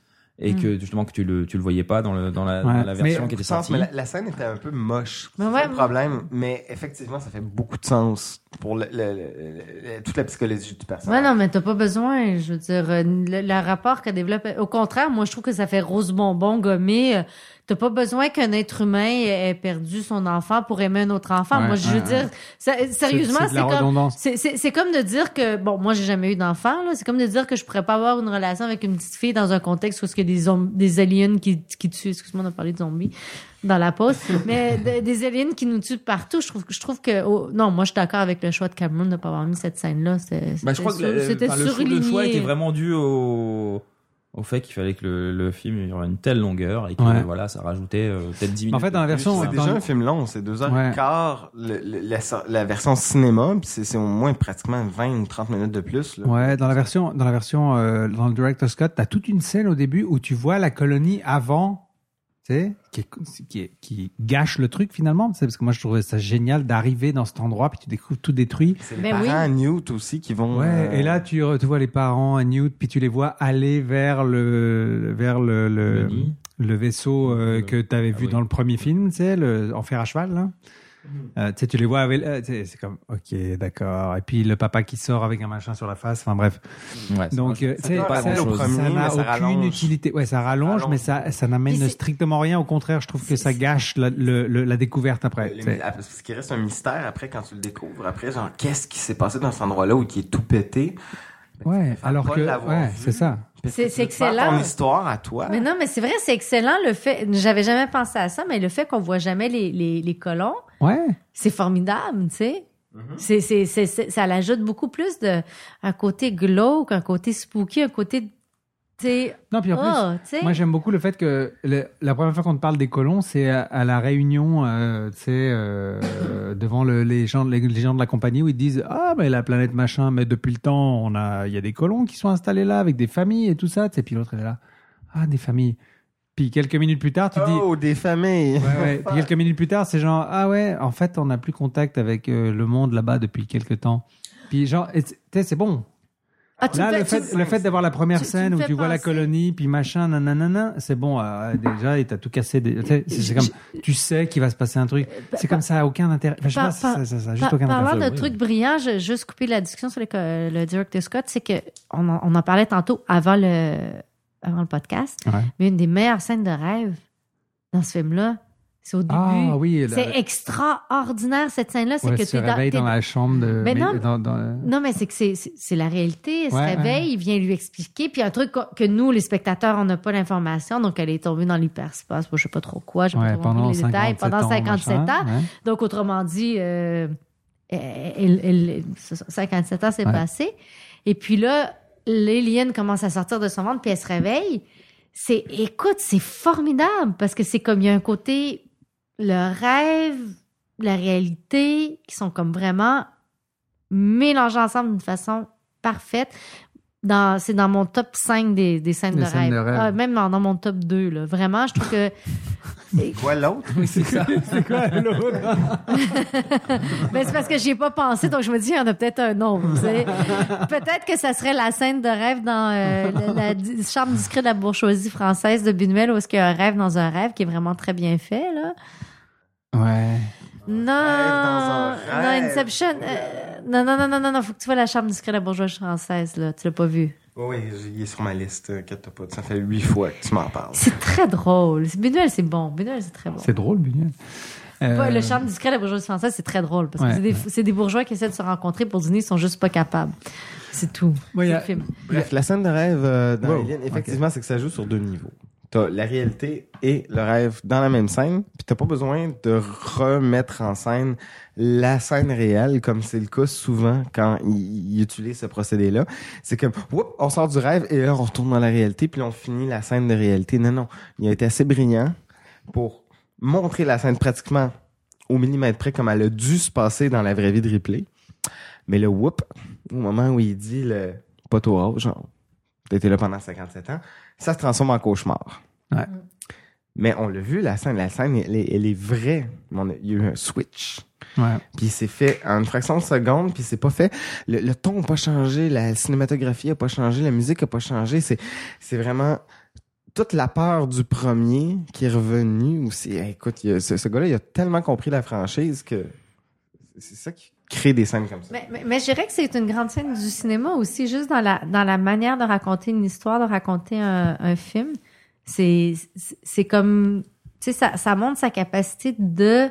[SPEAKER 10] et
[SPEAKER 12] Mm.
[SPEAKER 10] que justement que tu le, tu le voyais pas dans, le, dans, la,
[SPEAKER 11] Ouais.
[SPEAKER 10] dans la version
[SPEAKER 11] Mais-
[SPEAKER 10] qui était
[SPEAKER 11] sens,
[SPEAKER 10] sortie.
[SPEAKER 11] mais la, la scène était un peu moche.
[SPEAKER 12] Mais
[SPEAKER 11] C'est
[SPEAKER 12] ouais,
[SPEAKER 11] le problème, mais effectivement, ça fait beaucoup de sens pour le- le- le- le- toute la psychologie du personnage.
[SPEAKER 12] Ouais, non, mais t'as pas besoin. Je veux dire, euh, le, le rapport qu'elle développe. Au contraire, moi, je trouve que ça fait rose bonbon gommé. Euh, T'as pas besoin qu'un être humain ait perdu son enfant pour aimer un autre enfant.
[SPEAKER 9] Ouais,
[SPEAKER 12] moi, je veux
[SPEAKER 9] ouais,
[SPEAKER 12] dire,
[SPEAKER 9] ouais.
[SPEAKER 12] ça- sérieusement,
[SPEAKER 9] c'est de
[SPEAKER 12] c'est
[SPEAKER 9] la
[SPEAKER 12] comme,
[SPEAKER 9] redondance.
[SPEAKER 12] c'est- c'est c'est comme de dire que, bon, moi, j'ai jamais eu d'enfant, là. C'est comme de dire que je pourrais pas avoir une relation avec une petite fille dans un contexte où est-ce qu'il y a des, zom- des aliens qui, qui tuent. Excuse-moi, on a parlé de zombies dans la pause. mais de- des aliens qui nous tuent partout. Je trouve, que- je trouve que, oh, non, moi, je suis d'accord avec le choix de Cameron de pas avoir mis cette scène-là. C'est-
[SPEAKER 10] Bah, je crois que
[SPEAKER 12] c'était
[SPEAKER 10] le,
[SPEAKER 12] sur- c'était
[SPEAKER 10] enfin, le choix- le
[SPEAKER 12] surligné.
[SPEAKER 10] choix était vraiment dû au, au fait qu'il fallait que le, le film ait une telle longueur et que
[SPEAKER 9] Ouais.
[SPEAKER 10] voilà, ça rajoutait euh, peut-être 10 minutes.
[SPEAKER 9] en fait, dans la
[SPEAKER 10] de plus.
[SPEAKER 9] version-
[SPEAKER 11] C'est
[SPEAKER 10] Enfin,
[SPEAKER 11] déjà un film long, c'est deux heures
[SPEAKER 9] Ouais.
[SPEAKER 11] et quart, le- le- la, so- la version cinéma, puis c'est c'est au moins pratiquement 20 ou 30 minutes de plus. là.
[SPEAKER 9] Ouais, dans la version, dans la version, euh, dans le director Scott, t'as toute une scène au début où tu vois la colonie avant tu sais, qui, est- qui, est- qui gâche le truc finalement. C'est parce que moi je trouvais ça génial d'arriver dans cet endroit puis tu découvres tout détruit.
[SPEAKER 11] C'est les Ben oui. parents à Newt aussi qui vont,
[SPEAKER 9] Ouais,
[SPEAKER 11] euh,
[SPEAKER 9] et là tu, re- tu vois les parents à Newt puis tu les vois aller vers le vers le le, le vaisseau euh, que tu
[SPEAKER 10] ah
[SPEAKER 9] avais vu dans le premier film, tu sais, le en fer à cheval là.
[SPEAKER 10] Mhm.
[SPEAKER 9] Euh, tu sais, tu les vois avec. euh, tu sais, c'est comme, ok, d'accord. Et puis le papa qui sort avec un machin sur la face. Enfin bref.
[SPEAKER 10] Ouais, ça
[SPEAKER 9] Donc,
[SPEAKER 10] marche-
[SPEAKER 9] euh,
[SPEAKER 10] ça
[SPEAKER 9] tu sais,
[SPEAKER 10] donne pas
[SPEAKER 9] ça ça n'a
[SPEAKER 10] grand-chose. Ça
[SPEAKER 9] aucune
[SPEAKER 10] rallonge.
[SPEAKER 9] utilité. Ouais, ça rallonge, mais ça, ça n'amène strictement rien. Au contraire, je trouve que ça gâche la, le- le- la découverte après. tu
[SPEAKER 11] Les-
[SPEAKER 9] sais.
[SPEAKER 11] ah, Parce qu'il reste un mystère après quand tu le découvres. Après, genre, qu'est-ce qui s'est passé dans cet endroit-là où qui est tout pété?
[SPEAKER 9] Ouais, alors
[SPEAKER 11] pas
[SPEAKER 9] que,
[SPEAKER 11] l'avoir
[SPEAKER 9] ouais,
[SPEAKER 11] vu.
[SPEAKER 9] c'est ça.
[SPEAKER 11] Parce
[SPEAKER 12] C'est-
[SPEAKER 11] que tu
[SPEAKER 12] c'est
[SPEAKER 11] veux te faire
[SPEAKER 12] excellent.
[SPEAKER 11] ton histoire à toi.
[SPEAKER 12] Mais non, mais c'est vrai, c'est excellent le fait. J'avais jamais pensé à ça, mais le fait qu'on voit jamais les, les, les colons,
[SPEAKER 9] Ouais.
[SPEAKER 12] c'est formidable, tu sais. C'est- c'est- c'est- c'est- ça l'ajoute beaucoup plus de un côté glauque, un côté spooky, un côté. tu sais,
[SPEAKER 9] Non, puis en
[SPEAKER 12] oh, tu
[SPEAKER 9] plus,
[SPEAKER 12] sais.
[SPEAKER 9] moi j'aime beaucoup le fait que le- la première fois qu'on te parle des colons, c'est à, à la réunion, euh, tu sais, euh, devant le- les, gens, les, les gens de la compagnie où ils disent Ah, mais la planète machin, mais depuis le temps, on a- il y a des colons qui sont installés là avec des familles et tout ça. Tu sais, puis l'autre elle est là Ah, des familles. Puis quelques minutes plus tard, tu dis
[SPEAKER 11] Oh, des familles.
[SPEAKER 9] Ouais, ouais. Puis quelques minutes plus tard, c'est genre ah ouais, en fait, on n'a plus contact avec euh, le monde là-bas depuis quelques temps. Puis genre, et c'est- t'sais, c'est bon.
[SPEAKER 12] Ah, tu
[SPEAKER 9] Là,
[SPEAKER 12] me
[SPEAKER 9] le
[SPEAKER 12] fais-
[SPEAKER 9] fait,
[SPEAKER 12] tu-
[SPEAKER 9] le fait d'avoir la première
[SPEAKER 12] tu- tu
[SPEAKER 9] scène
[SPEAKER 12] me
[SPEAKER 9] où
[SPEAKER 12] fais
[SPEAKER 9] tu vois la
[SPEAKER 12] penser-
[SPEAKER 9] colonie, puis machin, nanana, c'est bon. euh, déjà, et t'as tout cassé. des- t'sais, C'est c'est comme, tu sais qu'il va se passer un truc.
[SPEAKER 12] Euh,
[SPEAKER 9] C'est comme ça, a aucun intérêt. Enfin, je sais
[SPEAKER 12] Par-
[SPEAKER 9] pas, ça,
[SPEAKER 12] par-
[SPEAKER 9] ça, ça a
[SPEAKER 12] par-
[SPEAKER 9] juste aucun
[SPEAKER 12] parlant
[SPEAKER 9] intérêt.
[SPEAKER 12] de trucs brillants, je juste couper la discussion sur le, co- le directeur Scott, c'est que on en, on en parlait tantôt avant le, avant le podcast,
[SPEAKER 9] Ouais.
[SPEAKER 12] mais une des meilleures scènes de rêve dans ce film-là, c'est au début.
[SPEAKER 9] Ah oui, la-
[SPEAKER 12] c'est extraordinaire cette scène-là, c'est
[SPEAKER 9] Ouais,
[SPEAKER 12] que
[SPEAKER 9] se
[SPEAKER 12] tu es
[SPEAKER 9] réveille dans la chambre de.
[SPEAKER 12] Mais non,
[SPEAKER 9] dans- dans-
[SPEAKER 12] non, mais c'est que c'est- c'est c'est la réalité. Elle
[SPEAKER 9] Ouais,
[SPEAKER 12] se réveille, il vient lui expliquer. Puis un truc qu'on- que nous, les spectateurs, on n'a pas l'information. Donc, elle est tombée dans l'hyperspace. Moi, Je sais pas trop quoi. Je
[SPEAKER 9] Ouais,
[SPEAKER 12] pas trop compris
[SPEAKER 9] pendant
[SPEAKER 12] les détails.
[SPEAKER 9] 57
[SPEAKER 12] Pendant
[SPEAKER 9] ans,
[SPEAKER 12] 57 ans.
[SPEAKER 9] machin, ouais.
[SPEAKER 12] Donc, autrement dit, euh, elle- elle- elle- 57 ans s'est
[SPEAKER 9] Ouais.
[SPEAKER 12] passé. Et puis là, l'alien commence à sortir de son ventre, puis elle se réveille. C'est, écoute, c'est formidable parce que c'est comme il y a un côté, le rêve, la réalité, qui sont comme vraiment mélangés ensemble d'une façon parfaite. Dans, c'est dans mon top 5 des, des scènes,
[SPEAKER 9] Des
[SPEAKER 12] de,
[SPEAKER 9] scènes
[SPEAKER 12] rêve.
[SPEAKER 9] de rêve.
[SPEAKER 12] Ah, même dans, dans mon top 2. Là. Vraiment, je trouve que.
[SPEAKER 11] Quoi l'autre?
[SPEAKER 9] c'est ça. c'est quoi l'autre?
[SPEAKER 12] ben, c'est parce que j'y ai pas pensé, donc je me dis, il y en a peut-être un autre. tu sais. Peut-être que ça serait la scène de rêve dans euh, la, la di- chambre discrète de la bourgeoisie française de Buñuel, où est-ce qu'il y a un rêve dans un rêve qui est vraiment très bien fait. Là.
[SPEAKER 9] Ouais.
[SPEAKER 12] Non,
[SPEAKER 11] rêve.
[SPEAKER 12] non, Inception. euh, non, non, non, non, non, non, faut que tu vois la chambre discrète de la bourgeoisie française, là. Tu l'as pas vu.
[SPEAKER 11] Oui, il est sur ma liste. Inquiète pas. Ça fait huit fois que tu m'en parles.
[SPEAKER 12] C'est très drôle. C'est- Buñuel, c'est bon. Buñuel, c'est très bon.
[SPEAKER 9] C'est drôle, Buñuel.
[SPEAKER 12] Pas-
[SPEAKER 9] Euh,
[SPEAKER 12] Le chambre discret de la bourgeoisie française, c'est très drôle parce que
[SPEAKER 9] Ouais.
[SPEAKER 12] c'est des, c'est des bourgeois qui essaient de se rencontrer pour dîner, ils sont juste pas capables. C'est tout.
[SPEAKER 9] Ouais,
[SPEAKER 12] c'est
[SPEAKER 9] y
[SPEAKER 12] le
[SPEAKER 9] a-
[SPEAKER 12] film.
[SPEAKER 11] Bref, la scène de rêve euh, dans
[SPEAKER 9] Wow,
[SPEAKER 11] Alien, effectivement, c'est que ça joue sur deux niveaux. T'as la réalité et le rêve dans la même scène, puis t'as pas besoin de remettre en scène la scène réelle, comme c'est le cas souvent quand ils ils utilisent ce procédé-là. C'est comme, whoop, on sort du rêve et là, on retourne dans la réalité, puis là, on finit la scène de réalité. Non, non, il a été assez brillant pour montrer la scène pratiquement au millimètre près comme elle a dû se passer dans la vraie vie de Ripley. Mais le whoop, au moment où il dit le poteau haut, genre, t'as été là pendant 57 ans, ça se transforme en cauchemar.
[SPEAKER 9] Ouais.
[SPEAKER 11] Mais on l'a vu, la scène, la scène, elle, est- elle est vraie. Mais on a- Il y a eu un switch.
[SPEAKER 9] Ouais.
[SPEAKER 11] Puis c'est fait en une fraction de seconde, puis c'est pas fait. Le, le ton n'a pas changé, la cinématographie n'a pas changé, la musique n'a pas changé. C'est, c'est vraiment toute la peur du premier qui est revenue aussi. Eh, écoute, il y a- ce, ce gars-là, il a tellement compris la franchise que c'est ça qui crée des scènes comme ça.
[SPEAKER 12] Mais, mais, mais je dirais que c'est une grande scène du cinéma aussi, juste dans la, dans la manière de raconter une histoire, de raconter un, un film. C'est c'est- c'est comme, tu sais, ça, ça montre sa capacité de,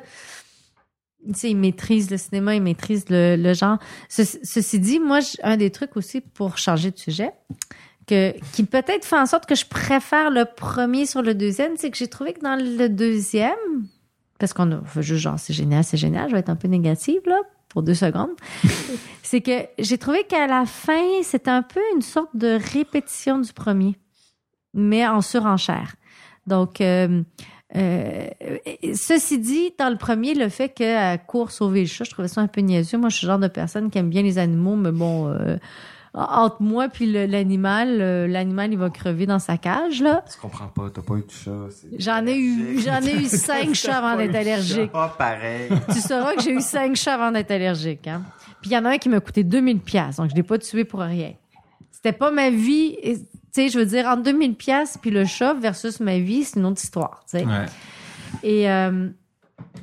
[SPEAKER 12] tu sais, il maîtrise le cinéma, il maîtrise le, le genre. Ce- ceci dit, moi, j- un des trucs aussi pour changer de sujet, que, qui peut-être fait en sorte que je préfère le premier sur le deuxième, c'est que j'ai trouvé que dans le deuxième, parce qu'on a, enfin, juste genre, c'est génial, c'est génial, je vais être un peu négative, là, pour deux secondes. c'est que j'ai trouvé qu'à la fin, c'était un peu une sorte de répétition du premier, mais en surenchère. Donc, euh, euh, ceci dit, dans le premier, le fait qu'elle court sauver le chat, je trouvais ça un peu niaiseux. Moi, je suis le genre de personne qui aime bien les animaux, mais bon, euh, entre moi puis le- l'animal, euh, l'animal, il va crever dans sa cage, là.
[SPEAKER 11] Je comprends pas, t'as pas eu de chat. c'est-
[SPEAKER 12] J'en ai eu, j'en ai eu cinq chats avant d'être allergique.
[SPEAKER 11] Pas pareil.
[SPEAKER 12] tu sauras que j'ai eu cinq chats avant d'être allergique. Hein? Puis il y en a un qui m'a coûté 2000 pièces, donc je l'ai pas tué pour rien. C'était pas ma vie. et- Tu sais, je veux dire, entre 2000 pièces puis le chat versus ma vie, c'est une autre histoire. Tu sais. Et euh,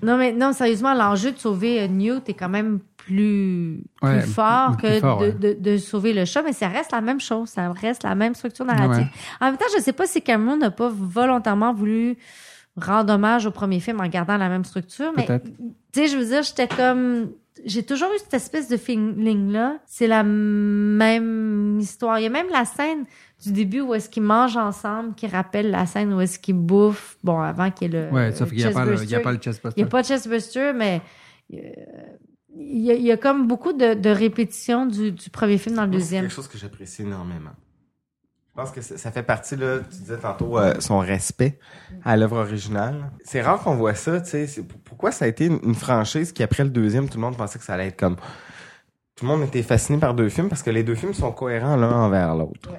[SPEAKER 12] non, mais non, sérieusement, l'enjeu de sauver euh, Newt est quand même plus, plus
[SPEAKER 17] Ouais,
[SPEAKER 12] fort
[SPEAKER 17] plus
[SPEAKER 12] que
[SPEAKER 17] fort,
[SPEAKER 12] de,
[SPEAKER 17] ouais.
[SPEAKER 12] de- de sauver le chat, mais ça reste la même chose, ça reste la même structure narrative.
[SPEAKER 17] Ouais.
[SPEAKER 12] En même temps, je sais pas si Cameron n'a pas volontairement voulu rendre hommage au premier film en gardant la même structure, mais
[SPEAKER 17] Peut-être.
[SPEAKER 12] tu sais, je veux dire, j'étais comme. J'ai toujours eu cette espèce de feeling-là. C'est la même histoire. Il y a même la scène du début où est-ce qu'ils mangent ensemble qui rappelle la scène où est-ce qu'ils bouffent. Bon, avant qu'il y ait le.
[SPEAKER 9] Ouais, sauf qu'il y a pas le- il y a pas le chestbuster.
[SPEAKER 12] Il n'y a pas de chestbuster, mais. euh, Il y, a, il y a comme beaucoup de, de répétitions du, du premier film dans le
[SPEAKER 11] C'est
[SPEAKER 12] deuxième.
[SPEAKER 11] quelque chose que j'apprécie énormément. Je pense que ça, ça fait partie, là, tu disais tantôt, euh, son respect à l'œuvre originale. C'est rare qu'on voit ça, tu sais. c'est- pour- Pourquoi ça a été une, une franchise qui, après le deuxième, tout le monde pensait que ça allait être comme... Tout le monde était fasciné par deux films parce que les deux films sont cohérents l'un envers l'autre.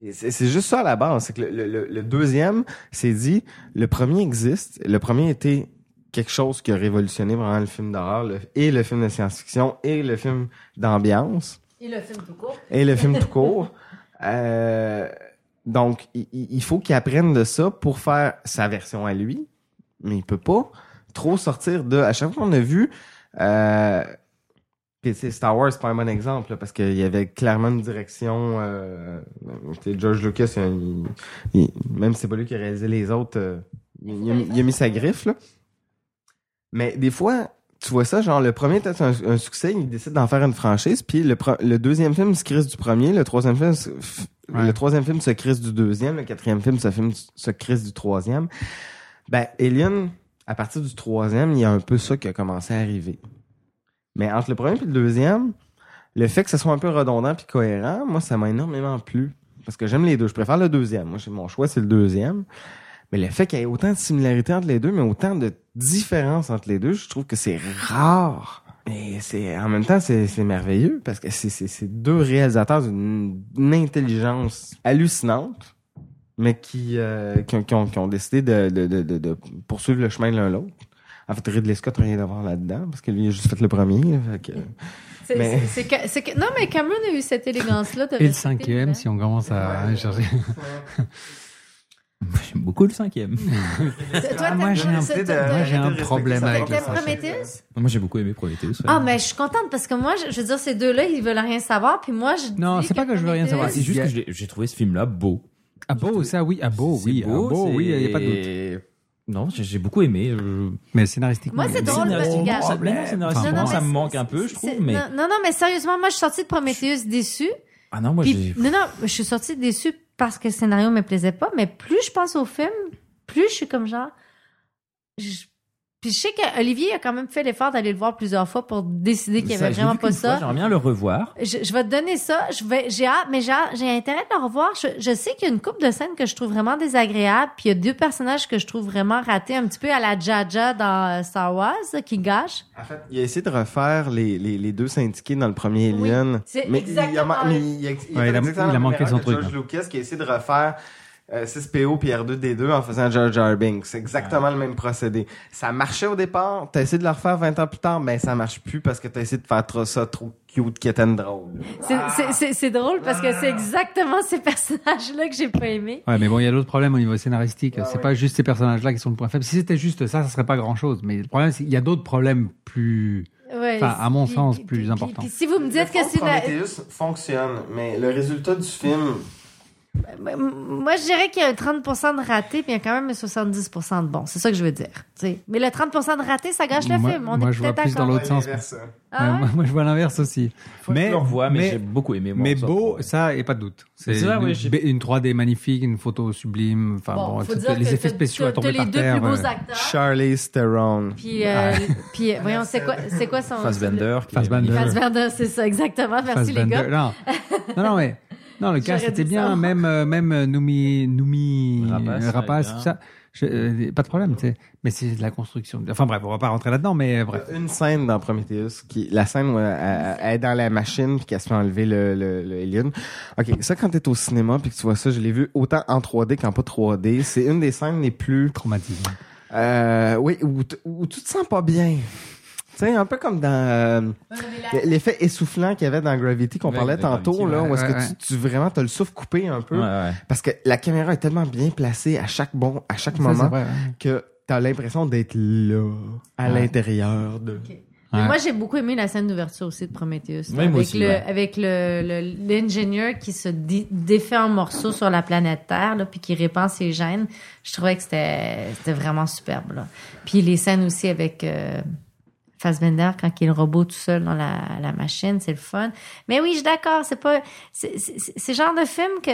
[SPEAKER 11] Et C'est c'est juste ça à la base. C'est que le, le- le deuxième s'est dit, le premier existe. Le premier était quelque chose qui a révolutionné vraiment le film d'horreur le- et le film de science-fiction et le film d'ambiance.
[SPEAKER 12] Et le film tout court.
[SPEAKER 11] Et le film tout court. Euh, donc, il, il- il faut qu'il apprenne de ça pour faire sa version à lui, mais il peut pas trop sortir de. À chaque fois qu'on a vu. Euh, puis, tu sais, Star Wars, c'est pas un bon exemple, là, parce qu'il y avait clairement une direction. Euh, tu sais, George Lucas, c'est un- il- il- même si c'est pas lui qui a réalisé les autres, euh, il, il a, mis- il a mis sa griffe. Là. Mais des fois, tu vois ça, genre, le premier est un, un succès, il décide d'en faire une franchise, puis le, pre- le deuxième film se crisse du premier, le troisième film se, f- le troisième film se crisse du deuxième, le quatrième film se, film se crisse du troisième. Ben, Alien, à partir du troisième, il y a un peu ça qui a commencé à arriver. Mais entre le premier et le deuxième, le fait que ce soit un peu redondant puis cohérent, moi, ça m'a énormément plu. Parce que j'aime les deux. Je préfère le deuxième. Moi, j'ai- mon choix, c'est le deuxième. Mais le fait qu'il y ait autant de similarités entre les deux, mais autant de différences entre les deux, je trouve que c'est rare. Et c'est, en même temps, c'est, c'est merveilleux parce que c'est, c'est, c'est deux réalisateurs d'une d'une intelligence hallucinante, mais qui, euh, qui, ont, qui ont- qui ont décidé de, de- de- de- de poursuivre le chemin de l'un l'autre. En fait, Ridley Scott n'a rien à voir là-dedans parce que lui, il a juste fait le premier. fait que-
[SPEAKER 12] C'est-
[SPEAKER 11] mais-
[SPEAKER 12] c'est- c'est que- c'est que- non, mais Cameron a eu cette élégance-là. de hein.
[SPEAKER 9] Et le
[SPEAKER 12] répéter.
[SPEAKER 9] cinquième, si on commence à chercher.
[SPEAKER 10] J'aime beaucoup le cinquième.
[SPEAKER 12] Toi,
[SPEAKER 9] Ah, moi,
[SPEAKER 12] t'as-
[SPEAKER 9] j'ai un,
[SPEAKER 12] c'est- t'as-
[SPEAKER 9] moi, j'ai un
[SPEAKER 12] t'as-
[SPEAKER 9] problème
[SPEAKER 12] t'as-
[SPEAKER 9] avec le
[SPEAKER 12] t'as
[SPEAKER 9] cinquième.
[SPEAKER 12] Prometheus?
[SPEAKER 10] Moi, j'ai beaucoup aimé Prometheus. ouais.
[SPEAKER 12] Ah, mais je suis contente parce que moi, je, je veux dire, ces deux-là, ils veulent rien savoir. Puis moi, je.
[SPEAKER 9] Non,
[SPEAKER 12] dis
[SPEAKER 9] c'est pas que je veux rien savoir.
[SPEAKER 10] C'est juste que je l'ai- j'ai trouvé ce film-là beau.
[SPEAKER 9] Ah beau, ça oui, ah beau, oui, ah
[SPEAKER 10] beau,
[SPEAKER 9] beau,
[SPEAKER 10] c'est-
[SPEAKER 9] oui, il n'y a pas de doute.
[SPEAKER 10] Non, j'ai j'ai beaucoup aimé.
[SPEAKER 9] Mais scénaristiquement,
[SPEAKER 12] Moi, c'est drôle, parce que-
[SPEAKER 10] scénaristiquement, ça- Bah, mais non, scénaristiquement,
[SPEAKER 12] Non, non,
[SPEAKER 10] ça
[SPEAKER 12] mais
[SPEAKER 10] me manque un peu, je trouve.
[SPEAKER 12] c'est-
[SPEAKER 10] Mais
[SPEAKER 12] Non, non, non, mais sérieusement, moi, je suis sortie de Prometheus déçue.
[SPEAKER 10] ah non, moi
[SPEAKER 12] Puis-
[SPEAKER 10] j'ai.
[SPEAKER 12] non, non, je suis sortie déçue parce que le scénario me plaisait pas, mais plus je pense au film, plus je suis comme genre. je- Puis je sais qu'Olivier a quand même fait l'effort d'aller le voir plusieurs fois pour décider qu'il y
[SPEAKER 10] ça,
[SPEAKER 12] avait
[SPEAKER 10] je l'ai
[SPEAKER 12] vraiment
[SPEAKER 10] vu
[SPEAKER 12] pas
[SPEAKER 10] qu'une fois,
[SPEAKER 12] ça.
[SPEAKER 10] J'aimerais bien le revoir.
[SPEAKER 12] Je, je vais te donner ça. Je vais, j'ai hâte, mais j'ai, hâte- j'ai intérêt de le revoir. Je, je sais qu'il y a une coupe de scènes que je trouve vraiment désagréable, puis il y a deux personnages que je trouve vraiment ratés, un petit peu à la Jaja dans euh, Star Wars, là, qui gâche.
[SPEAKER 11] Il a essayé de refaire les, les, les deux syndiqués dans le premier
[SPEAKER 12] Oui,
[SPEAKER 11] Alien.
[SPEAKER 12] c'est
[SPEAKER 11] mais il a,
[SPEAKER 12] Eh, exactement
[SPEAKER 11] ma-
[SPEAKER 12] le-
[SPEAKER 11] mais il a- il a
[SPEAKER 9] Ouais,
[SPEAKER 11] fait
[SPEAKER 9] il a-
[SPEAKER 11] exactement
[SPEAKER 9] il a
[SPEAKER 11] la même
[SPEAKER 9] manqué
[SPEAKER 11] erreur
[SPEAKER 9] son
[SPEAKER 11] que
[SPEAKER 9] truc,
[SPEAKER 11] George
[SPEAKER 9] là.
[SPEAKER 11] Lucas qui a essayé de refaire euh, 6PO puis R2D2 en faisant George R. Binks. C'est
[SPEAKER 9] Ah.
[SPEAKER 11] exactement le même procédé. Ça marchait au départ. T'as essayé de le refaire 20 ans plus tard, mais ça marche plus parce que t'as essayé de faire trop, ça trop cute, qui and drôle.
[SPEAKER 12] C'est, c'est, c'est, c'est drôle parce que c'est exactement ces personnages-là que j'ai pas aimé.
[SPEAKER 9] Ouais, mais bon, il y a d'autres problèmes au niveau scénaristique.
[SPEAKER 12] Bah
[SPEAKER 9] c'est pas juste ces personnages-là qui sont le point faible. Si c'était juste ça, ça serait pas grand-chose. Mais le problème, c'est qu'il y a d'autres problèmes plus,
[SPEAKER 12] Ouais,
[SPEAKER 9] enfin, à mon
[SPEAKER 12] puis-
[SPEAKER 9] sens,
[SPEAKER 12] puis-
[SPEAKER 9] plus importants.
[SPEAKER 12] Puis si vous me dites que c'est la-
[SPEAKER 11] Prometheus fonctionne, mais le résultat du film...
[SPEAKER 12] euh, M- Moi, je dirais qu'il y a un 30% de raté, puis il y a quand même un 70% de bon. C'est ça que je veux dire. tu sais. Mais le 30% de raté, ça gâche le
[SPEAKER 9] moi,
[SPEAKER 12] film. On
[SPEAKER 9] moi,
[SPEAKER 12] est
[SPEAKER 9] je vois
[SPEAKER 12] peut-être
[SPEAKER 9] plus dans
[SPEAKER 12] d'accord.
[SPEAKER 9] l'autre sens.
[SPEAKER 12] Ah
[SPEAKER 9] Ouais, moi, moi, je vois l'inverse aussi. mais
[SPEAKER 10] je le revoie, mais j'ai beaucoup aimé, moi,
[SPEAKER 9] mais
[SPEAKER 10] ça,
[SPEAKER 9] beau, ça, et pas de doute.
[SPEAKER 10] C'est
[SPEAKER 9] C'est
[SPEAKER 10] ça,
[SPEAKER 9] une,
[SPEAKER 10] ouais, j'ai-
[SPEAKER 9] ba- une 3D magnifique, une photo sublime. Enfin,
[SPEAKER 12] Bon,
[SPEAKER 9] bon,
[SPEAKER 12] faut
[SPEAKER 9] tout-
[SPEAKER 12] dire que
[SPEAKER 9] les effets
[SPEAKER 12] t'as-
[SPEAKER 9] spéciaux à
[SPEAKER 12] t'as-
[SPEAKER 9] tomber
[SPEAKER 12] t'as
[SPEAKER 9] par
[SPEAKER 12] les deux
[SPEAKER 9] terre. euh,
[SPEAKER 12] plus beaux
[SPEAKER 9] ouais.
[SPEAKER 12] acteurs.
[SPEAKER 11] Charlize Theron.
[SPEAKER 12] Puis, euh, puis euh, voyons, c'est quoi, c'est quoi son.
[SPEAKER 10] Fassbender.
[SPEAKER 9] Fassbender.
[SPEAKER 12] Fassbender, c'est ça, exactement. Ah, Merci les
[SPEAKER 9] Fassbender.
[SPEAKER 12] gars.
[SPEAKER 9] Non, non, non, mais non,
[SPEAKER 12] J'aurais
[SPEAKER 9] le cast était
[SPEAKER 12] dit ça.
[SPEAKER 9] bien. Même, euh, même euh, Noumi, Noumi
[SPEAKER 10] Rapace,
[SPEAKER 9] euh, Rapace,
[SPEAKER 10] ouais,
[SPEAKER 9] tout ça. Je- euh, pas de problème, tu sais. Mais c'est de la construction. Enfin bref, on va pas rentrer là-dedans, mais euh, bref.
[SPEAKER 11] Une scène dans Prometheus, qui, la scène où elle, elle- elle est dans la machine puis qu'elle se fait enlever le, le, le alien. Ok, ça quand t'es au cinéma puis que tu vois ça, je l'ai vu autant en 3D qu'en pas 3D. C'est une des scènes les plus
[SPEAKER 9] traumatisantes.
[SPEAKER 11] Euh, oui, où, t- où tu te sens pas bien. Tu sais, un peu comme dans euh, l'effet essoufflant qu'il y avait dans Gravity qu'on
[SPEAKER 10] Ouais,
[SPEAKER 11] parlait
[SPEAKER 10] de
[SPEAKER 11] tantôt,
[SPEAKER 10] Gravity,
[SPEAKER 11] là,
[SPEAKER 10] ouais.
[SPEAKER 11] où est-ce que
[SPEAKER 10] Ouais,
[SPEAKER 11] tu,
[SPEAKER 10] ouais.
[SPEAKER 11] tu vraiment t'as le souffle coupé un peu,
[SPEAKER 10] Ouais, ouais.
[SPEAKER 11] parce que la caméra est tellement bien placée à chaque bon, à chaque
[SPEAKER 10] Ça,
[SPEAKER 11] moment
[SPEAKER 10] c'est vrai, ouais.
[SPEAKER 11] que t'as l'impression d'être là, à
[SPEAKER 9] Ouais.
[SPEAKER 11] l'intérieur de.
[SPEAKER 12] Mais Moi, j'ai beaucoup aimé la scène d'ouverture aussi de Prometheus. là,
[SPEAKER 11] Ouais,
[SPEAKER 12] avec
[SPEAKER 11] moi aussi,
[SPEAKER 12] le,
[SPEAKER 11] ouais.
[SPEAKER 12] avec le, le- l'ingénieur qui se dé- défait en morceaux sur la planète Terre, là, puis qui répand ses gènes. Je trouvais que c'était, c'était vraiment superbe, là. Puis les scènes aussi avec, euh, Fassbender quand il est le robot tout seul dans la, la machine, c'est le fun. Mais oui, je suis d'accord, c'est pas, c'est, c'est, c'est- c'est le genre de film que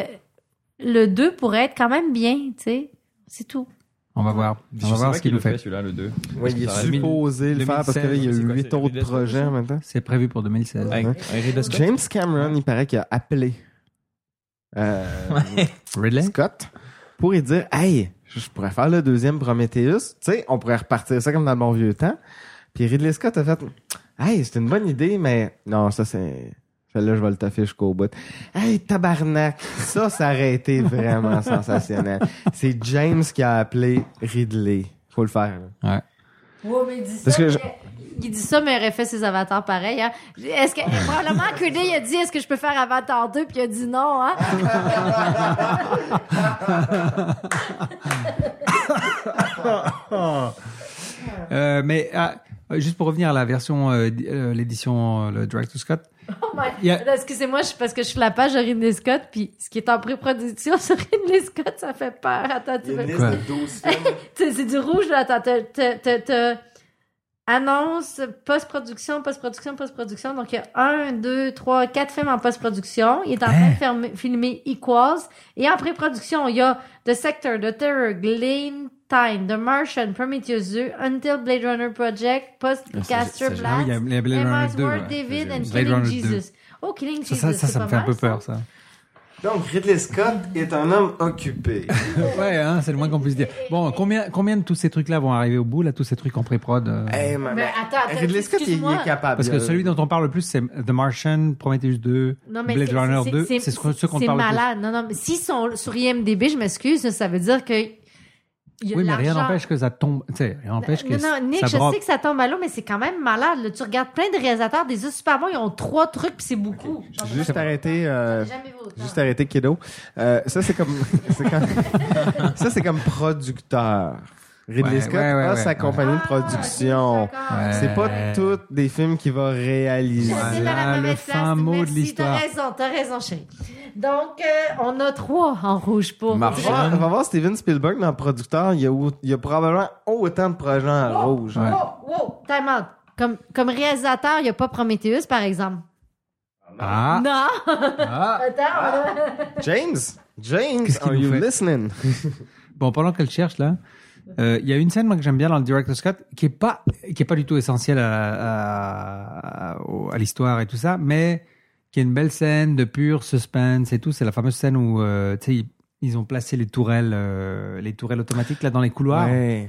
[SPEAKER 12] le 2 pourrait être quand même bien, tu sais. C'est tout.
[SPEAKER 9] On va voir. On va voir ce qu'il nous fait.
[SPEAKER 10] celui-là, le 2.
[SPEAKER 11] Oui, il est supposé le faire parce que là, il y a huit autres projets en même temps.
[SPEAKER 9] C'est prévu pour 2016.
[SPEAKER 11] Hein? James Cameron, il paraît qu'il a appelé euh, Scott pour lui dire Hey, je pourrais faire le deuxième Prometheus. Tu sais, on pourrait repartir ça comme dans le bon vieux temps. Puis Ridley Scott a fait Hey, c'est une bonne idée, mais non, ça c'est. Celle-là, je vais le taffer jusqu'au bout. Hey, tabarnak! Ça, ça aurait été vraiment sensationnel. C'est James qui a appelé Ridley. Faut le faire.
[SPEAKER 9] là.
[SPEAKER 12] Ouais, mais il dit ça.
[SPEAKER 11] Parce que je-
[SPEAKER 12] mais- Il dit ça, mais il aurait fait ses avatars pareil. Hein. Est-ce que probablement que lui, il a dit est-ce que je peux faire Avatar 2 puis il a dit non. Hein?
[SPEAKER 9] Euh, mais ah, juste pour revenir à la version, euh, d- euh, l'édition, euh, le Direct to Scott.
[SPEAKER 12] Oh my-
[SPEAKER 9] Yeah.
[SPEAKER 12] Là, Excusez-moi, je- parce que je suis la page de Ridley Scott puis ce qui est en pré-production sur Ridley Scott, ça fait peur. Attends, tu veux-
[SPEAKER 9] Quoi?
[SPEAKER 12] C'est c'est du rouge là. Attends, te, te- te- te- annonce post-production, post-production, post-production. Donc il y a un, deux, trois, quatre films en post-production. Il est en train
[SPEAKER 9] Hein?
[SPEAKER 12] de fermer- filmer Equals et en pré-production il y a The Sector, The Terror, Glean, Time, The Martian, Prometheus 2, Until Blade Runner Project, Post Caster
[SPEAKER 9] ça, j'ai- ah oui,
[SPEAKER 12] Blast,
[SPEAKER 9] il y a- il y a Blade Runner
[SPEAKER 12] Emma's
[SPEAKER 9] 2,
[SPEAKER 12] World,
[SPEAKER 9] ouais.
[SPEAKER 12] David
[SPEAKER 9] J'ai-
[SPEAKER 12] and
[SPEAKER 9] Blade
[SPEAKER 12] Killing
[SPEAKER 9] Runner 2.
[SPEAKER 12] Jesus. Oh, Killing
[SPEAKER 9] Ça,
[SPEAKER 12] Jesus,
[SPEAKER 9] ça, ça,
[SPEAKER 12] c'est
[SPEAKER 9] ça me
[SPEAKER 12] pas
[SPEAKER 9] fait un
[SPEAKER 12] mal,
[SPEAKER 9] peu peur, ça.
[SPEAKER 11] Donc, Ridley Scott est un homme occupé.
[SPEAKER 9] ouais, hein, c'est le moins qu'on puisse dire. Bon, combien, combien de tous ces trucs-là vont arriver au bout, là, tous ces trucs en pré-prod euh,
[SPEAKER 11] Eh, maman.
[SPEAKER 12] Mais attends, attends,
[SPEAKER 11] Ridley Scott, il- il,
[SPEAKER 12] Ben, excuse-moi.
[SPEAKER 11] est capable.
[SPEAKER 9] Parce que
[SPEAKER 11] Euh,
[SPEAKER 9] celui dont on parle le plus, c'est The Martian, Prometheus 2,
[SPEAKER 12] Non, mais
[SPEAKER 9] Blade
[SPEAKER 12] c'est-
[SPEAKER 9] Runner
[SPEAKER 12] c'est-
[SPEAKER 9] 2. C'est ce qu'on ce qu'on
[SPEAKER 12] C'est
[SPEAKER 9] parle le plus.
[SPEAKER 12] malade. Non, non, mais s'ils sont sur IMDB, je m'excuse, ça veut dire que. il y a
[SPEAKER 9] Oui, mais
[SPEAKER 12] l'argent.
[SPEAKER 9] rien n'empêche que ça tombe. Tu sais, rien n'empêche que
[SPEAKER 12] Non, non, Nick,
[SPEAKER 9] ça
[SPEAKER 12] je
[SPEAKER 9] drop.
[SPEAKER 12] sais que ça tombe à l'eau, mais c'est quand même malade. là. Tu regardes plein de réalisateurs, des autres super bons, ils ont trois trucs, puis c'est beaucoup. J'en peux
[SPEAKER 11] Juste
[SPEAKER 12] pas.
[SPEAKER 11] arrêter, euh,
[SPEAKER 12] J'en ai jamais vu autant.
[SPEAKER 11] juste arrêter Kiddo. Euh, ça, c'est comme, c'est comme- ça, c'est comme producteur. Ridley
[SPEAKER 9] Ouais,
[SPEAKER 11] Scott
[SPEAKER 9] ouais, ouais,
[SPEAKER 11] a
[SPEAKER 9] ouais,
[SPEAKER 11] sa
[SPEAKER 9] ouais.
[SPEAKER 11] compagnie
[SPEAKER 12] Ah,
[SPEAKER 11] de production. C'est pas
[SPEAKER 9] Ouais.
[SPEAKER 11] tous des films qu'il va réaliser.
[SPEAKER 12] Je sais, dans la mauvaise place. Merci, t'as raison, t'as raison, chérie. Donc, euh, on a trois en rouge pour.
[SPEAKER 11] On va, voir- on va voir Steven Spielberg dans producteur. Il y a, au- il y a probablement autant de projets en rouge.
[SPEAKER 12] Wow, wow, Oh, time out. Comme, comme réalisateur, il n'y a pas Prometheus, par exemple.
[SPEAKER 9] Ah.
[SPEAKER 12] Non!
[SPEAKER 9] Ah.
[SPEAKER 12] Attends,
[SPEAKER 11] James, James,
[SPEAKER 9] Qu'est-ce qu'il
[SPEAKER 11] are
[SPEAKER 9] nous
[SPEAKER 11] you
[SPEAKER 9] fait?
[SPEAKER 11] listening?
[SPEAKER 9] Bon, pendant qu'elle cherche là, euh, il y a une scène moi que j'aime bien dans le director's cut qui est pas qui est pas du tout essentielle à, à, au- à l'histoire et tout ça, mais qui est une belle scène de pur suspense et tout. C'est la fameuse scène où euh, tu sais ils, ils ont placé les tourelles euh, les tourelles automatiques là dans les couloirs.
[SPEAKER 11] Ouais.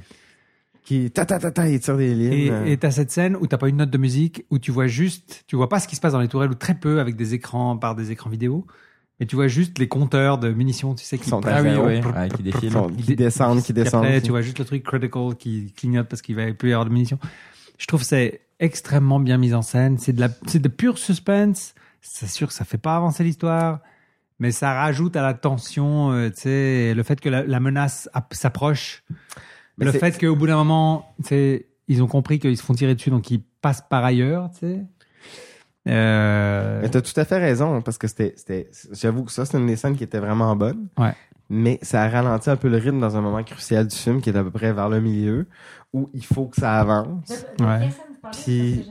[SPEAKER 11] Qui ta ta ta ta, il tire des lignes.
[SPEAKER 9] Et et t'as cette scène où t'as pas une note de musique, où tu vois juste, tu vois pas ce qui se passe dans les tourelles ou très peu avec des écrans par des écrans vidéo, mais tu vois juste les compteurs de munitions, tu sais qui
[SPEAKER 11] Ils sont à
[SPEAKER 9] Ah oui,
[SPEAKER 11] zéro.
[SPEAKER 9] oui.
[SPEAKER 10] Ouais, hein, qui défilent.
[SPEAKER 11] Qui descendent, qui
[SPEAKER 9] Puis
[SPEAKER 11] descendent.
[SPEAKER 9] après, tu vois juste le truc critical qui clignote parce qu'il va plus y avoir de munitions. Je trouve que c'est extrêmement bien mis en scène. C'est de la, c'est de pure suspense. C'est sûr que ça fait pas avancer l'histoire, mais ça rajoute à la tension. euh, tu sais, le fait que la, la menace app- s'approche,
[SPEAKER 11] Mais
[SPEAKER 9] le
[SPEAKER 11] c'est-
[SPEAKER 9] fait qu'au bout d'un moment, tu sais, ils ont compris qu'ils se font tirer dessus, donc ils passent par ailleurs. Tu sais. Euh,
[SPEAKER 11] Mais t'as tout à fait raison, hein, parce que c'était, c'était, j'avoue que ça, c'est une des scènes qui était vraiment bonne.
[SPEAKER 9] Ouais.
[SPEAKER 11] Mais ça a ralenti un peu le rythme dans un moment crucial du film, qui est à peu près vers le milieu, où il faut que ça avance.
[SPEAKER 9] Ouais.
[SPEAKER 11] Puis,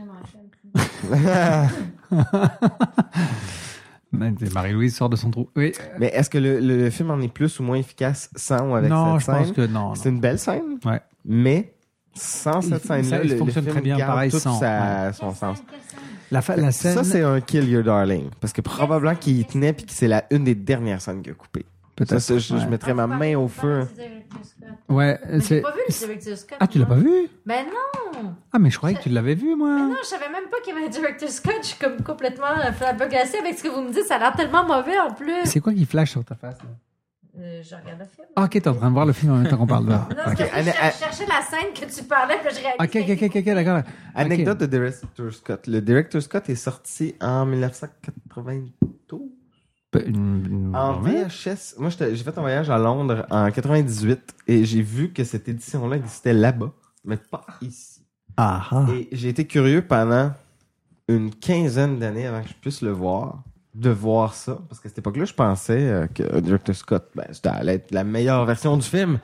[SPEAKER 9] Marie-Louise sort de son trou. Oui.
[SPEAKER 11] mais est-ce que le, le- le film en est plus ou moins efficace sans ou avec
[SPEAKER 9] Non,
[SPEAKER 11] cette
[SPEAKER 9] je pense
[SPEAKER 11] scène?
[SPEAKER 9] que non,
[SPEAKER 11] C'est une belle scène.
[SPEAKER 9] Ouais.
[SPEAKER 11] Mais, sans
[SPEAKER 9] Il-
[SPEAKER 11] cette
[SPEAKER 9] ça,
[SPEAKER 11] scène-là,
[SPEAKER 9] il
[SPEAKER 11] le, le
[SPEAKER 9] fonctionne
[SPEAKER 11] film
[SPEAKER 9] très bien
[SPEAKER 11] garde
[SPEAKER 9] pareil
[SPEAKER 11] tout
[SPEAKER 9] sans,
[SPEAKER 11] sa-
[SPEAKER 9] ouais.
[SPEAKER 11] son sens.
[SPEAKER 9] La, fa- la
[SPEAKER 11] Ça,
[SPEAKER 9] scène.
[SPEAKER 11] c'est un Kill Your Darling. Parce que probablement qu'il y tenait puis que c'est la, une des dernières scènes qu'il a coupée.
[SPEAKER 9] Peut-être,
[SPEAKER 12] Ah,
[SPEAKER 11] Ça, ça, je, je
[SPEAKER 9] ouais.
[SPEAKER 11] mettrais ma main au feu.
[SPEAKER 12] Ridley Scott.
[SPEAKER 9] Ouais, euh,
[SPEAKER 12] Mais
[SPEAKER 9] c'est-
[SPEAKER 12] J'ai pas vu le Director Scott.
[SPEAKER 9] Ah, tu l'as
[SPEAKER 12] moi.
[SPEAKER 9] pas vu
[SPEAKER 12] Ben non!
[SPEAKER 9] Ah, mais je croyais que tu l'avais vu,
[SPEAKER 12] Mais
[SPEAKER 9] moi.
[SPEAKER 12] Ah, non, je savais même pas qu'il y avait un Director Scott. Je suis comme complètement euh, flabbergastée avec ce que vous me dites. Ça a l'air tellement mauvais en plus.
[SPEAKER 9] C'est quoi qui flash sur ta face là
[SPEAKER 12] Euh, je regarde le film.
[SPEAKER 9] Ah, ok, t'es en train de voir le film en même temps qu'on parle de. Ah,
[SPEAKER 12] Non, c'est parce que je cher- cherchais la scène que tu parlais, puis je réalisais.
[SPEAKER 9] Ok, ok, ok, ok, d'accord.
[SPEAKER 11] Anecdote de Director Scott. Le Director Scott est sorti en 1992.
[SPEAKER 9] Mm,
[SPEAKER 11] En VHS, moi j'étais- j'ai fait un voyage à Londres en 98 et j'ai vu que cette édition-là existait là-bas, mais pas ici.
[SPEAKER 9] Ah, ah.
[SPEAKER 11] Et j'ai été curieux pendant une quinzaine d'années avant que je puisse le voir, de voir ça, parce qu'à cette époque-là, je pensais euh, que Director Scott, ben, c'était allait être la meilleure version du film.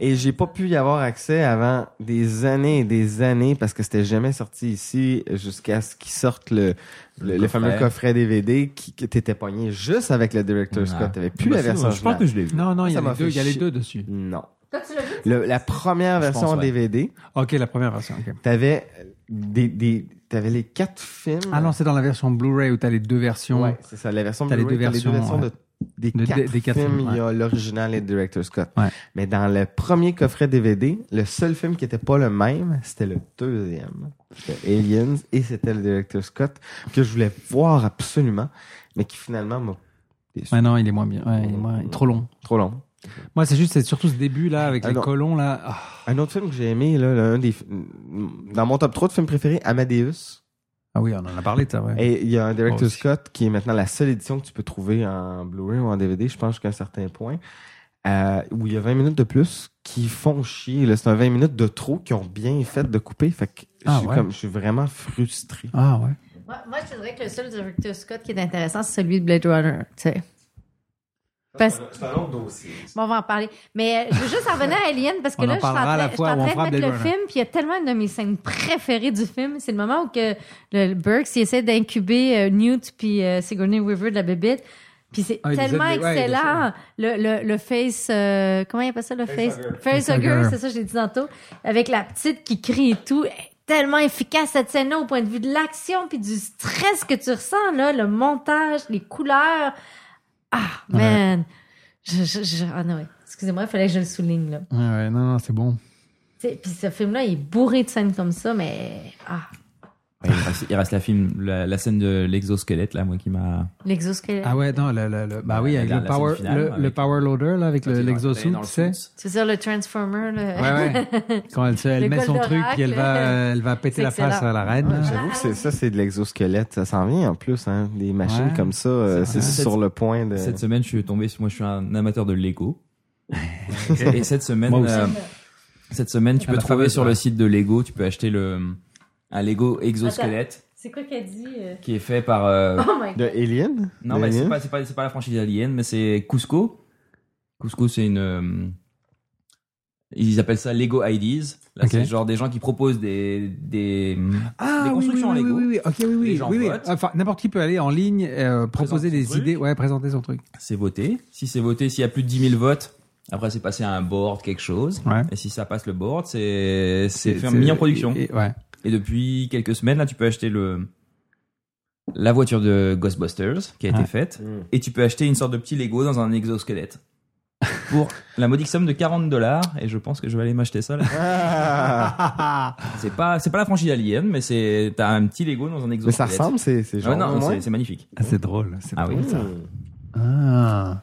[SPEAKER 11] Et j'ai pas pu y avoir accès avant des années et des années parce que c'était jamais sorti ici jusqu'à ce qu'ils sortent le, le, le fameux coffret DVD qui, qui t'était pogné juste avec le director
[SPEAKER 9] Ouais.
[SPEAKER 11] Scott. T'avais plus
[SPEAKER 9] Bah,
[SPEAKER 11] la
[SPEAKER 9] si,
[SPEAKER 11] version.
[SPEAKER 9] je pense que je l'ai vu. Non, non, il y
[SPEAKER 11] Ça
[SPEAKER 9] a les
[SPEAKER 11] m'a
[SPEAKER 9] deux-
[SPEAKER 11] fait
[SPEAKER 9] il y a les
[SPEAKER 11] chier.
[SPEAKER 9] deux dessus.
[SPEAKER 11] Non.
[SPEAKER 12] Toi, tu l'as vu?
[SPEAKER 11] Le- la première
[SPEAKER 9] Je
[SPEAKER 11] version
[SPEAKER 9] pense,
[SPEAKER 11] en
[SPEAKER 9] ouais.
[SPEAKER 11] DVD.
[SPEAKER 9] Ok, la première version. ok.
[SPEAKER 12] Hmm.
[SPEAKER 11] T'avais des, des t'avais les quatre films.
[SPEAKER 9] Ah non, c'est dans la version Blu-ray où t'as les deux versions.
[SPEAKER 11] Ouais, c'est ça, la version
[SPEAKER 9] T'as les deux
[SPEAKER 11] Blu-ray, t'as
[SPEAKER 9] versions.
[SPEAKER 11] de-
[SPEAKER 9] ouais.
[SPEAKER 11] des,
[SPEAKER 9] De-
[SPEAKER 11] quatre
[SPEAKER 9] des- des quatre
[SPEAKER 11] films,
[SPEAKER 9] films,
[SPEAKER 11] il y a l'original et le director Scott. Mais dans le premier coffret DVD, le seul film qui n'était pas le même, c'était le deuxième. C'était Aliens et c'était le director Scott que je voulais voir absolument, mais qui finalement m'a déçu.
[SPEAKER 9] Ouais, non, il est moins bien. Ouais, il est moins- Trop long.
[SPEAKER 11] Trop long.
[SPEAKER 9] Moi, c'est juste, c'est surtout ce début là avec
[SPEAKER 11] Ah
[SPEAKER 9] les
[SPEAKER 11] non.
[SPEAKER 9] colons là. Ah,
[SPEAKER 11] Un autre film que j'ai aimé, là, là, un des, dans mon top 3 de films préférés, Amadeus.
[SPEAKER 9] Ah oui, on en a parlé de ça, ouais.
[SPEAKER 11] Et il y a un
[SPEAKER 9] Moi
[SPEAKER 11] Director
[SPEAKER 9] aussi.
[SPEAKER 11] Scott qui est maintenant la seule édition que tu peux trouver en Blu-ray ou en DVD, je pense, jusqu'à un certain point, euh, où il y a 20 minutes de plus qui font chier. là. C'est un 20 minutes de trop qui ont bien fait de couper. Fait que
[SPEAKER 9] Ah
[SPEAKER 11] je, suis
[SPEAKER 9] ouais.
[SPEAKER 11] comme, je suis vraiment frustré.
[SPEAKER 9] Ah ouais.
[SPEAKER 12] Moi, moi, je te dirais que le seul Director Scott qui est intéressant, c'est celui de Blade Runner. Tu sais. Parce-
[SPEAKER 11] Euh, un long dossier.
[SPEAKER 12] Bon, on va en parler. Mais euh, je veux juste en revenir à Alien parce que
[SPEAKER 9] On en
[SPEAKER 12] là, je suis en
[SPEAKER 9] parlera à la
[SPEAKER 12] train, je suis
[SPEAKER 9] fois
[SPEAKER 12] en
[SPEAKER 9] où on
[SPEAKER 12] train de
[SPEAKER 9] fera
[SPEAKER 12] mettre le
[SPEAKER 9] Blade Runner.
[SPEAKER 12] film, puis il y a tellement une de mes scènes préférées du film. C'est le moment où que le, le Burks il essaie d'incuber euh, Newt puis euh, Sigourney Weaver de la bébite. Puis c'est
[SPEAKER 17] Ah, il les
[SPEAKER 12] tellement
[SPEAKER 17] aide, ouais, il les
[SPEAKER 12] excellent. Le, le, le face. euh, comment il appelle ça, le face?
[SPEAKER 17] Facehugger.
[SPEAKER 12] Facehugger,
[SPEAKER 17] Facehugger.
[SPEAKER 12] c'est ça, je l'ai dit tantôt. Avec la petite qui crie et tout. Tellement efficace cette scène-là au point de vue de l'action puis du stress que tu ressens, là, le montage, les couleurs. Ah, man. Je, je- je- ah non, ouais. Excusez-moi, il fallait que je le souligne, là.
[SPEAKER 9] Ouais, ouais, non, non, c'est bon.
[SPEAKER 12] Tu sais, Puis ce film-là, il est bourré de scènes comme ça, mais... Ah,
[SPEAKER 10] Ouais, il, reste, il reste la film, la, la scène de l'exosquelette là, moi qui m'a.
[SPEAKER 12] l'exosquelette.
[SPEAKER 9] Ah ouais, non, le, le- le- bah oui, avec
[SPEAKER 10] La-
[SPEAKER 9] le
[SPEAKER 10] la
[SPEAKER 9] power,
[SPEAKER 10] scène finale,
[SPEAKER 9] le,
[SPEAKER 10] avec-
[SPEAKER 9] le power loader là, avec le- l'exosuit,
[SPEAKER 10] dans
[SPEAKER 9] tu
[SPEAKER 10] le
[SPEAKER 9] sais.
[SPEAKER 12] Tu veux dire le Transformer, le...
[SPEAKER 9] Ouais, ouais. Quand elle, se- elle
[SPEAKER 12] Le
[SPEAKER 9] met son
[SPEAKER 12] Goldorak,
[SPEAKER 9] truc puis elle va,
[SPEAKER 12] le-
[SPEAKER 9] euh, elle va péter
[SPEAKER 12] C'est
[SPEAKER 9] la face
[SPEAKER 12] excellent.
[SPEAKER 9] à la reine. là.
[SPEAKER 11] J'avoue que c'est- ça, c'est de l'exosquelette. Ça s'en vient en plus, hein. Des machines
[SPEAKER 10] Ouais.
[SPEAKER 11] comme ça, euh, c'est
[SPEAKER 10] Cette-
[SPEAKER 11] sur le point
[SPEAKER 9] Euh.
[SPEAKER 11] de.
[SPEAKER 10] Cette semaine, je suis tombé. sur- Moi, je suis un amateur de Lego. et cette semaine,
[SPEAKER 11] Moi aussi.
[SPEAKER 10] euh, cette semaine, tu
[SPEAKER 9] Ah,
[SPEAKER 10] peux
[SPEAKER 9] la
[SPEAKER 10] trouver
[SPEAKER 9] fameuse,
[SPEAKER 10] sur
[SPEAKER 9] ouais.
[SPEAKER 10] le site de Lego, tu peux acheter le un Lego exosquelette
[SPEAKER 12] Attends, C'est quoi qu'elle dit? euh?
[SPEAKER 10] qui est fait par. euh,
[SPEAKER 12] Oh my God.
[SPEAKER 11] De Alien?
[SPEAKER 10] Non,
[SPEAKER 11] De
[SPEAKER 10] mais c'est
[SPEAKER 11] Alien?
[SPEAKER 10] pas, c'est pas, c'est pas la franchise Alien, mais c'est Cusco. Cusco, c'est une. euh, ils appellent ça Lego IDs. Là,
[SPEAKER 9] Ok.
[SPEAKER 10] c'est genre des gens qui proposent des. des
[SPEAKER 9] Ah
[SPEAKER 10] des
[SPEAKER 9] oui, oui,
[SPEAKER 10] constructions
[SPEAKER 9] oui, oui,
[SPEAKER 10] Lego.
[SPEAKER 9] oui, oui, ok, oui, oui,
[SPEAKER 10] gens
[SPEAKER 9] oui, oui.
[SPEAKER 10] votent.
[SPEAKER 9] Enfin, n'importe qui peut aller en ligne, euh, proposer des idées, ouais, présenter son truc.
[SPEAKER 10] C'est voté. Si c'est voté, s'il y a plus de 10 000 votes, après, c'est passé à un board, quelque chose.
[SPEAKER 9] Ouais.
[SPEAKER 10] Et si ça passe le board, c'est c'est
[SPEAKER 9] C'est-
[SPEAKER 10] fait-
[SPEAKER 9] c'est-
[SPEAKER 10] mis en production.
[SPEAKER 9] et- et- ouais.
[SPEAKER 10] Et depuis quelques semaines, là, tu peux acheter le. La voiture de Ghostbusters qui a
[SPEAKER 9] Ouais.
[SPEAKER 10] été faite, et tu peux acheter une sorte de petit Lego dans un exosquelette. pour la modique somme de 40 dollars et je pense que je vais aller m'acheter ça là. c'est pas c'est pas la franchise Alien mais c'est t'as un petit Lego dans un exosquelette.
[SPEAKER 11] Mais ça ressemble, c'est- c'est genre,
[SPEAKER 10] Ah non,
[SPEAKER 11] au moins.
[SPEAKER 10] c'est, c'est magnifique.
[SPEAKER 9] Ah, c'est drôle, c'est
[SPEAKER 10] Ah oui.
[SPEAKER 9] drôle, ça. Ah.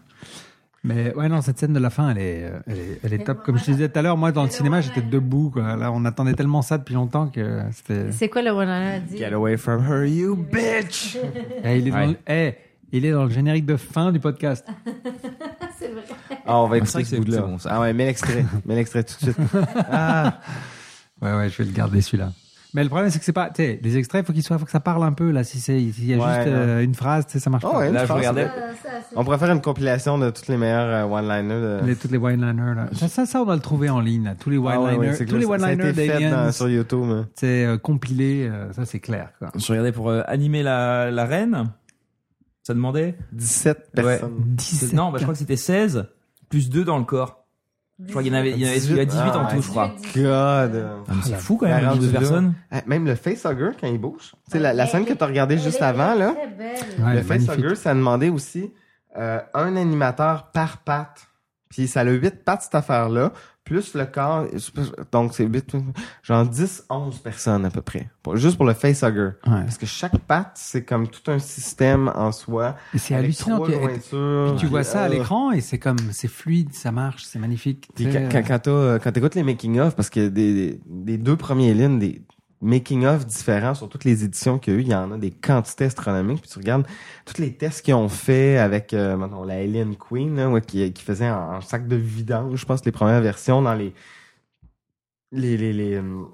[SPEAKER 9] Mais ouais, non, cette scène de la fin, elle est, euh, elle est, elle est top. Comme je te disais tout à l'heure, moi, dans le cinéma, j'étais debout. quoi. Là, on attendait tellement ça depuis longtemps que c'était.
[SPEAKER 12] C'est quoi le one a dit?
[SPEAKER 11] Get away from her, you bitch!
[SPEAKER 9] Eh, il, est dans le... eh, il est dans le générique de fin du podcast.
[SPEAKER 12] c'est vrai.
[SPEAKER 11] Ah, on va
[SPEAKER 10] C'est vrai
[SPEAKER 11] écouter
[SPEAKER 10] que
[SPEAKER 11] ce
[SPEAKER 10] c'est-
[SPEAKER 11] bout-là.
[SPEAKER 10] c'est bon,
[SPEAKER 11] ah ouais, mets l'extrait. mets l'extrait tout de suite. Ah.
[SPEAKER 9] Ouais, ouais, je vais le garder celui-là. Mais le problème, c'est que c'est pas. Tu sais, les extraits, il faut qu'ils soient, faut que ça parle un peu. Là, si c'est, s'il y a
[SPEAKER 11] Ouais,
[SPEAKER 9] juste euh, une phrase, tu sais, ça marche
[SPEAKER 11] Oh,
[SPEAKER 9] pas.
[SPEAKER 11] ouais, une phrase.
[SPEAKER 12] Ah, c'est-
[SPEAKER 11] On pourrait faire une compilation de toutes les meilleurs euh, one-liners. De...
[SPEAKER 9] Les- toutes les one-liners, là. Ça, ça, ça, on va le trouver en ligne, là. Tous les
[SPEAKER 11] Ah ouais,
[SPEAKER 9] one-liners,
[SPEAKER 11] ouais, c'est
[SPEAKER 9] tous les
[SPEAKER 11] clair, ça- ça a été
[SPEAKER 9] one-liners
[SPEAKER 11] fait dans-
[SPEAKER 9] d'Aliens.
[SPEAKER 11] sur YouTube. hein.
[SPEAKER 9] C'est euh, compilé, euh, ça, c'est clair, quoi.
[SPEAKER 10] Je regardais pour euh, animer la, la reine. Ça demandait
[SPEAKER 11] 17 personnes.
[SPEAKER 10] 17 non, bah, je crois que c'était 16 plus 2 dans le corps. Je crois qu'il y en avait, il y en avait il y a 18 en tout, je crois.
[SPEAKER 11] God.
[SPEAKER 9] Ah
[SPEAKER 10] mais c'est fou, quand même,
[SPEAKER 11] La
[SPEAKER 10] le nombre de
[SPEAKER 11] rendu là.
[SPEAKER 10] personnes.
[SPEAKER 11] Eh, Même le facehugger, quand il bouge. Tu sais, la, la scène que tu as regardée juste avant, là.
[SPEAKER 12] Très belle.
[SPEAKER 11] le facehugger, ça demandait aussi euh, un animateur par patte. Puis ça a huit pattes, cette affaire-là, plus le corps. Donc, c'est huit, genre 10, 11 personnes à peu près. Pour- juste pour le facehugger. Parce que chaque patte, c'est comme tout un système en soi.
[SPEAKER 9] Et c'est
[SPEAKER 11] avec
[SPEAKER 9] hallucinant.
[SPEAKER 11] trois
[SPEAKER 9] Puis,
[SPEAKER 11] jointures,
[SPEAKER 9] puis tu vois
[SPEAKER 11] puis,
[SPEAKER 9] ça à
[SPEAKER 11] euh,
[SPEAKER 9] l'écran et c'est comme, c'est fluide, ça marche, c'est magnifique.
[SPEAKER 11] Puis
[SPEAKER 9] Tu sais, euh,
[SPEAKER 11] quand, quand, quand t'as- euh, quand t'écoutes les making-of, parce que des, des- des deux premières lignes, des making-of différents sur toutes les éditions qu'il y a eu, il y en a des quantités astronomiques. Puis tu regardes tous les tests qu'ils ont fait avec, euh, mettons, la Alien Queen, là, ouais, qui, qui faisait en, en sac de vidange, je pense, les premières versions dans les... les, les, les, hum,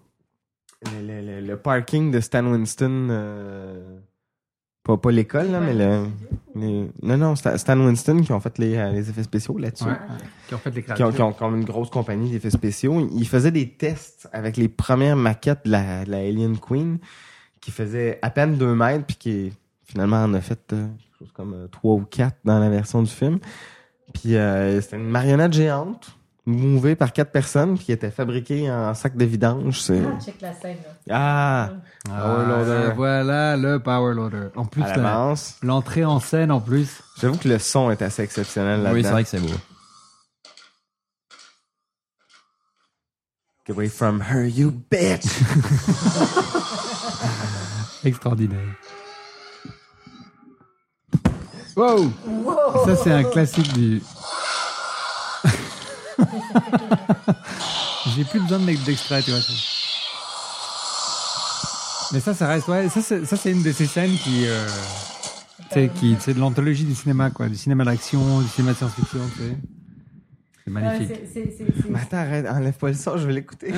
[SPEAKER 11] le, le- le- le parking de Stan Winston... euh, pas, pas l'école, là, mais le... les- non, non, Stan Stan Winston qui ont fait les, euh, les effets spéciaux là-dessus
[SPEAKER 9] Ouais. Qui ont fait les
[SPEAKER 11] qui ont, qui ont comme une grosse compagnie d'effets spéciaux. Ils faisaient des tests avec les premières maquettes de la, de la Alien Queen qui faisaient à peine 2 mètres puis qui finalement en a fait euh, quelque chose comme euh, trois ou quatre dans la version du film. Puis euh, c'était une marionnette géante mouvée par quatre personnes puis qui était fabriquée en sac de vidange. C'est...
[SPEAKER 12] Ah, check la scène, là.
[SPEAKER 11] Ah!
[SPEAKER 9] Ah, voilà le power loader. En plus,
[SPEAKER 11] À
[SPEAKER 9] la-
[SPEAKER 11] l'avance.
[SPEAKER 9] l'entrée en scène en plus.
[SPEAKER 11] J'avoue que le son est assez exceptionnel là-dedans.
[SPEAKER 10] Oui, c'est vrai que c'est beau.
[SPEAKER 11] Get away from her, you bitch!
[SPEAKER 9] Extraordinaire. Wow!
[SPEAKER 12] Wow!
[SPEAKER 9] Ça, c'est un classique du. J'ai plus besoin de mec d'extrait, tu vois. c'est- Mais ça, ça reste. Ouais, ça, c'est ça, c'est une de ces scènes qui. euh, tu sais, qui- C'est de l'anthologie du cinéma, quoi. Du cinéma d'action, du cinéma de science-fiction, tu sais. C'est magnifique.
[SPEAKER 12] Ouais, c'est- c'est- c'est- c'est-
[SPEAKER 11] Mais attends, arrête, enlève pas le son, je vais l'écouter.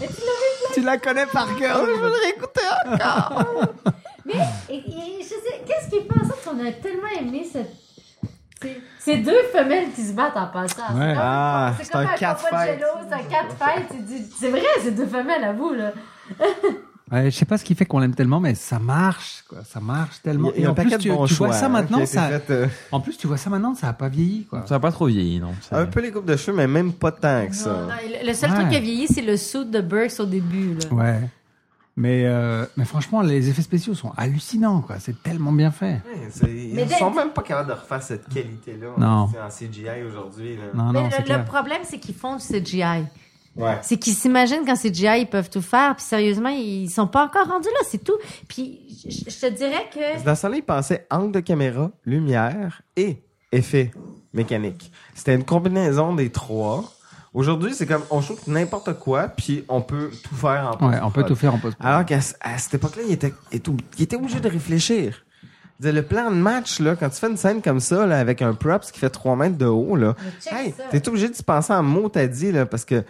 [SPEAKER 12] Mais tu l'as
[SPEAKER 11] tu la connais par cœur,
[SPEAKER 12] Oh,
[SPEAKER 11] je vais le réécouter encore!
[SPEAKER 12] vu, là. Mais, et- et je sais, qu'est-ce qui fait en sorte qu'on a tellement aimé cette. c'est- C'est deux femelles qui se battent en passant. C'est
[SPEAKER 11] Ouais.
[SPEAKER 12] comme-
[SPEAKER 11] Ah, c'est
[SPEAKER 12] comme
[SPEAKER 11] un
[SPEAKER 12] un
[SPEAKER 11] cat fight.
[SPEAKER 12] Papagello, C'est un cat fight. tu dis- C'est vrai, c'est deux femelles à vous, là.
[SPEAKER 9] Ouais, je sais pas ce qui fait qu'on l'aime tellement, mais ça marche, quoi. Ça marche tellement.
[SPEAKER 11] Il y a- il y a
[SPEAKER 9] Et
[SPEAKER 11] un
[SPEAKER 9] en plus,
[SPEAKER 11] paquet de
[SPEAKER 9] tu,
[SPEAKER 11] bons
[SPEAKER 9] tu vois
[SPEAKER 11] choix,
[SPEAKER 9] ça
[SPEAKER 11] hein,
[SPEAKER 9] maintenant,
[SPEAKER 11] qui a été
[SPEAKER 9] ça.
[SPEAKER 11] fait, euh,
[SPEAKER 9] En plus, tu vois ça maintenant, ça a pas vieilli, quoi.
[SPEAKER 10] Ça n'a pas trop vieilli, non. Ça-
[SPEAKER 11] Un peu les coupes de cheveux, mais même pas tant que ça.
[SPEAKER 12] Non, Le le seul
[SPEAKER 9] Ouais.
[SPEAKER 12] truc qui a vieilli, c'est le suit de Burks au début. Là.
[SPEAKER 9] Ouais. Mais, euh, mais franchement, les effets spéciaux sont hallucinants, quoi. C'est tellement bien fait.
[SPEAKER 11] Ouais, c'est- Ils
[SPEAKER 12] dès-
[SPEAKER 11] sont même pas capables de refaire cette qualité-là en-
[SPEAKER 9] Non.
[SPEAKER 11] en CGI aujourd'hui. là.
[SPEAKER 9] Ah Non, non,
[SPEAKER 12] Mais
[SPEAKER 9] c'est
[SPEAKER 12] le, le
[SPEAKER 9] clair.
[SPEAKER 12] problème, c'est qu'ils font du CGI.
[SPEAKER 11] Ouais.
[SPEAKER 12] C'est qu'ils s'imaginent qu'en CGI, ils peuvent tout faire. Puis sérieusement, ils sont pas encore rendus là, c'est tout. Puis je je te dirais que.
[SPEAKER 11] Dans ce temps-là, ils pensaient angle de caméra, lumière et effet mécanique. C'était une combinaison des trois. Aujourd'hui, c'est comme on shoot n'importe quoi, puis on peut tout faire en Ah,
[SPEAKER 9] Ouais, on peut tout faire en post
[SPEAKER 11] Alors qu'à ce- à cette époque-là, il était, il était- il était obligé de réfléchir. Je veux dire, Le plan de match, là, quand tu fais une scène comme ça, là, avec un props qui fait 3 mètres de haut, là,
[SPEAKER 12] check
[SPEAKER 11] hey,
[SPEAKER 12] ça.
[SPEAKER 11] t'es obligé de penser en mots t'as dit, là, parce que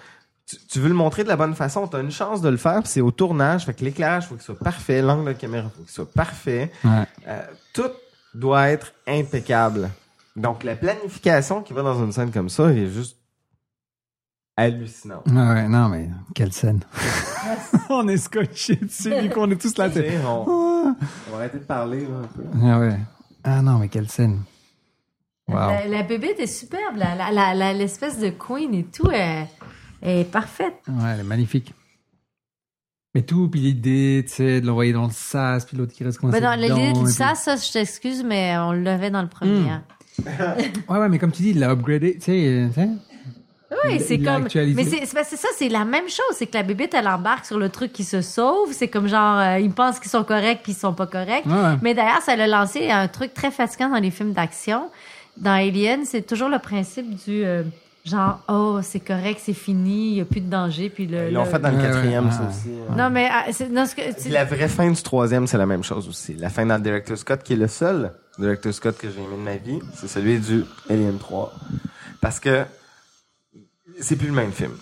[SPEAKER 11] tu, tu veux le montrer de la bonne façon, t'as une chance de le faire, puis c'est au tournage, fait que l'éclairage, faut qu'il soit parfait, l'angle de caméra, faut qu'il soit parfait.
[SPEAKER 9] Ouais.
[SPEAKER 11] Euh, tout doit être impeccable. Donc, la planification qui va dans une scène comme ça, elle est juste hallucinante.
[SPEAKER 9] Ouais, ouais, non, mais quelle scène. on est scotché dessus, vu qu'on est tous là.
[SPEAKER 11] Tu sais, On, on va arrêter de parler là, un peu.
[SPEAKER 9] Ah ouais. Ah non, mais quelle scène. Wow.
[SPEAKER 12] La, la bébête est superbe, la- la- la- la- l'espèce de queen et tout elle- elle est parfaite.
[SPEAKER 11] Ah,
[SPEAKER 9] Ouais, elle est magnifique. Mais tout, puis l'idée, tu sais, de l'envoyer dans le sas, puis l'autre qui reste coincé.
[SPEAKER 12] Ben non,
[SPEAKER 9] dedans,
[SPEAKER 12] l'idée
[SPEAKER 9] et
[SPEAKER 12] du
[SPEAKER 11] hein,
[SPEAKER 9] puis-
[SPEAKER 12] ça, ça, je t'excuse, mais on l'avait dans le premier.
[SPEAKER 9] Hmm.
[SPEAKER 12] hein.
[SPEAKER 9] Ouais, ouais, mais comme tu dis, il l'a upgradé, tu sais, euh, tu sais.
[SPEAKER 12] Oui,
[SPEAKER 9] Il-
[SPEAKER 12] Ah c'est
[SPEAKER 9] il l'a
[SPEAKER 12] comme.
[SPEAKER 9] actualisé.
[SPEAKER 12] Mais c'est c'est parce que ça, c'est la même chose. C'est que la bébête, elle embarque sur le truc qui se sauve. C'est comme genre, euh, ils pensent qu'ils sont corrects puis ils sont pas corrects.
[SPEAKER 9] Ouais, ouais.
[SPEAKER 12] Mais d'ailleurs, ça l'a lancé un truc très fatigant dans les films d'action. Dans Alien, c'est toujours le principe du euh, genre, oh, c'est correct, c'est fini, il n'y a plus de danger. Puis le,
[SPEAKER 11] Ils l'ont
[SPEAKER 12] le-
[SPEAKER 11] fait dans le
[SPEAKER 9] Ouais, ouais,
[SPEAKER 11] quatrième,
[SPEAKER 9] ouais.
[SPEAKER 11] ça aussi. hein.
[SPEAKER 12] Euh, Non, mais ah, c'est- non, ce que,
[SPEAKER 11] Puis
[SPEAKER 12] tu-
[SPEAKER 11] La vraie fin du troisième, c'est la même chose aussi. La fin dans Director Scott, qui est le seul Director Scott que j'ai aimé de ma vie, c'est celui du Alien 3. Parce que c'est plus le même film.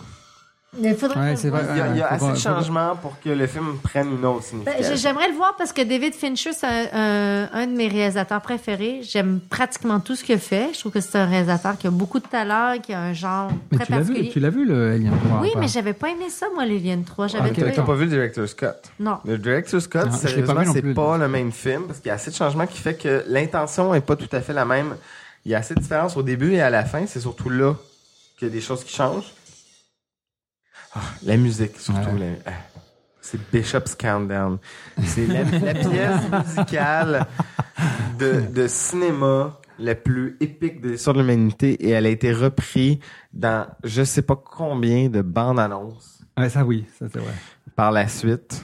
[SPEAKER 12] il faudrait
[SPEAKER 9] Ouais,
[SPEAKER 12] le
[SPEAKER 9] c'est
[SPEAKER 12] voir.
[SPEAKER 9] vrai.
[SPEAKER 11] Il y a, il y a
[SPEAKER 9] Ouais, faut
[SPEAKER 11] assez de
[SPEAKER 9] pas- faut pas-
[SPEAKER 11] changements pour que le film prenne une autre
[SPEAKER 12] Ben,
[SPEAKER 11] signification.
[SPEAKER 12] j'ai- J'aimerais le voir parce que David Fincher, c'est un, un- un de mes réalisateurs préférés. J'aime pratiquement tout ce qu'il fait. Je trouve que c'est un réalisateur qui a beaucoup de talent, qui a un genre
[SPEAKER 9] Mais
[SPEAKER 12] très
[SPEAKER 9] tu l'as vu,
[SPEAKER 12] particulier.
[SPEAKER 9] tu l'as vu, le Alien 3.
[SPEAKER 12] oui,
[SPEAKER 9] ou pas
[SPEAKER 12] mais j'avais pas aimé ça, moi, l'Alien 3.
[SPEAKER 11] Ah,
[SPEAKER 12] J'avais
[SPEAKER 11] t'as-
[SPEAKER 12] trouvé...
[SPEAKER 11] T'as pas vu le Director Scott?
[SPEAKER 12] Non.
[SPEAKER 11] Le Director Scott,
[SPEAKER 9] Non, je l'ai pas
[SPEAKER 11] sérieusement,
[SPEAKER 9] vu non
[SPEAKER 11] c'est
[SPEAKER 9] plus.
[SPEAKER 11] pas le même film parce qu'il y a assez de changements qui fait que l'intention est pas tout à fait la même. Il y a assez de différences au début et à la fin. C'est surtout là qu'il y a des choses qui changent. Ah, la musique, surtout. la- ah, C'est Bishop's Countdown. C'est la, la pièce musicale de, de cinéma la plus épique de l'histoire de l'humanité et elle a été reprise dans je sais pas combien de bandes annonces.
[SPEAKER 9] Ouais, ça oui, ça c'est vrai.
[SPEAKER 11] Par la suite.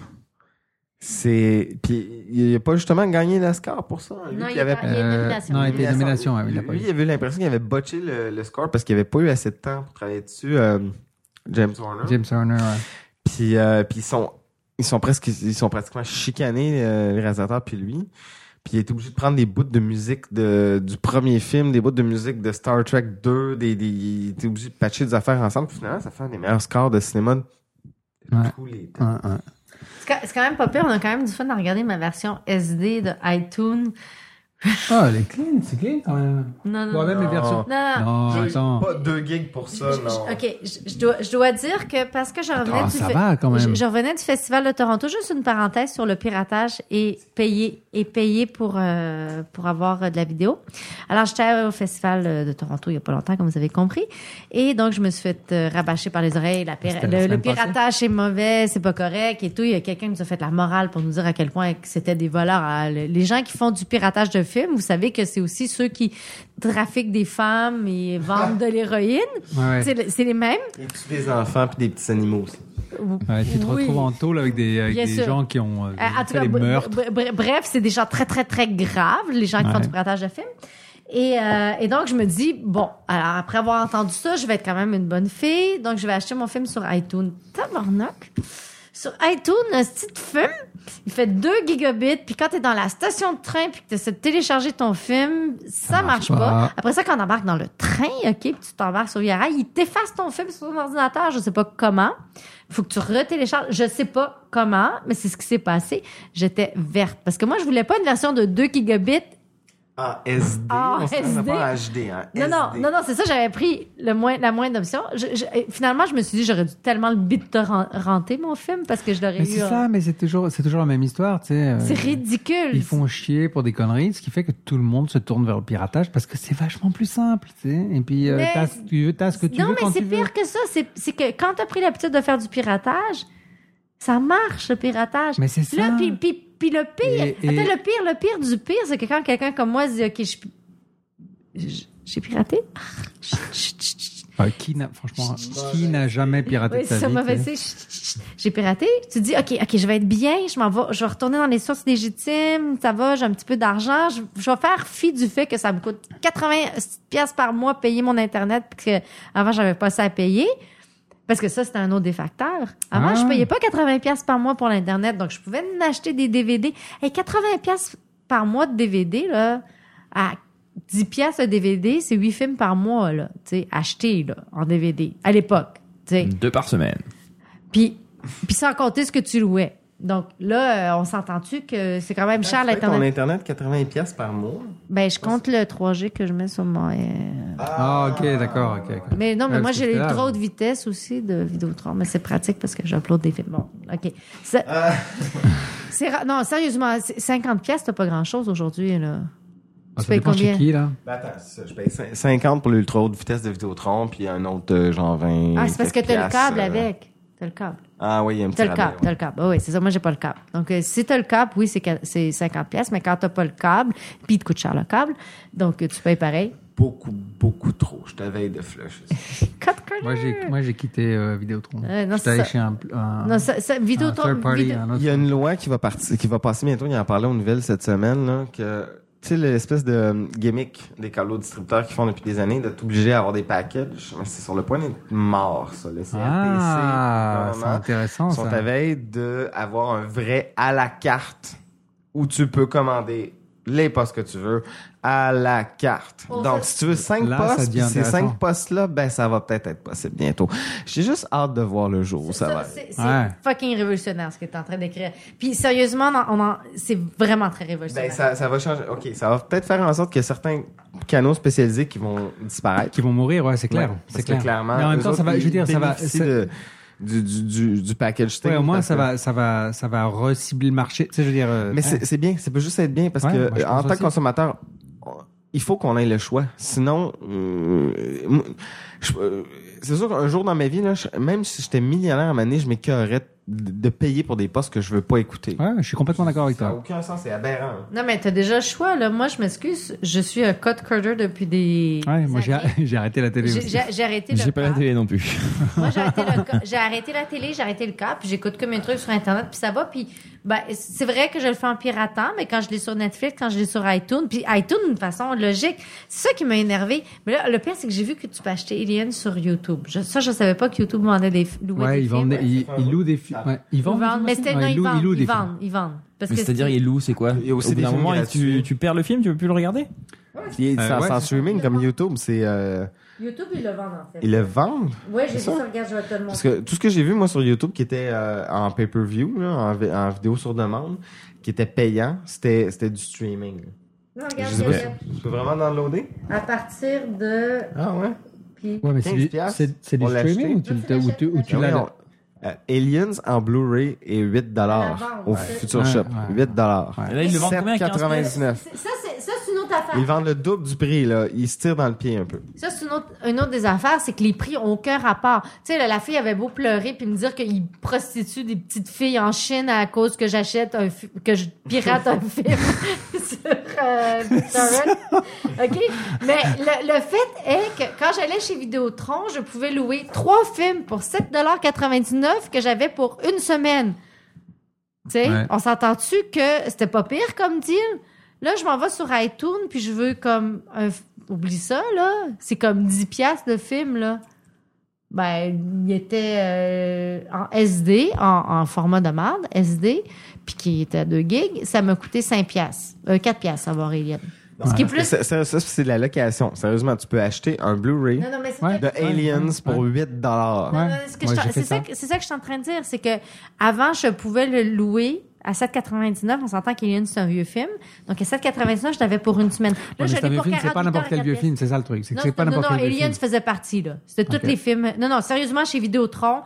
[SPEAKER 11] C'est. Puis il n'a pas justement gagné l'Oscar pour ça. Lui,
[SPEAKER 12] Non,
[SPEAKER 11] qui
[SPEAKER 12] il
[SPEAKER 11] avait-
[SPEAKER 12] est pas- il est Euh, nomination. non, il était
[SPEAKER 9] nomination, ouais, il l'a pas
[SPEAKER 11] Lui,
[SPEAKER 9] eu.
[SPEAKER 11] il avait eu l'impression qu'il avait botché le, le score parce qu'il n'avait pas eu assez de temps pour travailler dessus. euh, James Horner.
[SPEAKER 9] James Horner, ouais.
[SPEAKER 11] Puis, euh, puis ils sont ils sont presque ils sont pratiquement chicanés euh, les réalisateurs puis lui. Puis il est obligé de prendre des bouts de musique de, du premier film, des bouts de musique de Star Trek 2, des, des, il était obligé de patcher des affaires ensemble. Puis finalement, ça fait un des meilleurs scores de cinéma de
[SPEAKER 9] Ouais.
[SPEAKER 11] tous les temps.
[SPEAKER 9] Ouais, ouais.
[SPEAKER 12] C'est quand- c'est quand même pas pire. On a quand même du fun à regarder ma version SD de iTunes.
[SPEAKER 9] Ah, elle est clean, c'est clean quand même.
[SPEAKER 12] Non, non,
[SPEAKER 9] Bon, même
[SPEAKER 12] non.
[SPEAKER 9] les versions.
[SPEAKER 12] Mm. Non, non.
[SPEAKER 9] non
[SPEAKER 12] J'ai
[SPEAKER 9] Ah, attends.
[SPEAKER 11] Pas 2 gigs pour ça, non.
[SPEAKER 12] OK, je, je dois, je dois dire que parce que je revenais,
[SPEAKER 9] Attends,
[SPEAKER 12] du
[SPEAKER 9] ça
[SPEAKER 12] fe-
[SPEAKER 9] va, quand même.
[SPEAKER 12] Je, je revenais du Festival de Toronto, juste une parenthèse sur le piratage et payer, et payer pour, euh, pour avoir euh, de la vidéo. Alors, j'étais au Festival euh, de Toronto il y a pas longtemps, comme vous avez compris. Et donc, je me suis fait euh, rabâcher par les oreilles. La pira-
[SPEAKER 15] C'était la
[SPEAKER 12] le, le
[SPEAKER 15] semaine passée.
[SPEAKER 12] piratage est mauvais, c'est pas correct et tout. Il y a quelqu'un qui nous a fait la morale pour nous dire à quel point que c'était des voleurs. Ah, le- Les gens qui font du piratage de films, vous savez que c'est aussi ceux qui trafiquent des femmes et vendent de l'héroïne.
[SPEAKER 11] Ouais, ouais.
[SPEAKER 12] C'est le- C'est les mêmes.
[SPEAKER 11] Tous des enfants puis des petits animaux aussi.
[SPEAKER 9] Ouais, tu te
[SPEAKER 12] Oui.
[SPEAKER 9] retrouves en tôle avec des, avec
[SPEAKER 12] Bien
[SPEAKER 9] des
[SPEAKER 12] sûr.
[SPEAKER 9] gens qui ont euh,
[SPEAKER 12] Euh, en tout
[SPEAKER 9] fait
[SPEAKER 12] cas,
[SPEAKER 9] des
[SPEAKER 12] br-
[SPEAKER 9] meurtres.
[SPEAKER 12] br- br- bref, c'est des gens très, très, très graves, les gens qui font
[SPEAKER 9] Ouais.
[SPEAKER 12] du piratage de films. Et, euh, et donc, je me dis, bon, alors après avoir entendu ça, je vais être quand même une bonne fille. Donc, je vais acheter mon film sur iTunes. Tabarnak! Sur iTunes, un petit film, il fait 2 gigabits. Puis quand t'es dans la station de train puis que t'essaies de télécharger ton film, ça, marche
[SPEAKER 15] marche
[SPEAKER 12] pas.
[SPEAKER 15] pas.
[SPEAKER 12] Après ça, quand on embarque dans le train, OK, puis tu t'embarques sur Via Rail, il t'efface ton film sur ton ordinateur. Je sais pas comment. Faut que tu retélécharges. Je sais pas comment, mais c'est ce qui s'est passé. J'étais verte. Parce que moi, je voulais pas une version de 2 gigabits
[SPEAKER 11] En SD,
[SPEAKER 12] Ah,
[SPEAKER 11] on se rend
[SPEAKER 12] SD.
[SPEAKER 11] pas en HD. hein.
[SPEAKER 12] non, non, non, non, c'est ça, j'avais pris le moins, la moindre option. Je- je- et finalement, je me suis dit, j'aurais dû tellement le bit de renter mon film parce que je l'aurais
[SPEAKER 9] Mais
[SPEAKER 12] eu.
[SPEAKER 9] c'est
[SPEAKER 12] en-
[SPEAKER 9] ça, mais c'est toujours, c'est toujours la même histoire, tu sais. euh,
[SPEAKER 12] C'est ridicule.
[SPEAKER 9] Ils font chier pour des conneries, ce qui fait que tout le monde se tourne vers le piratage parce que c'est vachement plus simple, tu sais. Et puis, euh,
[SPEAKER 12] Mais-
[SPEAKER 9] t'as, ce que tu veux, t'as ce que tu
[SPEAKER 12] non,
[SPEAKER 9] veux
[SPEAKER 12] mais
[SPEAKER 9] quand
[SPEAKER 12] c'est
[SPEAKER 9] tu veux.
[SPEAKER 12] pire que ça. C'est c'est que quand t'as pris l'habitude de faire du piratage, ça marche, le piratage.
[SPEAKER 9] Mais c'est ça.
[SPEAKER 12] Là, puis, puis- puis le pire,
[SPEAKER 9] Et- et-
[SPEAKER 12] attends, le pire, le pire du pire, c'est que quand quelqu'un comme moi dit, OK, je- je- j'ai piraté. Ah,
[SPEAKER 9] Euh, qui n'a, franchement, qui n'a jamais piraté
[SPEAKER 12] Oui,
[SPEAKER 9] de sa
[SPEAKER 12] c'est ça,
[SPEAKER 9] vie,
[SPEAKER 12] mauvais
[SPEAKER 9] tu sais
[SPEAKER 12] signe. Chut, chut, chut. J'ai piraté. Tu dis, OK, OK, je vais être bien. Je m'en vais, je vais retourner dans les sources légitimes. Ça va, j'ai un petit peu d'argent. Je, je vais faire fi du fait que ça me coûte 80 pièces par mois payer mon Internet puis que avant, j'avais pas ça à payer. Parce que ça, c'était un autre des facteurs. Avant,
[SPEAKER 15] Ah.
[SPEAKER 12] je payais pas 80 pièces par mois pour l'Internet. Donc, je pouvais acheter des DVD. Et 80 pièces par mois de DVD, là, à 10 pièces le DVD, c'est 8 films par mois, là. Tu sais, achetés, là, en DVD. À l'époque. Tu sais.
[SPEAKER 10] Deux par semaine.
[SPEAKER 12] Puis, puis sans compter ce que tu louais. Donc là, euh, on s'entend-tu que c'est quand même cher
[SPEAKER 11] Tu payes ton
[SPEAKER 12] l'Internet?
[SPEAKER 11] Internet 80$ piastres par mois.
[SPEAKER 12] Ben, je compte le 3G que je mets sur mon... euh,
[SPEAKER 9] Ah, ok, d'accord, ok. ok.
[SPEAKER 12] Mais non, mais
[SPEAKER 9] Ouais,
[SPEAKER 12] moi,
[SPEAKER 9] parce que
[SPEAKER 12] j'ai
[SPEAKER 9] c'est
[SPEAKER 12] le
[SPEAKER 9] là,
[SPEAKER 12] trop de vitesse aussi de Vidéotron, mais c'est pratique parce que j'upload des films. Bon, OK. Ça-
[SPEAKER 11] Ah.
[SPEAKER 12] C'est ra- Non, sérieusement, c'est- 50 pièces, t'as pas grand-chose aujourd'hui, là.
[SPEAKER 9] Ah,
[SPEAKER 12] tu
[SPEAKER 9] ça
[SPEAKER 12] payes
[SPEAKER 9] dépend chez
[SPEAKER 12] combien?
[SPEAKER 9] qui, là
[SPEAKER 11] Ben attends, c'est ça, je paye cin- 50 pour l'ultra haute vitesse de Vidéotron, puis un autre euh, genre 20.
[SPEAKER 12] Ah, c'est parce que t'as le
[SPEAKER 11] quelques piastres,
[SPEAKER 12] câble
[SPEAKER 11] euh.
[SPEAKER 12] avec. T'as le câble.
[SPEAKER 11] Ah oui, il y a un petit
[SPEAKER 12] T'as le
[SPEAKER 11] rabais,
[SPEAKER 12] câble, t'as le câble. Ah oui, c'est ça. Moi, j'ai pas le câble. Donc, euh, si t'as le câble, oui, c'est qua- c'est 50 pièces, mais quand t'as pas le câble, puis il te coûte cher le câble, donc euh, tu payes pareil.
[SPEAKER 11] Beaucoup, beaucoup trop. Je t'avais de flush.
[SPEAKER 9] Moi, j'ai, moi, j'ai quitté euh, Vidéotron.
[SPEAKER 12] Euh, non,
[SPEAKER 9] J'étais
[SPEAKER 12] c'est
[SPEAKER 9] allé
[SPEAKER 12] ça.
[SPEAKER 9] chez un, pl- un-
[SPEAKER 12] Non, ça, ça, vidéo,
[SPEAKER 9] un third party, hein. un autre.
[SPEAKER 11] Il y a une loi qui va, partir, qui va passer bientôt, il en parlait aux nouvelles cette semaine, là, que, tu sais, l'espèce de euh, gimmick des câbles aux distributeurs qui font depuis des années, de t'obliger à avoir des packages, mais c'est sur le point d'être mort, ça. Le CRTC,
[SPEAKER 9] Ah,
[SPEAKER 11] le
[SPEAKER 9] c'est
[SPEAKER 11] gouvernement,
[SPEAKER 9] intéressant,
[SPEAKER 11] sont
[SPEAKER 9] ça.
[SPEAKER 11] à veille d'avoir un vrai à la carte où tu peux commander les postes que tu veux à la carte.
[SPEAKER 9] Oh,
[SPEAKER 11] Donc,
[SPEAKER 9] ça-
[SPEAKER 11] si tu veux cinq
[SPEAKER 9] Là, ça
[SPEAKER 11] postes, puis
[SPEAKER 9] devient
[SPEAKER 11] ces
[SPEAKER 9] intéressant.
[SPEAKER 11] cinq postes-là, ben, ça va peut-être être possible bientôt. J'ai juste hâte de voir le jour où ça, va.
[SPEAKER 12] C'est
[SPEAKER 11] aller.
[SPEAKER 12] c'est fucking révolutionnaire ce que t'es en train d'écrire. Puis sérieusement, on en- on en- c'est vraiment très révolutionnaire.
[SPEAKER 11] Ben, ça, ça va changer. OK, ça va peut-être faire en sorte que certains canaux spécialisés qui vont disparaître.
[SPEAKER 9] Qui vont mourir, ouais, c'est clair.
[SPEAKER 11] Ouais, parce
[SPEAKER 9] c'est
[SPEAKER 11] que
[SPEAKER 9] clair.
[SPEAKER 11] clairement,
[SPEAKER 9] Mais en même
[SPEAKER 11] eux
[SPEAKER 9] temps, ça va,
[SPEAKER 11] autres,
[SPEAKER 9] je veux dire, ça va.
[SPEAKER 11] ils
[SPEAKER 9] ça-
[SPEAKER 11] bénéficient de- du, du, du, du package thing,
[SPEAKER 9] Ouais, au moins,
[SPEAKER 11] parce
[SPEAKER 9] ça
[SPEAKER 11] que-
[SPEAKER 9] va, ça va, ça va recibler le marché. Tu sais, je veux dire. euh,
[SPEAKER 11] Mais
[SPEAKER 9] ouais.
[SPEAKER 11] c'est c'est bien, ça peut juste être bien parce
[SPEAKER 9] Ouais,
[SPEAKER 11] que
[SPEAKER 9] moi, je
[SPEAKER 11] en
[SPEAKER 9] pense
[SPEAKER 11] tant que
[SPEAKER 9] aussi.
[SPEAKER 11] consommateur, on- il faut qu'on ait le choix. Sinon, euh, moi, je- euh, c'est sûr qu'un jour dans ma vie, là, je- même si j'étais millionnaire à ma je m'écœurerais de, de payer pour des postes que je veux pas écouter.
[SPEAKER 9] Ouais, je suis complètement d'accord avec
[SPEAKER 11] Ça n'a
[SPEAKER 9] toi.
[SPEAKER 11] aucun sens, c'est aberrant.
[SPEAKER 12] Non, mais t'as déjà le choix, là. Moi, je m'excuse. Je suis un code cutter depuis des.
[SPEAKER 9] Ouais, moi j'ai j'ai arrêté la télé.
[SPEAKER 12] J'ai-
[SPEAKER 9] aussi.
[SPEAKER 12] j'ai- j'ai arrêté le J'ai pas la
[SPEAKER 9] télé non plus.
[SPEAKER 12] Moi, j'ai arrêté, le ca- j'ai arrêté la télé, j'ai arrêté le câble, puis j'écoute que mes trucs sur Internet, puis ça va. Puis ben, c'est vrai que je le fais en piratant, mais quand je l'ai sur Netflix, quand je l'ai sur iTunes, puis iTunes de façon logique, c'est ça qui m'a énervé. Mais là, le pire, c'est que j'ai vu que tu peux acheter Alien sur YouTube. Je- ça, je savais pas que YouTube vendait des f- louait
[SPEAKER 9] Ouais,
[SPEAKER 12] des
[SPEAKER 9] ils vendent, des- ils, ils louent des films. Ouais, ils vendent. des films
[SPEAKER 12] mais c'était
[SPEAKER 9] Ouais,
[SPEAKER 12] non, ils
[SPEAKER 9] louent-
[SPEAKER 12] vendent,
[SPEAKER 9] louent
[SPEAKER 12] ils
[SPEAKER 9] des films.
[SPEAKER 12] vendent, ils vendent. Parce
[SPEAKER 10] Mais
[SPEAKER 12] que
[SPEAKER 10] C'est-à-dire, il loue, c'est quoi Il y a
[SPEAKER 11] aussi
[SPEAKER 10] Au bout
[SPEAKER 11] des
[SPEAKER 10] d'un
[SPEAKER 11] films
[SPEAKER 10] moment, et
[SPEAKER 11] gratuits.
[SPEAKER 10] tu, tu perds le film, tu veux plus le regarder
[SPEAKER 11] Puis,
[SPEAKER 10] Euh,
[SPEAKER 11] sans,
[SPEAKER 10] ouais,
[SPEAKER 11] sans
[SPEAKER 10] c'est-
[SPEAKER 11] streaming comme YouTube, c'est euh,
[SPEAKER 12] YouTube, ils le vendent en fait.
[SPEAKER 11] ils le vendent.
[SPEAKER 12] Ouais, j'ai
[SPEAKER 11] C'est
[SPEAKER 12] vu
[SPEAKER 11] ça?
[SPEAKER 12] ça. Regarde, je vais te le
[SPEAKER 11] Parce
[SPEAKER 12] montrer.
[SPEAKER 11] que tout ce que j'ai vu moi sur YouTube qui était euh, en pay-per-view, là, en, vi- en vidéo sur demande, qui était payant, c'était c'était du streaming.
[SPEAKER 12] Non,
[SPEAKER 11] Je
[SPEAKER 12] regarde,
[SPEAKER 11] sais pas,
[SPEAKER 12] regarde.
[SPEAKER 11] si- tu peux vraiment downloader
[SPEAKER 12] À partir de.
[SPEAKER 11] Ah ouais?
[SPEAKER 12] Puis...
[SPEAKER 9] Ouais, mais
[SPEAKER 11] 15
[SPEAKER 9] c'est du,
[SPEAKER 11] piastres,
[SPEAKER 9] c'est- c'est du
[SPEAKER 11] on l'a
[SPEAKER 9] streaming ou
[SPEAKER 11] acheté.
[SPEAKER 9] tu, le- ou tu,
[SPEAKER 12] Ah
[SPEAKER 9] ou tu
[SPEAKER 11] Ben
[SPEAKER 9] l'as-
[SPEAKER 11] voyons, euh, Aliens en Blu-ray est 8
[SPEAKER 12] À la
[SPEAKER 11] au
[SPEAKER 12] vente, ouais.
[SPEAKER 11] Future
[SPEAKER 9] Ouais,
[SPEAKER 11] Shop.
[SPEAKER 9] ouais.
[SPEAKER 11] 8
[SPEAKER 9] Et
[SPEAKER 10] là, ils le vendent combien,
[SPEAKER 11] 7,99.
[SPEAKER 12] Ça, c'est ça, c'est une autre affaire.
[SPEAKER 11] Ils vendent le double du prix, là. Ils se tirent dans le pied un peu.
[SPEAKER 12] Ça, c'est une autre, une autre des affaires, c'est que les prix ont aucun rapport. Tu sais, là, la fille avait beau pleurer puis me dire qu'ils prostituent des petites filles en Chine à cause que j'achète un fi- que je pirate un film sur euh, Torrent. OK? Mais le, le fait est que quand j'allais chez Vidéotron, je pouvais louer trois films pour 7,99 que j'avais pour une semaine. Tu sais,
[SPEAKER 17] Ouais.
[SPEAKER 12] on s'entend-tu que c'était pas pire comme deal? Là, je m'en vais sur iTunes, puis je veux comme... un f- Oublie ça, là. C'est comme 10 piastres de film, là. Ben, il était euh, en SD, en, en format de marde, SD, puis qui était à 2 gigs. Ça m'a coûté 5 piastres. Euh, 4 piastres, ça va, Aurélien. Ce qui est plus...
[SPEAKER 11] Ça, ça, ça, c'est de la location. Sérieusement, tu peux acheter un Blu-ray
[SPEAKER 12] Non, non, mais c'est
[SPEAKER 11] de
[SPEAKER 12] pas-
[SPEAKER 11] Aliens
[SPEAKER 12] Ouais.
[SPEAKER 11] pour 8 dollars.
[SPEAKER 12] Non, non, ce que je t'en- C'est ça, que- c'est ça que je suis en train de dire. C'est que avant, je pouvais le louer à 7,99. On s'entend qu'Alien, c'est un vieux film. Donc, à 7,99, je l'avais pour une semaine. Là,
[SPEAKER 9] Ouais, mais
[SPEAKER 12] je
[SPEAKER 9] c'est un
[SPEAKER 12] l'ai
[SPEAKER 9] vieux
[SPEAKER 12] pour
[SPEAKER 9] film, c'est pas
[SPEAKER 12] 48
[SPEAKER 9] n'importe quel
[SPEAKER 12] heures,
[SPEAKER 9] vieux
[SPEAKER 12] quatre
[SPEAKER 9] film, c'est ça le truc. C'est que
[SPEAKER 12] non,
[SPEAKER 9] c'est pas
[SPEAKER 12] non, non,
[SPEAKER 9] n'importe quel vieux film.
[SPEAKER 12] Alien faisait partie, là. C'était
[SPEAKER 9] Ok.
[SPEAKER 12] tous les films. Non, non, sérieusement, chez Vidéotron,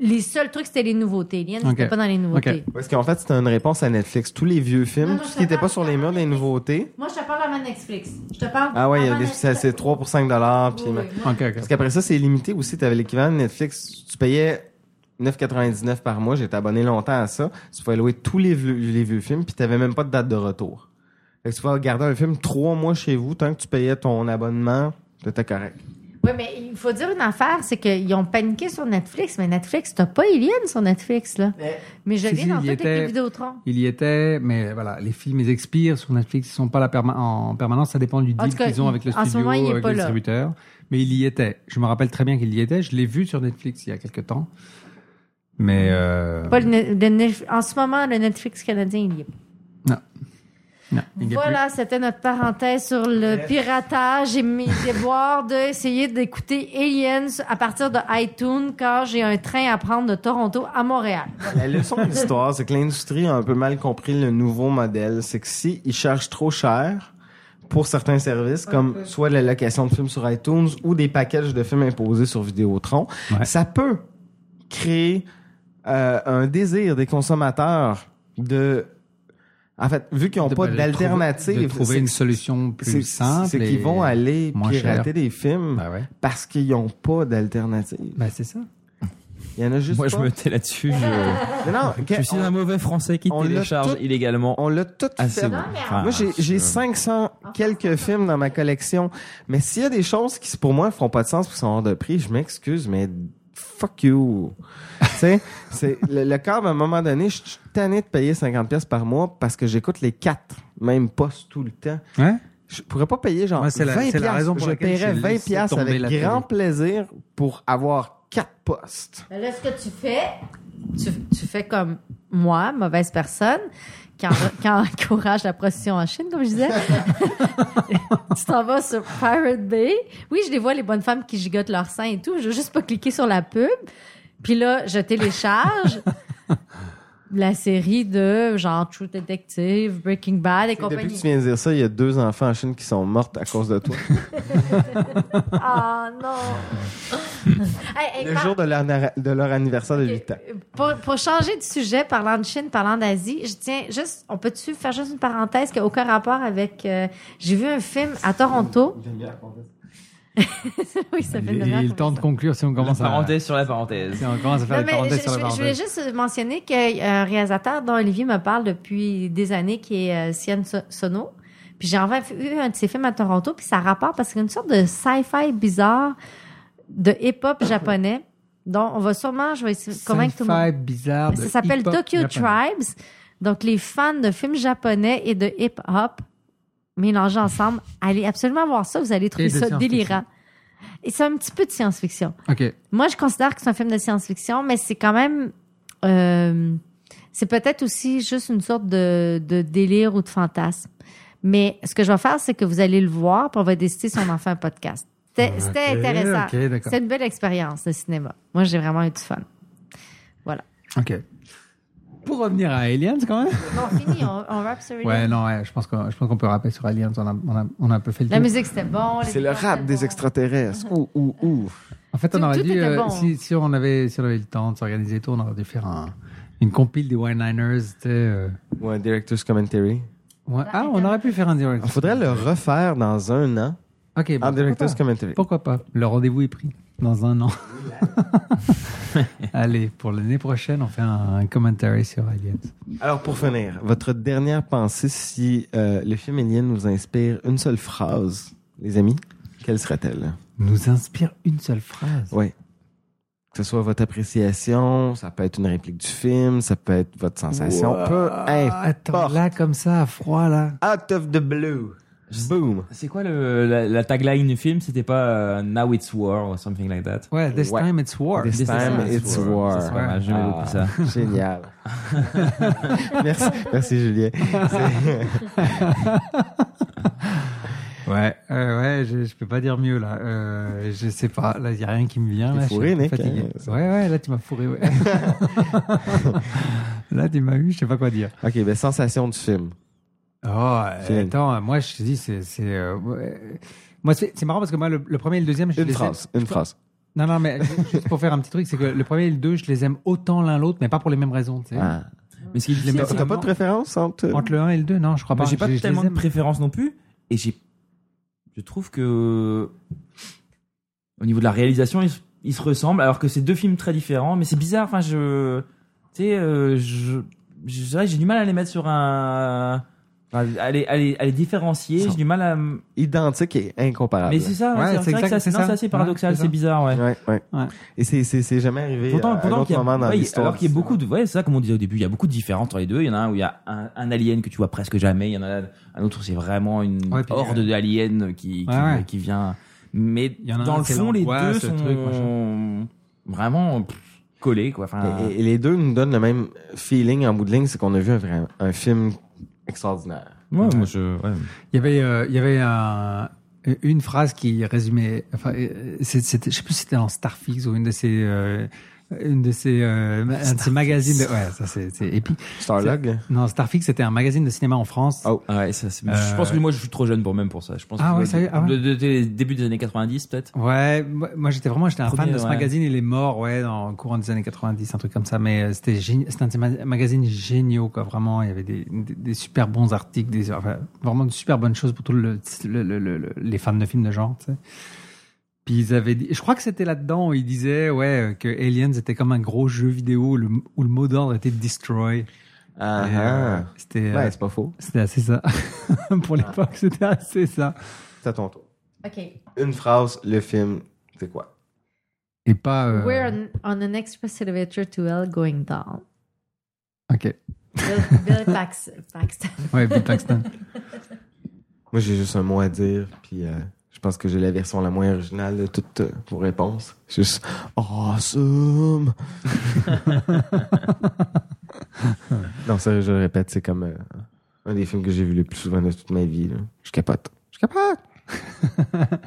[SPEAKER 12] les seuls trucs, c'était les nouveautés. Alien, c'était pas dans les nouveautés.
[SPEAKER 11] Parce qu'en fait, c'était une réponse à Netflix. Tous les vieux films,
[SPEAKER 12] Non, non,
[SPEAKER 11] tout ce
[SPEAKER 12] je
[SPEAKER 11] qui n'était
[SPEAKER 12] parle
[SPEAKER 11] pas sur les murs des nouveautés.
[SPEAKER 12] Moi, je te parle avant Netflix. Je te parle
[SPEAKER 11] Ah ouais, il y a
[SPEAKER 12] avant
[SPEAKER 11] des,
[SPEAKER 12] Netflix.
[SPEAKER 11] ça, c'est 3 pour 5 dollars. Puis
[SPEAKER 12] Oui, oui, moi-
[SPEAKER 11] Parce qu'après ça, c'est limité aussi. Tu avais l'équivalent de Netflix. Tu payais 9,99 par mois. J'étais abonné longtemps à ça. Tu pouvais louer tous les vieux, les vieux films, puis tu n'avais même pas de date de retour. Fait que tu pouvais garder un film 3 mois chez vous. Tant que tu payais ton abonnement, t'étais correct.
[SPEAKER 12] Oui, mais il faut dire une affaire, c'est qu'ils ont paniqué sur Netflix, mais Netflix, t'as pas Alien sur Netflix, là. Mais je
[SPEAKER 9] Si,
[SPEAKER 12] viens
[SPEAKER 9] si,
[SPEAKER 12] dans
[SPEAKER 9] il
[SPEAKER 12] toutes
[SPEAKER 9] était-
[SPEAKER 12] les Vidéotron.
[SPEAKER 9] Il y était, mais voilà, les films, ils expirent sur Netflix, ils sont pas là perma- en permanence, ça dépend du
[SPEAKER 12] En
[SPEAKER 9] deal
[SPEAKER 12] tout cas,
[SPEAKER 9] qu'ils ont avec le
[SPEAKER 12] en ce
[SPEAKER 9] studio,
[SPEAKER 12] moment, il est
[SPEAKER 9] avec
[SPEAKER 12] pas
[SPEAKER 9] le
[SPEAKER 12] là.
[SPEAKER 9] distributeur. Mais il y était. Je me rappelle très bien qu'il y était. Je l'ai vu sur Netflix il y a quelques temps. Mais euh,
[SPEAKER 12] Pas le ne- le Nef- en ce moment, le Netflix canadien, il y est.
[SPEAKER 9] non, il y a
[SPEAKER 12] Voilà, c'était notre parenthèse sur le
[SPEAKER 9] Yes.
[SPEAKER 12] piratage et mes déboires d'essayer d'écouter Aliens à partir de iTunes quand j'ai un train à prendre de Toronto à Montréal.
[SPEAKER 11] La leçon Ben, de l'histoire, c'est que l'industrie a un peu mal compris le nouveau modèle. C'est que si ils chargent trop cher pour certains services, comme soit la location de films sur iTunes ou des packages de films imposés sur Vidéotron, ça peut créer euh, un désir des consommateurs de... En fait, vu qu'ils n'ont
[SPEAKER 9] De- ben,
[SPEAKER 11] pas
[SPEAKER 9] de trouver-
[SPEAKER 11] d'alternative...
[SPEAKER 9] de trouver
[SPEAKER 11] c'est-
[SPEAKER 9] une solution plus
[SPEAKER 11] c'est-
[SPEAKER 9] simple
[SPEAKER 11] C'est
[SPEAKER 9] et
[SPEAKER 11] qu'ils vont aller
[SPEAKER 9] moins
[SPEAKER 11] pirater
[SPEAKER 9] cher.
[SPEAKER 11] des films
[SPEAKER 10] Ah
[SPEAKER 11] parce qu'ils n'ont pas d'alternative.
[SPEAKER 9] Ben, c'est ça.
[SPEAKER 11] Il y en a juste
[SPEAKER 10] Moi, je
[SPEAKER 11] pas.
[SPEAKER 10] me tais là-dessus. Je...
[SPEAKER 11] Mais non,
[SPEAKER 10] je suis un mauvais Français qui
[SPEAKER 11] on l'a
[SPEAKER 10] télécharge
[SPEAKER 11] tout-
[SPEAKER 10] illégalement. Ah,
[SPEAKER 11] On l'a tout fait.
[SPEAKER 9] Ah,
[SPEAKER 11] moi, j'ai- j'ai 500 quelques films dans ma collection. Mais s'il y a des choses qui, pour moi, font pas de sens, qui sont hors de prix, je m'excuse, mais fuck you. tu sais, c'est le, le câble, à un moment donné, je suis tanné de payer 50 pièces par mois parce que j'écoute les quatre mêmes postes tout le temps.
[SPEAKER 9] Ouais.
[SPEAKER 11] Je pourrais pas payer genre
[SPEAKER 9] Moi, c'est la-
[SPEAKER 11] 20
[SPEAKER 9] c'est la
[SPEAKER 11] piastres.
[SPEAKER 9] raison pour
[SPEAKER 11] je
[SPEAKER 9] laquelle
[SPEAKER 11] paierais
[SPEAKER 9] j'ai
[SPEAKER 11] 20
[SPEAKER 9] laissé
[SPEAKER 11] piastres
[SPEAKER 9] tomber
[SPEAKER 11] avec
[SPEAKER 9] la
[SPEAKER 11] grand plaisir pour avoir quatre postes.
[SPEAKER 12] Ben Là, ce que tu fais, tu, tu fais comme moi, mauvaise personne, qui, en- qui encourage la prostitution en Chine, comme je disais. tu t'en vas sur Pirate Bay. Oui, je les vois, les bonnes femmes qui gigotent leur sein et tout. Je veux juste pas cliquer sur la pub. Puis là, je télécharge la série de genre True Detective, Breaking Bad et
[SPEAKER 11] Depuis que
[SPEAKER 12] compagnie.
[SPEAKER 11] tu viens de dire ça, il y a deux enfants en Chine qui sont mortes à cause de toi.
[SPEAKER 12] Ah non! Hey, hey,
[SPEAKER 11] le
[SPEAKER 12] par-
[SPEAKER 11] jour de leur, na- de leur anniversaire de 8 ans.
[SPEAKER 12] Euh, Pour, pour changer de sujet, parlant de Chine, parlant d'Asie, je tiens juste, on peut-tu faire juste une parenthèse qui n'a aucun rapport avec. euh, J'ai vu un film à Toronto. oui, ça fait
[SPEAKER 9] Il,
[SPEAKER 12] une heure
[SPEAKER 9] il
[SPEAKER 12] qu'on
[SPEAKER 9] est temps de conclure si on commence
[SPEAKER 10] La
[SPEAKER 9] à.
[SPEAKER 10] parenthèse sur la parenthèse.
[SPEAKER 9] Si on commence à faire
[SPEAKER 12] Non,
[SPEAKER 9] des
[SPEAKER 12] mais
[SPEAKER 9] parenthèses
[SPEAKER 12] je,
[SPEAKER 9] sur la
[SPEAKER 12] je- je
[SPEAKER 9] parenthèse.
[SPEAKER 12] voulais juste mentionner qu'il y a un réalisateur dont Olivier me parle depuis des années qui est euh, Sian So- Sono. Puis j'ai enfin vu un de ses films à Toronto, puis ça rapporte parce qu'il y a une sorte de sci-fi bizarre de hip-hop japonais. Donc, on va sûrement, je vais essayer de convaincre tout le monde.
[SPEAKER 9] Sci-fi bizarre de
[SPEAKER 12] Ça s'appelle
[SPEAKER 9] Ah, ben, hip-hop
[SPEAKER 12] Tokyo
[SPEAKER 9] japonais.
[SPEAKER 12] Tribes. Donc, les fans de films japonais et de hip-hop mélangés ensemble, allez absolument voir ça. Vous allez trouver
[SPEAKER 9] Et de
[SPEAKER 12] ça
[SPEAKER 9] science-fiction.
[SPEAKER 12] délirant. Et c'est un petit peu de science-fiction.
[SPEAKER 9] Ok.
[SPEAKER 12] Moi, je considère que c'est un film de science-fiction, mais c'est quand même. euh, c'est peut-être aussi juste une sorte de, de délire ou de fantasme. Mais ce que je vais faire, c'est que vous allez le voir, puis on va décider si on en fait un podcast. C'était
[SPEAKER 9] Ok,
[SPEAKER 12] c'était intéressant.
[SPEAKER 9] ok, d'accord.
[SPEAKER 12] c'est une belle expérience, le cinéma. Moi, j'ai vraiment eu du fun. Voilà.
[SPEAKER 9] Ok. Pour revenir à Aliens, quand même.
[SPEAKER 12] Bon, fini, on, on rappe sur
[SPEAKER 9] Ouais, non, ouais, je pense qu'on je pense qu'on peut rappeler sur Aliens. On a, on a, on a un peu fait le
[SPEAKER 12] La
[SPEAKER 9] tour.
[SPEAKER 12] musique, c'était bon. les
[SPEAKER 11] C'est le
[SPEAKER 12] décors,
[SPEAKER 11] rap des extraterrestres. Ouh, ouh, ouh.
[SPEAKER 9] En fait, on
[SPEAKER 12] Tout-
[SPEAKER 9] aurait
[SPEAKER 12] tout
[SPEAKER 9] dû,
[SPEAKER 12] était
[SPEAKER 9] euh,
[SPEAKER 12] bon.
[SPEAKER 9] si, si on avait, si on avait le temps de s'organiser et tout, on aurait dû faire un- une compile des Wine Niners. c'était, euh,
[SPEAKER 11] Ou un director's commentary.
[SPEAKER 9] ouais. Ah, on aurait pu faire un direct.
[SPEAKER 11] Il faudrait le refaire dans un an.
[SPEAKER 9] Ok, bon,
[SPEAKER 11] En director's
[SPEAKER 9] pourquoi pas.
[SPEAKER 11] commentary.
[SPEAKER 9] Pourquoi pas Le rendez-vous est pris dans un an. Allez, pour l'année prochaine, on fait un, un commentary sur Aliens.
[SPEAKER 11] Alors, pour finir, votre dernière pensée, si euh, le film Alien nous inspire une seule phrase, les amis, quelle serait-elle?
[SPEAKER 9] Nous inspire une seule phrase.
[SPEAKER 11] Oui. Que ce soit votre appréciation, ça peut être une réplique du film, ça peut être votre sensation.
[SPEAKER 9] Wow.
[SPEAKER 11] Peu
[SPEAKER 9] Ah, Attends, là, comme ça, à froid, là.
[SPEAKER 11] Out of the blue. Boom.
[SPEAKER 10] C'est quoi le, la, la tagline du film C'était pas euh, Now it's war or something like that
[SPEAKER 9] Ouais, this time it's war.
[SPEAKER 11] This, time, it's war.
[SPEAKER 10] C'est pas mal, j'aime
[SPEAKER 11] Ah,
[SPEAKER 10] beaucoup ça.
[SPEAKER 11] Génial. merci, merci Julien.
[SPEAKER 9] Ouais, euh, ouais, je, je peux pas dire mieux là. Euh, je sais pas, là, y a rien qui me vient.
[SPEAKER 11] T'es
[SPEAKER 9] Là, je suis
[SPEAKER 11] fourré,
[SPEAKER 9] un peu
[SPEAKER 11] mec,
[SPEAKER 9] fatigué.
[SPEAKER 11] hein, ça.
[SPEAKER 9] ouais, ouais, là, tu m'as fourré, ouais. là, tu m'as eu, je sais pas quoi dire.
[SPEAKER 11] ok, ben sensation du film.
[SPEAKER 9] Oh,
[SPEAKER 11] Feeling.
[SPEAKER 9] attends, moi, je te dis, c'est. c'est, euh, ouais. Moi, c'est c'est marrant parce que moi, le, le premier et le deuxième, je
[SPEAKER 11] Une
[SPEAKER 9] les
[SPEAKER 11] phrase,
[SPEAKER 9] aime-
[SPEAKER 11] une phrase.
[SPEAKER 9] Non, non, mais juste pour faire un petit truc, c'est que le premier et le deux, je les aime autant l'un l'autre, mais pas pour les mêmes raisons, tu sais.
[SPEAKER 11] Ah.
[SPEAKER 10] Mais ce qui-
[SPEAKER 9] Je les mets
[SPEAKER 11] T'as t'as pas de préférence entre...
[SPEAKER 9] Entre le 1 et le 2, non, je crois
[SPEAKER 10] Mais
[SPEAKER 9] pas.
[SPEAKER 10] J'ai pas
[SPEAKER 9] Je- je les
[SPEAKER 10] tellement de
[SPEAKER 9] aime.
[SPEAKER 10] préférence non plus. Et j'ai. Je trouve que. Au niveau de la réalisation, ils, se- ils se ressemblent, alors que c'est deux films très différents. Mais c'est bizarre, enfin, je. Tu sais, euh, je. je- c'est vrai que J'ai du mal à les mettre sur un. enfin, à les, à les- à les différencier, j'ai du mal à.
[SPEAKER 11] Identique et incomparable.
[SPEAKER 10] Mais c'est ça, ouais, c'est vrai que ça, c'est- non, c'est assez paradoxal, c'est bizarre, ouais.
[SPEAKER 11] Ouais, ouais. Et c'est- c'est c'est jamais arrivé
[SPEAKER 9] Euh,
[SPEAKER 10] Pourtant,
[SPEAKER 11] à un
[SPEAKER 10] pourtant
[SPEAKER 11] autre
[SPEAKER 10] qu'il y a-
[SPEAKER 11] moment dans
[SPEAKER 10] ouais,
[SPEAKER 11] l'histoire.
[SPEAKER 10] alors qu'il y a beaucoup de, ouais, c'est ça, comme on disait au début, il y a beaucoup de différences entre les deux. Il y en a un où il y a un, un alien que tu vois presque jamais. Il y en a un autre où c'est vraiment une
[SPEAKER 9] Ouais, puis,
[SPEAKER 10] horde
[SPEAKER 9] euh,
[SPEAKER 10] d'aliens qui, qui,
[SPEAKER 9] ouais, ouais.
[SPEAKER 10] qui vient. Mais
[SPEAKER 9] Il y en a
[SPEAKER 10] dans
[SPEAKER 9] un,
[SPEAKER 10] le
[SPEAKER 9] c'est
[SPEAKER 10] fond, les deux
[SPEAKER 9] l'angoisse,
[SPEAKER 10] sont
[SPEAKER 9] le truc, machin.
[SPEAKER 10] vraiment pff, collés, quoi. Enfin,
[SPEAKER 11] Et, et- et les deux nous donnent le même feeling en bout de ligne, c'est qu'on a vu un, vrai- un film extraordinaire.
[SPEAKER 10] ouais, moi, je, ouais.
[SPEAKER 9] Il y avait, euh, il y avait un- une phrase qui résumait. Enfin, euh, c'est- c'était- je sais plus si c'était dans Starfix ou une de ces, euh, une de ces, euh, ma- un de ces magazines. De, ouais, ça c'est c'est épique.
[SPEAKER 11] Starlog?
[SPEAKER 9] C'est- Non, Starfix c'était un magazine de cinéma en France.
[SPEAKER 11] Oh.
[SPEAKER 10] Ah Ouais, ça, c'est-
[SPEAKER 9] Euh,
[SPEAKER 10] je pense que moi, je suis trop jeune pour même pour ça. Je pense
[SPEAKER 9] Ah
[SPEAKER 10] que
[SPEAKER 9] ouais, sérieux, ah ouais.
[SPEAKER 10] de- de- de- début des années 90, peut-être.
[SPEAKER 9] Ouais, moi moi, j'étais vraiment j'étais un
[SPEAKER 10] Premier,
[SPEAKER 9] fan de ce
[SPEAKER 10] ouais.
[SPEAKER 9] magazine. Il est mort, ouais, dans le courant des années 90, un truc comme ça. Mais euh, c'était géni- c'était un de ces ma- magazines géniaux, quoi. Vraiment, il y avait des, des, des super bons articles, des enfin, vraiment de super bonnes choses pour tous le, le- le- le- le- les fans de films de genre. tu sais. Puis ils avaient, dit, je crois que c'était là-dedans où ils disaient, ouais, euh, que Aliens était comme un gros jeu vidéo où le, où le mot d'ordre était Destroy.
[SPEAKER 11] Ah,
[SPEAKER 9] Et, euh,
[SPEAKER 10] Uh-huh.
[SPEAKER 11] ah.
[SPEAKER 9] c'était euh,
[SPEAKER 11] Ouais, c'est pas faux.
[SPEAKER 9] c'était assez ça pour l'époque. C'était assez ça.
[SPEAKER 11] C'est à ton tour.
[SPEAKER 12] OK.
[SPEAKER 11] Une phrase, le film, c'est quoi?
[SPEAKER 9] Et pas. euh,
[SPEAKER 12] We're on, on an express elevator to hell going down.
[SPEAKER 9] Ok.
[SPEAKER 12] Bill, Bill Pax- Paxton.
[SPEAKER 9] Ouais, Bill Paxton.
[SPEAKER 11] Moi, j'ai juste un mot à dire, puis euh, je pense que j'ai la version la moins originale de toutes euh, vos réponses. Juste awesome. non, ça, je le répète, c'est comme euh, un des films que j'ai vu le plus souvent de toute ma vie. là. Je capote. Je capote.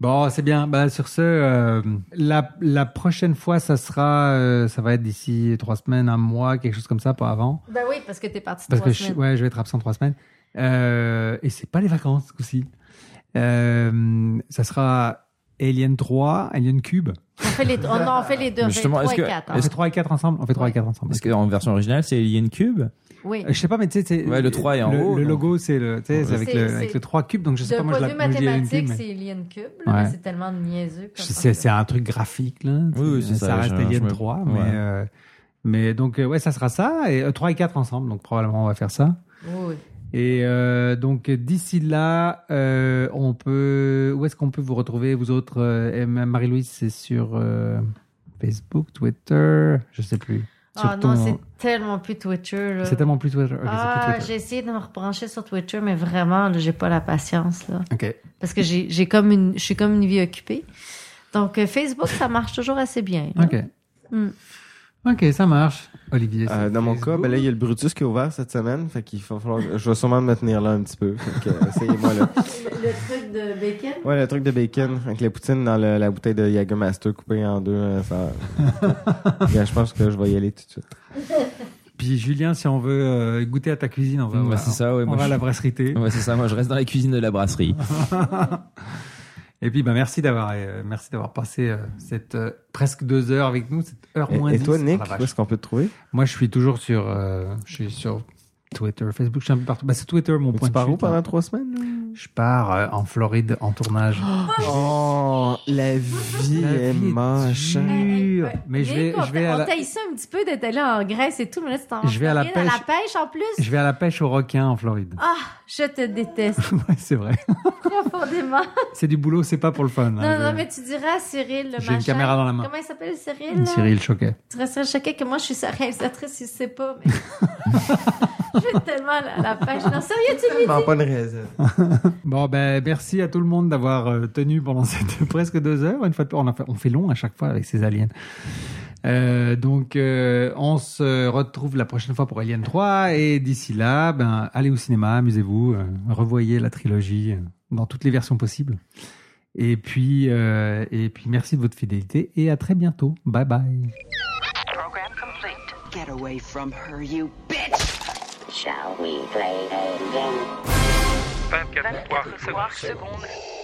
[SPEAKER 9] Bon, c'est bien. Bah, sur ce, euh, la, la prochaine fois, ça sera, euh, ça va être d'ici trois semaines, un mois, quelque chose comme ça, pas avant.
[SPEAKER 12] Ben oui, parce que t'es parti
[SPEAKER 9] Parce
[SPEAKER 12] trois
[SPEAKER 9] que
[SPEAKER 12] semaines.
[SPEAKER 9] Je, ouais, je vais être absent trois semaines. Euh, et c'est pas les vacances ce coup-ci. Euh, ça sera Alien 3, Alien Cube.
[SPEAKER 12] On, fait les, on en fait les deux. On fait
[SPEAKER 10] Justement,
[SPEAKER 12] 3
[SPEAKER 10] est-ce
[SPEAKER 12] et
[SPEAKER 10] que-
[SPEAKER 12] 4.
[SPEAKER 9] On fait 3 et 4 ensemble. On fait 3 et 4 ensemble.
[SPEAKER 10] Est-ce qu'en version originale, c'est Alien Cube
[SPEAKER 12] Oui.
[SPEAKER 9] Euh, Je sais pas, mais tu sais, c'est-
[SPEAKER 10] Ouais, le 3 est en
[SPEAKER 9] le,
[SPEAKER 10] haut,
[SPEAKER 9] Le
[SPEAKER 10] donc.
[SPEAKER 9] logo, c'est le, tu sais, c'est avec,
[SPEAKER 12] C'est-
[SPEAKER 9] le,
[SPEAKER 12] c'est-
[SPEAKER 9] avec le 3 cube, donc je sais
[SPEAKER 12] D'un
[SPEAKER 9] pas, moi je
[SPEAKER 12] point de vue
[SPEAKER 9] l'appelle moi, je dis Alien
[SPEAKER 12] mathématique,
[SPEAKER 9] Cube, mais-
[SPEAKER 12] c'est Alien Cube, là, mais
[SPEAKER 9] Ouais.
[SPEAKER 12] c'est tellement niaiseux.
[SPEAKER 9] Je- C'est c'est un truc graphique, là.
[SPEAKER 10] Oui, oui, c'est
[SPEAKER 9] ça,
[SPEAKER 10] ça,
[SPEAKER 9] reste
[SPEAKER 10] je- je
[SPEAKER 9] Alien
[SPEAKER 10] me-
[SPEAKER 9] 3,
[SPEAKER 10] ouais.
[SPEAKER 9] mais, euh, mais donc, euh, ouais, ça sera ça. Et, euh, 3 et 4 ensemble, donc probablement on va faire ça.
[SPEAKER 12] Oui.
[SPEAKER 9] Et euh, donc d'ici là, euh, on peut. Où est-ce qu'on peut vous retrouver, vous autres euh, et même Marie-Louise, c'est sur euh, Facebook, Twitter, je sais plus.
[SPEAKER 12] Ah
[SPEAKER 9] Sur
[SPEAKER 12] non,
[SPEAKER 9] ton-
[SPEAKER 12] c'est tellement plus Twitter. là.
[SPEAKER 9] C'est tellement plus Twitter. Ok, c'est plus
[SPEAKER 12] ah,
[SPEAKER 9] Twitter.
[SPEAKER 12] j'ai essayé de me rebrancher sur Twitter, mais vraiment, là, j'ai pas la patience. Là.
[SPEAKER 9] Ok.
[SPEAKER 12] Parce que j'ai j'ai comme une, je suis comme une vie occupée. Donc, euh, Facebook, ça marche toujours assez bien. là.
[SPEAKER 9] Ok.
[SPEAKER 12] Hmm.
[SPEAKER 9] Ok, ça marche. Olivier.
[SPEAKER 11] Euh, dans mon cas, ben là, il y a le Brutus qui est ouvert cette semaine. Fait qu'il va falloir. Je vais sûrement me tenir là un petit peu. Fait que, euh, essayez-moi là.
[SPEAKER 12] Le truc de bacon.
[SPEAKER 11] Ouais, le truc de bacon avec les poutines dans le- la bouteille de Yaga Master coupée en deux. euh, ça... Bien, je pense que je vais y aller tout de suite.
[SPEAKER 9] Puis Julien, si on veut euh, goûter à ta cuisine, on va,
[SPEAKER 10] Ouais, c'est ça, ouais,
[SPEAKER 9] on
[SPEAKER 10] moi,
[SPEAKER 9] va à
[SPEAKER 10] je-
[SPEAKER 9] la brasserie thé.
[SPEAKER 10] Ouais, c'est ça. Moi, je reste dans la cuisine de la brasserie.
[SPEAKER 9] Et puis, bah, merci d'avoir euh, merci d'avoir passé euh, cette euh, presque deux heures avec nous, cette heure
[SPEAKER 11] Et-
[SPEAKER 9] moins
[SPEAKER 11] et
[SPEAKER 9] dix.
[SPEAKER 11] toi,
[SPEAKER 9] Oh,
[SPEAKER 11] Nick,
[SPEAKER 9] la vache.
[SPEAKER 11] où est-ce qu'on peut te trouver?
[SPEAKER 9] Moi, je suis toujours sur, euh, je suis sur Twitter, Facebook, je suis un peu partout. Bah, c'est Twitter mon point
[SPEAKER 11] tu pars
[SPEAKER 9] de
[SPEAKER 11] où
[SPEAKER 9] chute, là.
[SPEAKER 11] pendant trois semaines?
[SPEAKER 9] Je pars euh, en Floride en tournage.
[SPEAKER 11] Oh, la vie est moche.
[SPEAKER 12] Eh,
[SPEAKER 9] Dur. Mais je vais,
[SPEAKER 12] Nick, on
[SPEAKER 9] je vais
[SPEAKER 12] t'a-
[SPEAKER 9] à
[SPEAKER 12] on
[SPEAKER 9] la,
[SPEAKER 12] taille ça un petit peu d'être allé en Grèce et tout, mais là, c'est en
[SPEAKER 9] Je vais à la
[SPEAKER 12] Floride, à la pêche en plus.
[SPEAKER 9] je vais à la pêche aux requins en Floride.
[SPEAKER 12] Ah, je te déteste
[SPEAKER 9] Ouais, c'est vrai.
[SPEAKER 12] profondément.
[SPEAKER 9] C'est du boulot, c'est pas pour le fun.
[SPEAKER 12] Non,
[SPEAKER 9] hein,
[SPEAKER 12] non,
[SPEAKER 9] je-
[SPEAKER 12] mais tu diras à Cyril, le
[SPEAKER 9] J'ai une
[SPEAKER 12] machin.
[SPEAKER 9] caméra dans la main.
[SPEAKER 12] Comment il s'appelle, Cyril? là?
[SPEAKER 9] Cyril Choquet.
[SPEAKER 12] Tu resterais choqué que moi, je suis sa réalisatrice, il sait pas, mais... je vais tellement à la- à la page. Non, sérieux, tu lui dis?
[SPEAKER 11] de raison.
[SPEAKER 9] bon, ben, merci à tout le monde d'avoir euh, tenu pendant cette presque deux heures. Une fois de plus, on, a fait, on fait long à chaque fois avec ces aliens. Euh, donc, euh, on se retrouve la prochaine fois pour Alien 3. Et d'ici là, ben, allez au cinéma, amusez-vous, euh, revoyez la trilogie euh, dans toutes les versions possibles. Et puis, euh, et puis, merci de votre fidélité et à très bientôt. Bye bye.
[SPEAKER 1] Program complete.
[SPEAKER 17] Get away from her, you bitch! Shall we play a game?
[SPEAKER 1] 24 secondes.